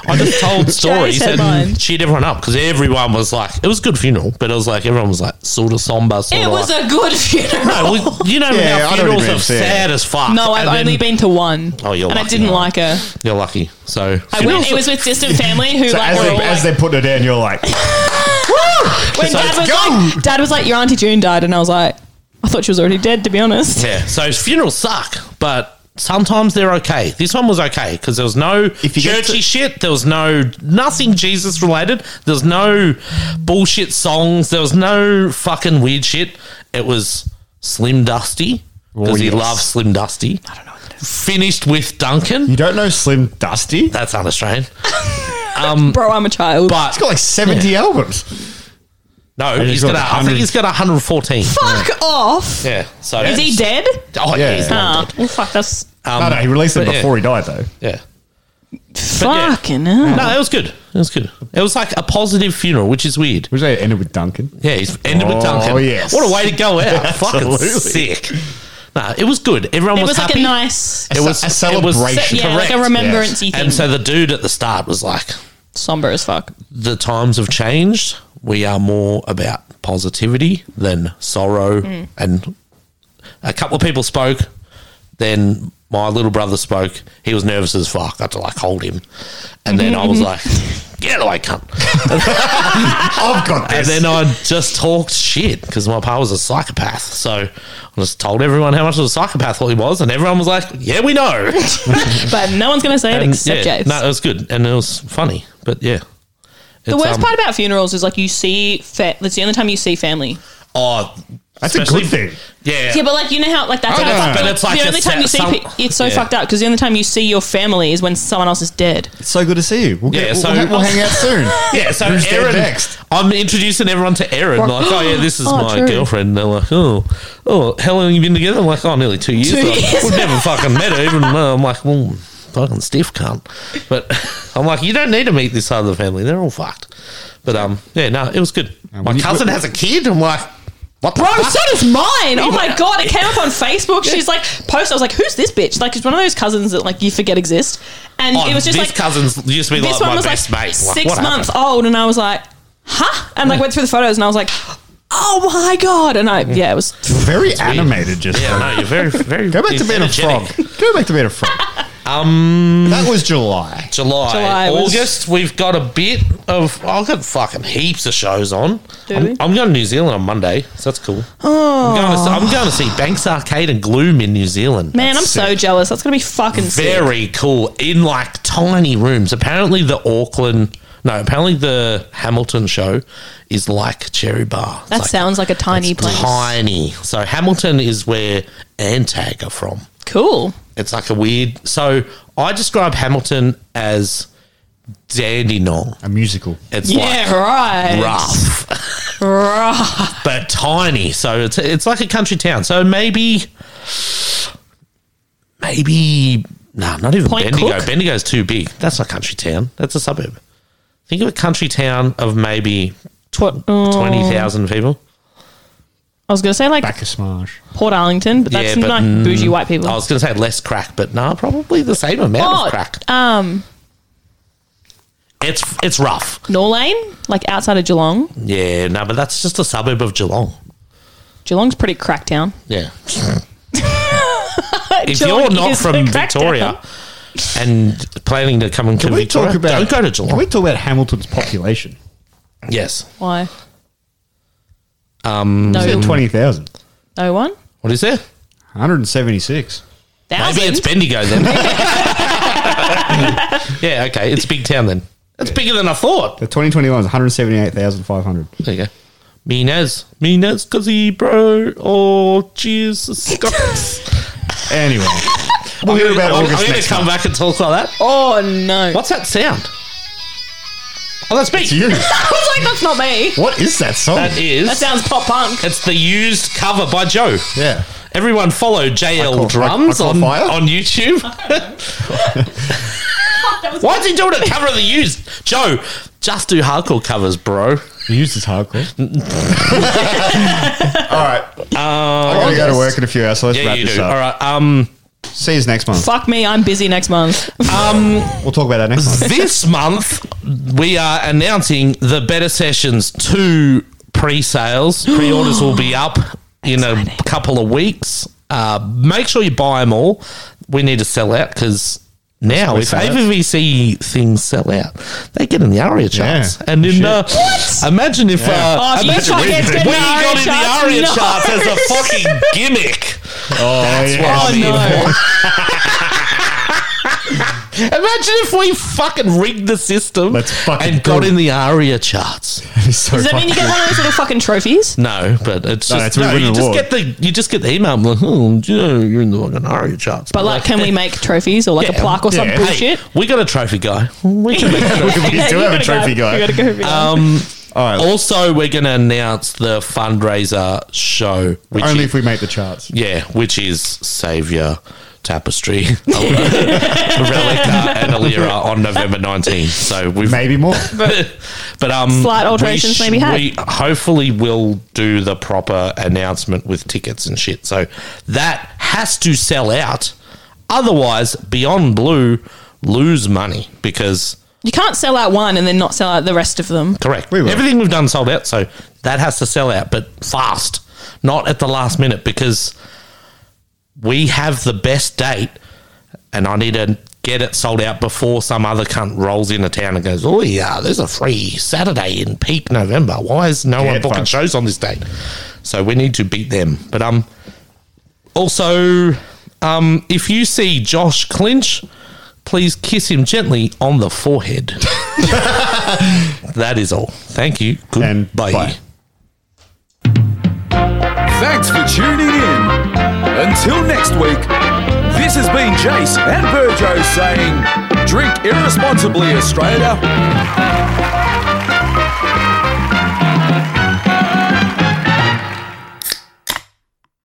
[SPEAKER 1] but I just told stories
[SPEAKER 3] said mine.
[SPEAKER 1] and cheered everyone up because everyone was like, it was a good funeral, but it was like everyone was like sort of somber. Sort
[SPEAKER 3] It
[SPEAKER 1] of
[SPEAKER 3] was
[SPEAKER 1] like,
[SPEAKER 3] a good [LAUGHS] funeral.
[SPEAKER 1] no, we- [LAUGHS] you know
[SPEAKER 2] Yeah, I
[SPEAKER 1] how
[SPEAKER 2] don't
[SPEAKER 1] funerals
[SPEAKER 2] agree
[SPEAKER 1] are
[SPEAKER 2] with that.
[SPEAKER 1] sad as fuck.
[SPEAKER 3] No, I've
[SPEAKER 1] And
[SPEAKER 3] only
[SPEAKER 1] then-
[SPEAKER 3] been to one.
[SPEAKER 1] Oh, you're
[SPEAKER 3] And I
[SPEAKER 1] lucky,
[SPEAKER 3] didn't
[SPEAKER 1] huh?
[SPEAKER 3] like her.
[SPEAKER 1] You're lucky. So
[SPEAKER 3] I went, it was with
[SPEAKER 1] [LAUGHS]
[SPEAKER 3] distant family who
[SPEAKER 2] So
[SPEAKER 3] like
[SPEAKER 2] as,
[SPEAKER 3] were
[SPEAKER 2] they,
[SPEAKER 3] all
[SPEAKER 2] as
[SPEAKER 3] like,
[SPEAKER 2] they're putting it down, you're
[SPEAKER 3] [LAUGHS]
[SPEAKER 2] like,
[SPEAKER 3] when
[SPEAKER 1] So
[SPEAKER 3] dad was
[SPEAKER 1] it's
[SPEAKER 3] like, dad was like, your auntie June died, and I was like, I thought she was already dead, to be honest.
[SPEAKER 1] yeah. So funerals suck, but. Sometimes they're okay. This one was okay because there was no
[SPEAKER 2] you get
[SPEAKER 1] churchy shit. There was no nothing Jesus related. There was no bullshit songs. There was no fucking weird shit. It was Slim Dusty because
[SPEAKER 2] Oh,
[SPEAKER 1] he
[SPEAKER 2] yes.
[SPEAKER 1] loves Slim Dusty. I don't know. Finished with Duncan.
[SPEAKER 2] you don't know Slim Dusty? He's
[SPEAKER 1] That's un Australian.
[SPEAKER 3] Bro, I'm a child.
[SPEAKER 1] But
[SPEAKER 2] got like 70 albums.
[SPEAKER 1] no,
[SPEAKER 2] he's
[SPEAKER 1] he's
[SPEAKER 2] got
[SPEAKER 1] got. a- I
[SPEAKER 2] 100.
[SPEAKER 1] think he's got 114.
[SPEAKER 3] fuck off.
[SPEAKER 1] Yeah. So
[SPEAKER 3] Is he dead?
[SPEAKER 1] Oh yeah.
[SPEAKER 2] Yeah.
[SPEAKER 1] He's not
[SPEAKER 3] Ah,
[SPEAKER 1] dead.
[SPEAKER 3] well, fuck, that's
[SPEAKER 2] no, no, he released it
[SPEAKER 1] Um, but yeah.
[SPEAKER 2] before he died, though.
[SPEAKER 1] Yeah. yeah.
[SPEAKER 3] fucking hell.
[SPEAKER 1] No, it was good. It was good. It was like a positive funeral, which is weird.
[SPEAKER 2] Which they ended with Duncan.
[SPEAKER 1] Yeah, he's ended
[SPEAKER 2] Oh,
[SPEAKER 1] with Duncan.
[SPEAKER 2] yes.
[SPEAKER 1] What a way to go out.
[SPEAKER 2] [LAUGHS]
[SPEAKER 1] Fucking
[SPEAKER 2] Absolutely.
[SPEAKER 1] sick. No, it was good. Everyone
[SPEAKER 3] It
[SPEAKER 1] was,
[SPEAKER 3] was like
[SPEAKER 1] happy.
[SPEAKER 3] a nice,
[SPEAKER 1] it was
[SPEAKER 2] A
[SPEAKER 1] it was-
[SPEAKER 2] celebration.
[SPEAKER 3] yeah, like a
[SPEAKER 1] correct.
[SPEAKER 3] remembrance y thing.
[SPEAKER 1] And so the dude at the start was like,
[SPEAKER 3] Somber
[SPEAKER 1] [LAUGHS]
[SPEAKER 3] as fuck.
[SPEAKER 1] the times have changed. We are more about positivity
[SPEAKER 3] Hmm.
[SPEAKER 1] than sorrow. And a couple of people spoke. Then my little brother spoke. He was nervous as fuck. I had to like hold him, and then
[SPEAKER 3] [LAUGHS]
[SPEAKER 1] I was like, "Get away, cunt!"
[SPEAKER 2] I've got
[SPEAKER 1] Ah, And
[SPEAKER 2] this.
[SPEAKER 1] then I just talked shit because my pa was a psychopath. So I just told everyone how much of a psychopath he was, and everyone was like, "Yeah, we
[SPEAKER 3] [LAUGHS]
[SPEAKER 1] know."
[SPEAKER 3] but no one's going to say it
[SPEAKER 1] And,
[SPEAKER 3] except
[SPEAKER 1] yeah,
[SPEAKER 3] Jace.
[SPEAKER 1] no, it was good and it was funny, but yeah. um,
[SPEAKER 3] the worst part about funerals is like you see, fa- that's the only time you see family.
[SPEAKER 1] oh,
[SPEAKER 2] That's a
[SPEAKER 1] especially-
[SPEAKER 2] good thing.
[SPEAKER 1] Yeah,
[SPEAKER 3] Yeah, but like you know how like that's
[SPEAKER 1] Oh,
[SPEAKER 3] how
[SPEAKER 1] no,
[SPEAKER 3] fucked
[SPEAKER 1] but
[SPEAKER 3] up-
[SPEAKER 1] it's like
[SPEAKER 3] the
[SPEAKER 1] a
[SPEAKER 3] only time you see
[SPEAKER 1] set- some-
[SPEAKER 3] pe- it's so
[SPEAKER 1] yeah.
[SPEAKER 3] fucked up because the only time you see your family is when someone else is dead.
[SPEAKER 2] It's so good to see you. We'll,
[SPEAKER 1] Yeah,
[SPEAKER 2] get, we'll-
[SPEAKER 1] so-
[SPEAKER 2] we'll, we'll hang out soon.
[SPEAKER 1] Yeah, so
[SPEAKER 2] Who's dead
[SPEAKER 1] Erin,
[SPEAKER 2] next?
[SPEAKER 1] I'm introducing everyone to Erin. Like, oh yeah, this is
[SPEAKER 3] Oh,
[SPEAKER 1] my
[SPEAKER 3] true.
[SPEAKER 1] girlfriend. And they're like, oh, oh, how long have you been together? I'm like, oh, nearly two years.
[SPEAKER 3] Two
[SPEAKER 1] They're like,
[SPEAKER 3] years.
[SPEAKER 1] We've never fucking met her. Even though I'm like, well, fucking stiff cunt. But [LAUGHS] I'm like, you don't need to meet this side of the family. They're all fucked. But um, yeah, no, it was good.
[SPEAKER 2] when
[SPEAKER 1] my
[SPEAKER 2] you-
[SPEAKER 1] cousin has a kid. I'm like, what the fuck?
[SPEAKER 3] does mine. Oh my god, it came up on Facebook. She's like, post. I was like, who's this bitch? Like, it's one of those cousins that like you forget exist. And
[SPEAKER 1] Oh,
[SPEAKER 3] it was just
[SPEAKER 1] this
[SPEAKER 3] like
[SPEAKER 1] cousins used to be
[SPEAKER 3] this
[SPEAKER 1] like
[SPEAKER 3] one
[SPEAKER 1] my
[SPEAKER 3] was like
[SPEAKER 1] best mate. Like,
[SPEAKER 3] six
[SPEAKER 1] what
[SPEAKER 3] months
[SPEAKER 1] happened?
[SPEAKER 3] old, and I was like, huh? And like went through the photos, and I was like, oh my god. And I yeah, it was
[SPEAKER 2] Very animated, just
[SPEAKER 1] Yeah, no, you're very, very.
[SPEAKER 2] Go back to being a frog.
[SPEAKER 1] energetic.
[SPEAKER 2] Go back to being a frog.
[SPEAKER 1] [LAUGHS]
[SPEAKER 2] Um, that was July.
[SPEAKER 1] July,
[SPEAKER 3] July was-
[SPEAKER 1] August. We've got a bit of. I've got fucking heaps of shows on.
[SPEAKER 3] Do
[SPEAKER 1] I'm,
[SPEAKER 3] we?
[SPEAKER 1] I'm going to New Zealand on Monday, so that's cool. Oh, I'm going, to, I'm going to see Banks Arcade and Gloom in New Zealand.
[SPEAKER 3] man,
[SPEAKER 1] That's
[SPEAKER 3] I'm so
[SPEAKER 1] sick.
[SPEAKER 3] jealous. That's gonna be fucking sick.
[SPEAKER 1] very cool in like tiny rooms. Apparently, the Auckland. No, apparently the Hamilton show is like Cherry Bar. It's
[SPEAKER 3] That
[SPEAKER 1] like
[SPEAKER 3] sounds like a tiny place.
[SPEAKER 1] tiny. So Hamilton is where Antag are from.
[SPEAKER 3] Cool.
[SPEAKER 1] It's like a weird. So I describe Hamilton as Dandenong.
[SPEAKER 2] A musical.
[SPEAKER 1] It's
[SPEAKER 3] Yeah,
[SPEAKER 1] like
[SPEAKER 3] right.
[SPEAKER 1] rough,
[SPEAKER 3] Right.
[SPEAKER 1] but tiny. So it's it's like a country town. So maybe, maybe no, not even
[SPEAKER 3] Point
[SPEAKER 1] Bendigo.
[SPEAKER 3] Cook?
[SPEAKER 1] Bendigo's too big. That's not country town. That's a suburb. Think of a country town of maybe
[SPEAKER 3] Tw- oh.
[SPEAKER 1] twenty thousand people.
[SPEAKER 3] I was gonna say like
[SPEAKER 2] Back a smash.
[SPEAKER 3] Port Arlington, but that's
[SPEAKER 1] Yeah, but,
[SPEAKER 3] like
[SPEAKER 1] mm,
[SPEAKER 3] bougie white people.
[SPEAKER 1] I was going to say less crack, but no, probably the same amount
[SPEAKER 3] Oh,
[SPEAKER 1] of crack.
[SPEAKER 3] um,
[SPEAKER 1] It's it's rough.
[SPEAKER 3] Norlane, like outside of Geelong.
[SPEAKER 1] Yeah, no, but that's just a suburb of Geelong.
[SPEAKER 3] Geelong's pretty crackdown.
[SPEAKER 1] Yeah. if you're not from Victoria and planning to come and
[SPEAKER 2] Can
[SPEAKER 1] to
[SPEAKER 2] we
[SPEAKER 1] Victoria,
[SPEAKER 2] talk about?
[SPEAKER 1] don't go to Geelong.
[SPEAKER 2] Can we talk about Hamilton's population?
[SPEAKER 1] yes.
[SPEAKER 3] Why? Um, no,
[SPEAKER 2] Twenty thousand.
[SPEAKER 3] no one.
[SPEAKER 1] What is there?
[SPEAKER 2] One hundred and seventy-six.
[SPEAKER 1] Maybe
[SPEAKER 3] Thousand.
[SPEAKER 1] it's Bendigo then. [LAUGHS] yeah, okay. It's a big town then. It's bigger than I thought.
[SPEAKER 2] The twenty twenty-one is one hundred seventy-eight thousand five hundred.
[SPEAKER 1] There you go. Minez. Minez Kazi, bro. Oh,
[SPEAKER 2] [LAUGHS]
[SPEAKER 1] Jesus. Christ.
[SPEAKER 2] Anyway, we'll hear about
[SPEAKER 1] [LAUGHS] I'm,
[SPEAKER 2] August
[SPEAKER 1] I'm going to
[SPEAKER 2] next
[SPEAKER 1] come
[SPEAKER 2] month.
[SPEAKER 1] back and talk like that.
[SPEAKER 3] oh no!
[SPEAKER 1] What's that sound? Oh, that's me.
[SPEAKER 2] It's you.
[SPEAKER 3] I was like, that's not me.
[SPEAKER 2] What is that song?
[SPEAKER 1] That is.
[SPEAKER 3] That sounds pop punk.
[SPEAKER 1] it's the used cover by Joe.
[SPEAKER 2] yeah.
[SPEAKER 1] Everyone follow JL
[SPEAKER 2] I call-
[SPEAKER 1] Drums
[SPEAKER 2] I- I call
[SPEAKER 1] on,
[SPEAKER 2] fire.
[SPEAKER 1] on YouTube.
[SPEAKER 2] [LAUGHS]
[SPEAKER 1] Why is he doing a cover of the used? Joe, just do hardcore covers, bro.
[SPEAKER 2] Used as hardcore. [LAUGHS] All right. I'm gonna go to work in a few hours. So let's
[SPEAKER 1] Uh, Yeah,
[SPEAKER 2] wrap
[SPEAKER 1] you
[SPEAKER 2] this
[SPEAKER 1] do.
[SPEAKER 2] up.
[SPEAKER 1] All right. Um,
[SPEAKER 2] See you next month.
[SPEAKER 3] Fuck me, I'm busy next month.
[SPEAKER 2] We'll talk about that next month.
[SPEAKER 1] this month, we are announcing the Better Sessions 2 pre sales.
[SPEAKER 3] [GASPS]
[SPEAKER 1] Pre orders will be up in a couple of weeks. Uh, make sure you buy them all. We need to sell out because. Now,
[SPEAKER 2] we
[SPEAKER 1] if
[SPEAKER 2] sell out.
[SPEAKER 1] AVVC things sell out, they get in the ARIA charts.
[SPEAKER 2] Yeah,
[SPEAKER 1] and
[SPEAKER 2] they
[SPEAKER 1] in uh, imagine if uh,
[SPEAKER 3] Oh, if you
[SPEAKER 1] imagine
[SPEAKER 3] try
[SPEAKER 1] we,
[SPEAKER 3] and get
[SPEAKER 1] we
[SPEAKER 3] in the
[SPEAKER 1] got
[SPEAKER 3] ARIA
[SPEAKER 1] in
[SPEAKER 3] charts,
[SPEAKER 1] the ARIA
[SPEAKER 3] no.
[SPEAKER 1] charts as a fucking
[SPEAKER 3] [LAUGHS]
[SPEAKER 1] gimmick.
[SPEAKER 2] Oh, yeah. Oh,
[SPEAKER 1] Well, I mean,
[SPEAKER 3] no.
[SPEAKER 1] [LAUGHS] Imagine if we fucking rigged the system
[SPEAKER 2] Let's fucking
[SPEAKER 1] and got
[SPEAKER 2] do it.
[SPEAKER 1] in the ARIA charts.
[SPEAKER 2] It's so
[SPEAKER 3] Does that mean you
[SPEAKER 2] fucking-
[SPEAKER 3] get one of those little fucking trophies?
[SPEAKER 1] No, but it's
[SPEAKER 2] No,
[SPEAKER 1] just
[SPEAKER 2] that's when
[SPEAKER 1] no,
[SPEAKER 2] we win
[SPEAKER 1] you
[SPEAKER 2] an
[SPEAKER 1] just
[SPEAKER 2] award.
[SPEAKER 1] get the you just get the email. I'm like, oh, you know, you're in the fucking ARIA charts.
[SPEAKER 3] But like, can we make trophies or like
[SPEAKER 1] Yeah.
[SPEAKER 3] a plaque or some [LAUGHS]
[SPEAKER 2] Yeah.
[SPEAKER 1] hey,
[SPEAKER 3] bullshit?
[SPEAKER 1] we got a trophy guy. We can make a trophy.
[SPEAKER 2] [LAUGHS] We do
[SPEAKER 3] You
[SPEAKER 2] have a
[SPEAKER 3] gotta
[SPEAKER 2] trophy
[SPEAKER 3] go.
[SPEAKER 2] guy.
[SPEAKER 3] You gotta go.
[SPEAKER 1] Um,
[SPEAKER 2] All right.
[SPEAKER 1] also, we're going to announce the fundraiser show, which
[SPEAKER 2] Only
[SPEAKER 1] is,
[SPEAKER 2] if we make the charts.
[SPEAKER 1] yeah, which is Savior Tapestry, [LAUGHS]
[SPEAKER 2] [LAUGHS]
[SPEAKER 1] Relica, and Alira on November 19th. So we've
[SPEAKER 2] Maybe more.
[SPEAKER 1] [LAUGHS] but um,
[SPEAKER 3] Slight alterations
[SPEAKER 1] we
[SPEAKER 3] may be had.
[SPEAKER 1] We hopefully will do the proper announcement with tickets and shit. So that has to sell out. Otherwise, Beyond Blue lose money because
[SPEAKER 3] You can't sell out one and then not sell out the rest of them.
[SPEAKER 1] correct
[SPEAKER 2] We will.
[SPEAKER 1] everything we've done sold out. So that has to sell out, but fast, not at the last minute because we have the best date and I need to get it sold out before some other cunt rolls into town and goes, oh yeah, there's a free Saturday in peak November. Why is no one
[SPEAKER 2] Get
[SPEAKER 1] booking
[SPEAKER 2] fucked.
[SPEAKER 1] shows on this date? So we need to beat them. But um, also, um, if you see Josh clinch, please kiss him gently on the
[SPEAKER 2] [LAUGHS]
[SPEAKER 1] forehead. that is all. Thank you. Goodbye.
[SPEAKER 2] And bye.
[SPEAKER 5] Thanks for tuning in. Until next week, this has been Jace and Virgo saying, drink irresponsibly, Australia.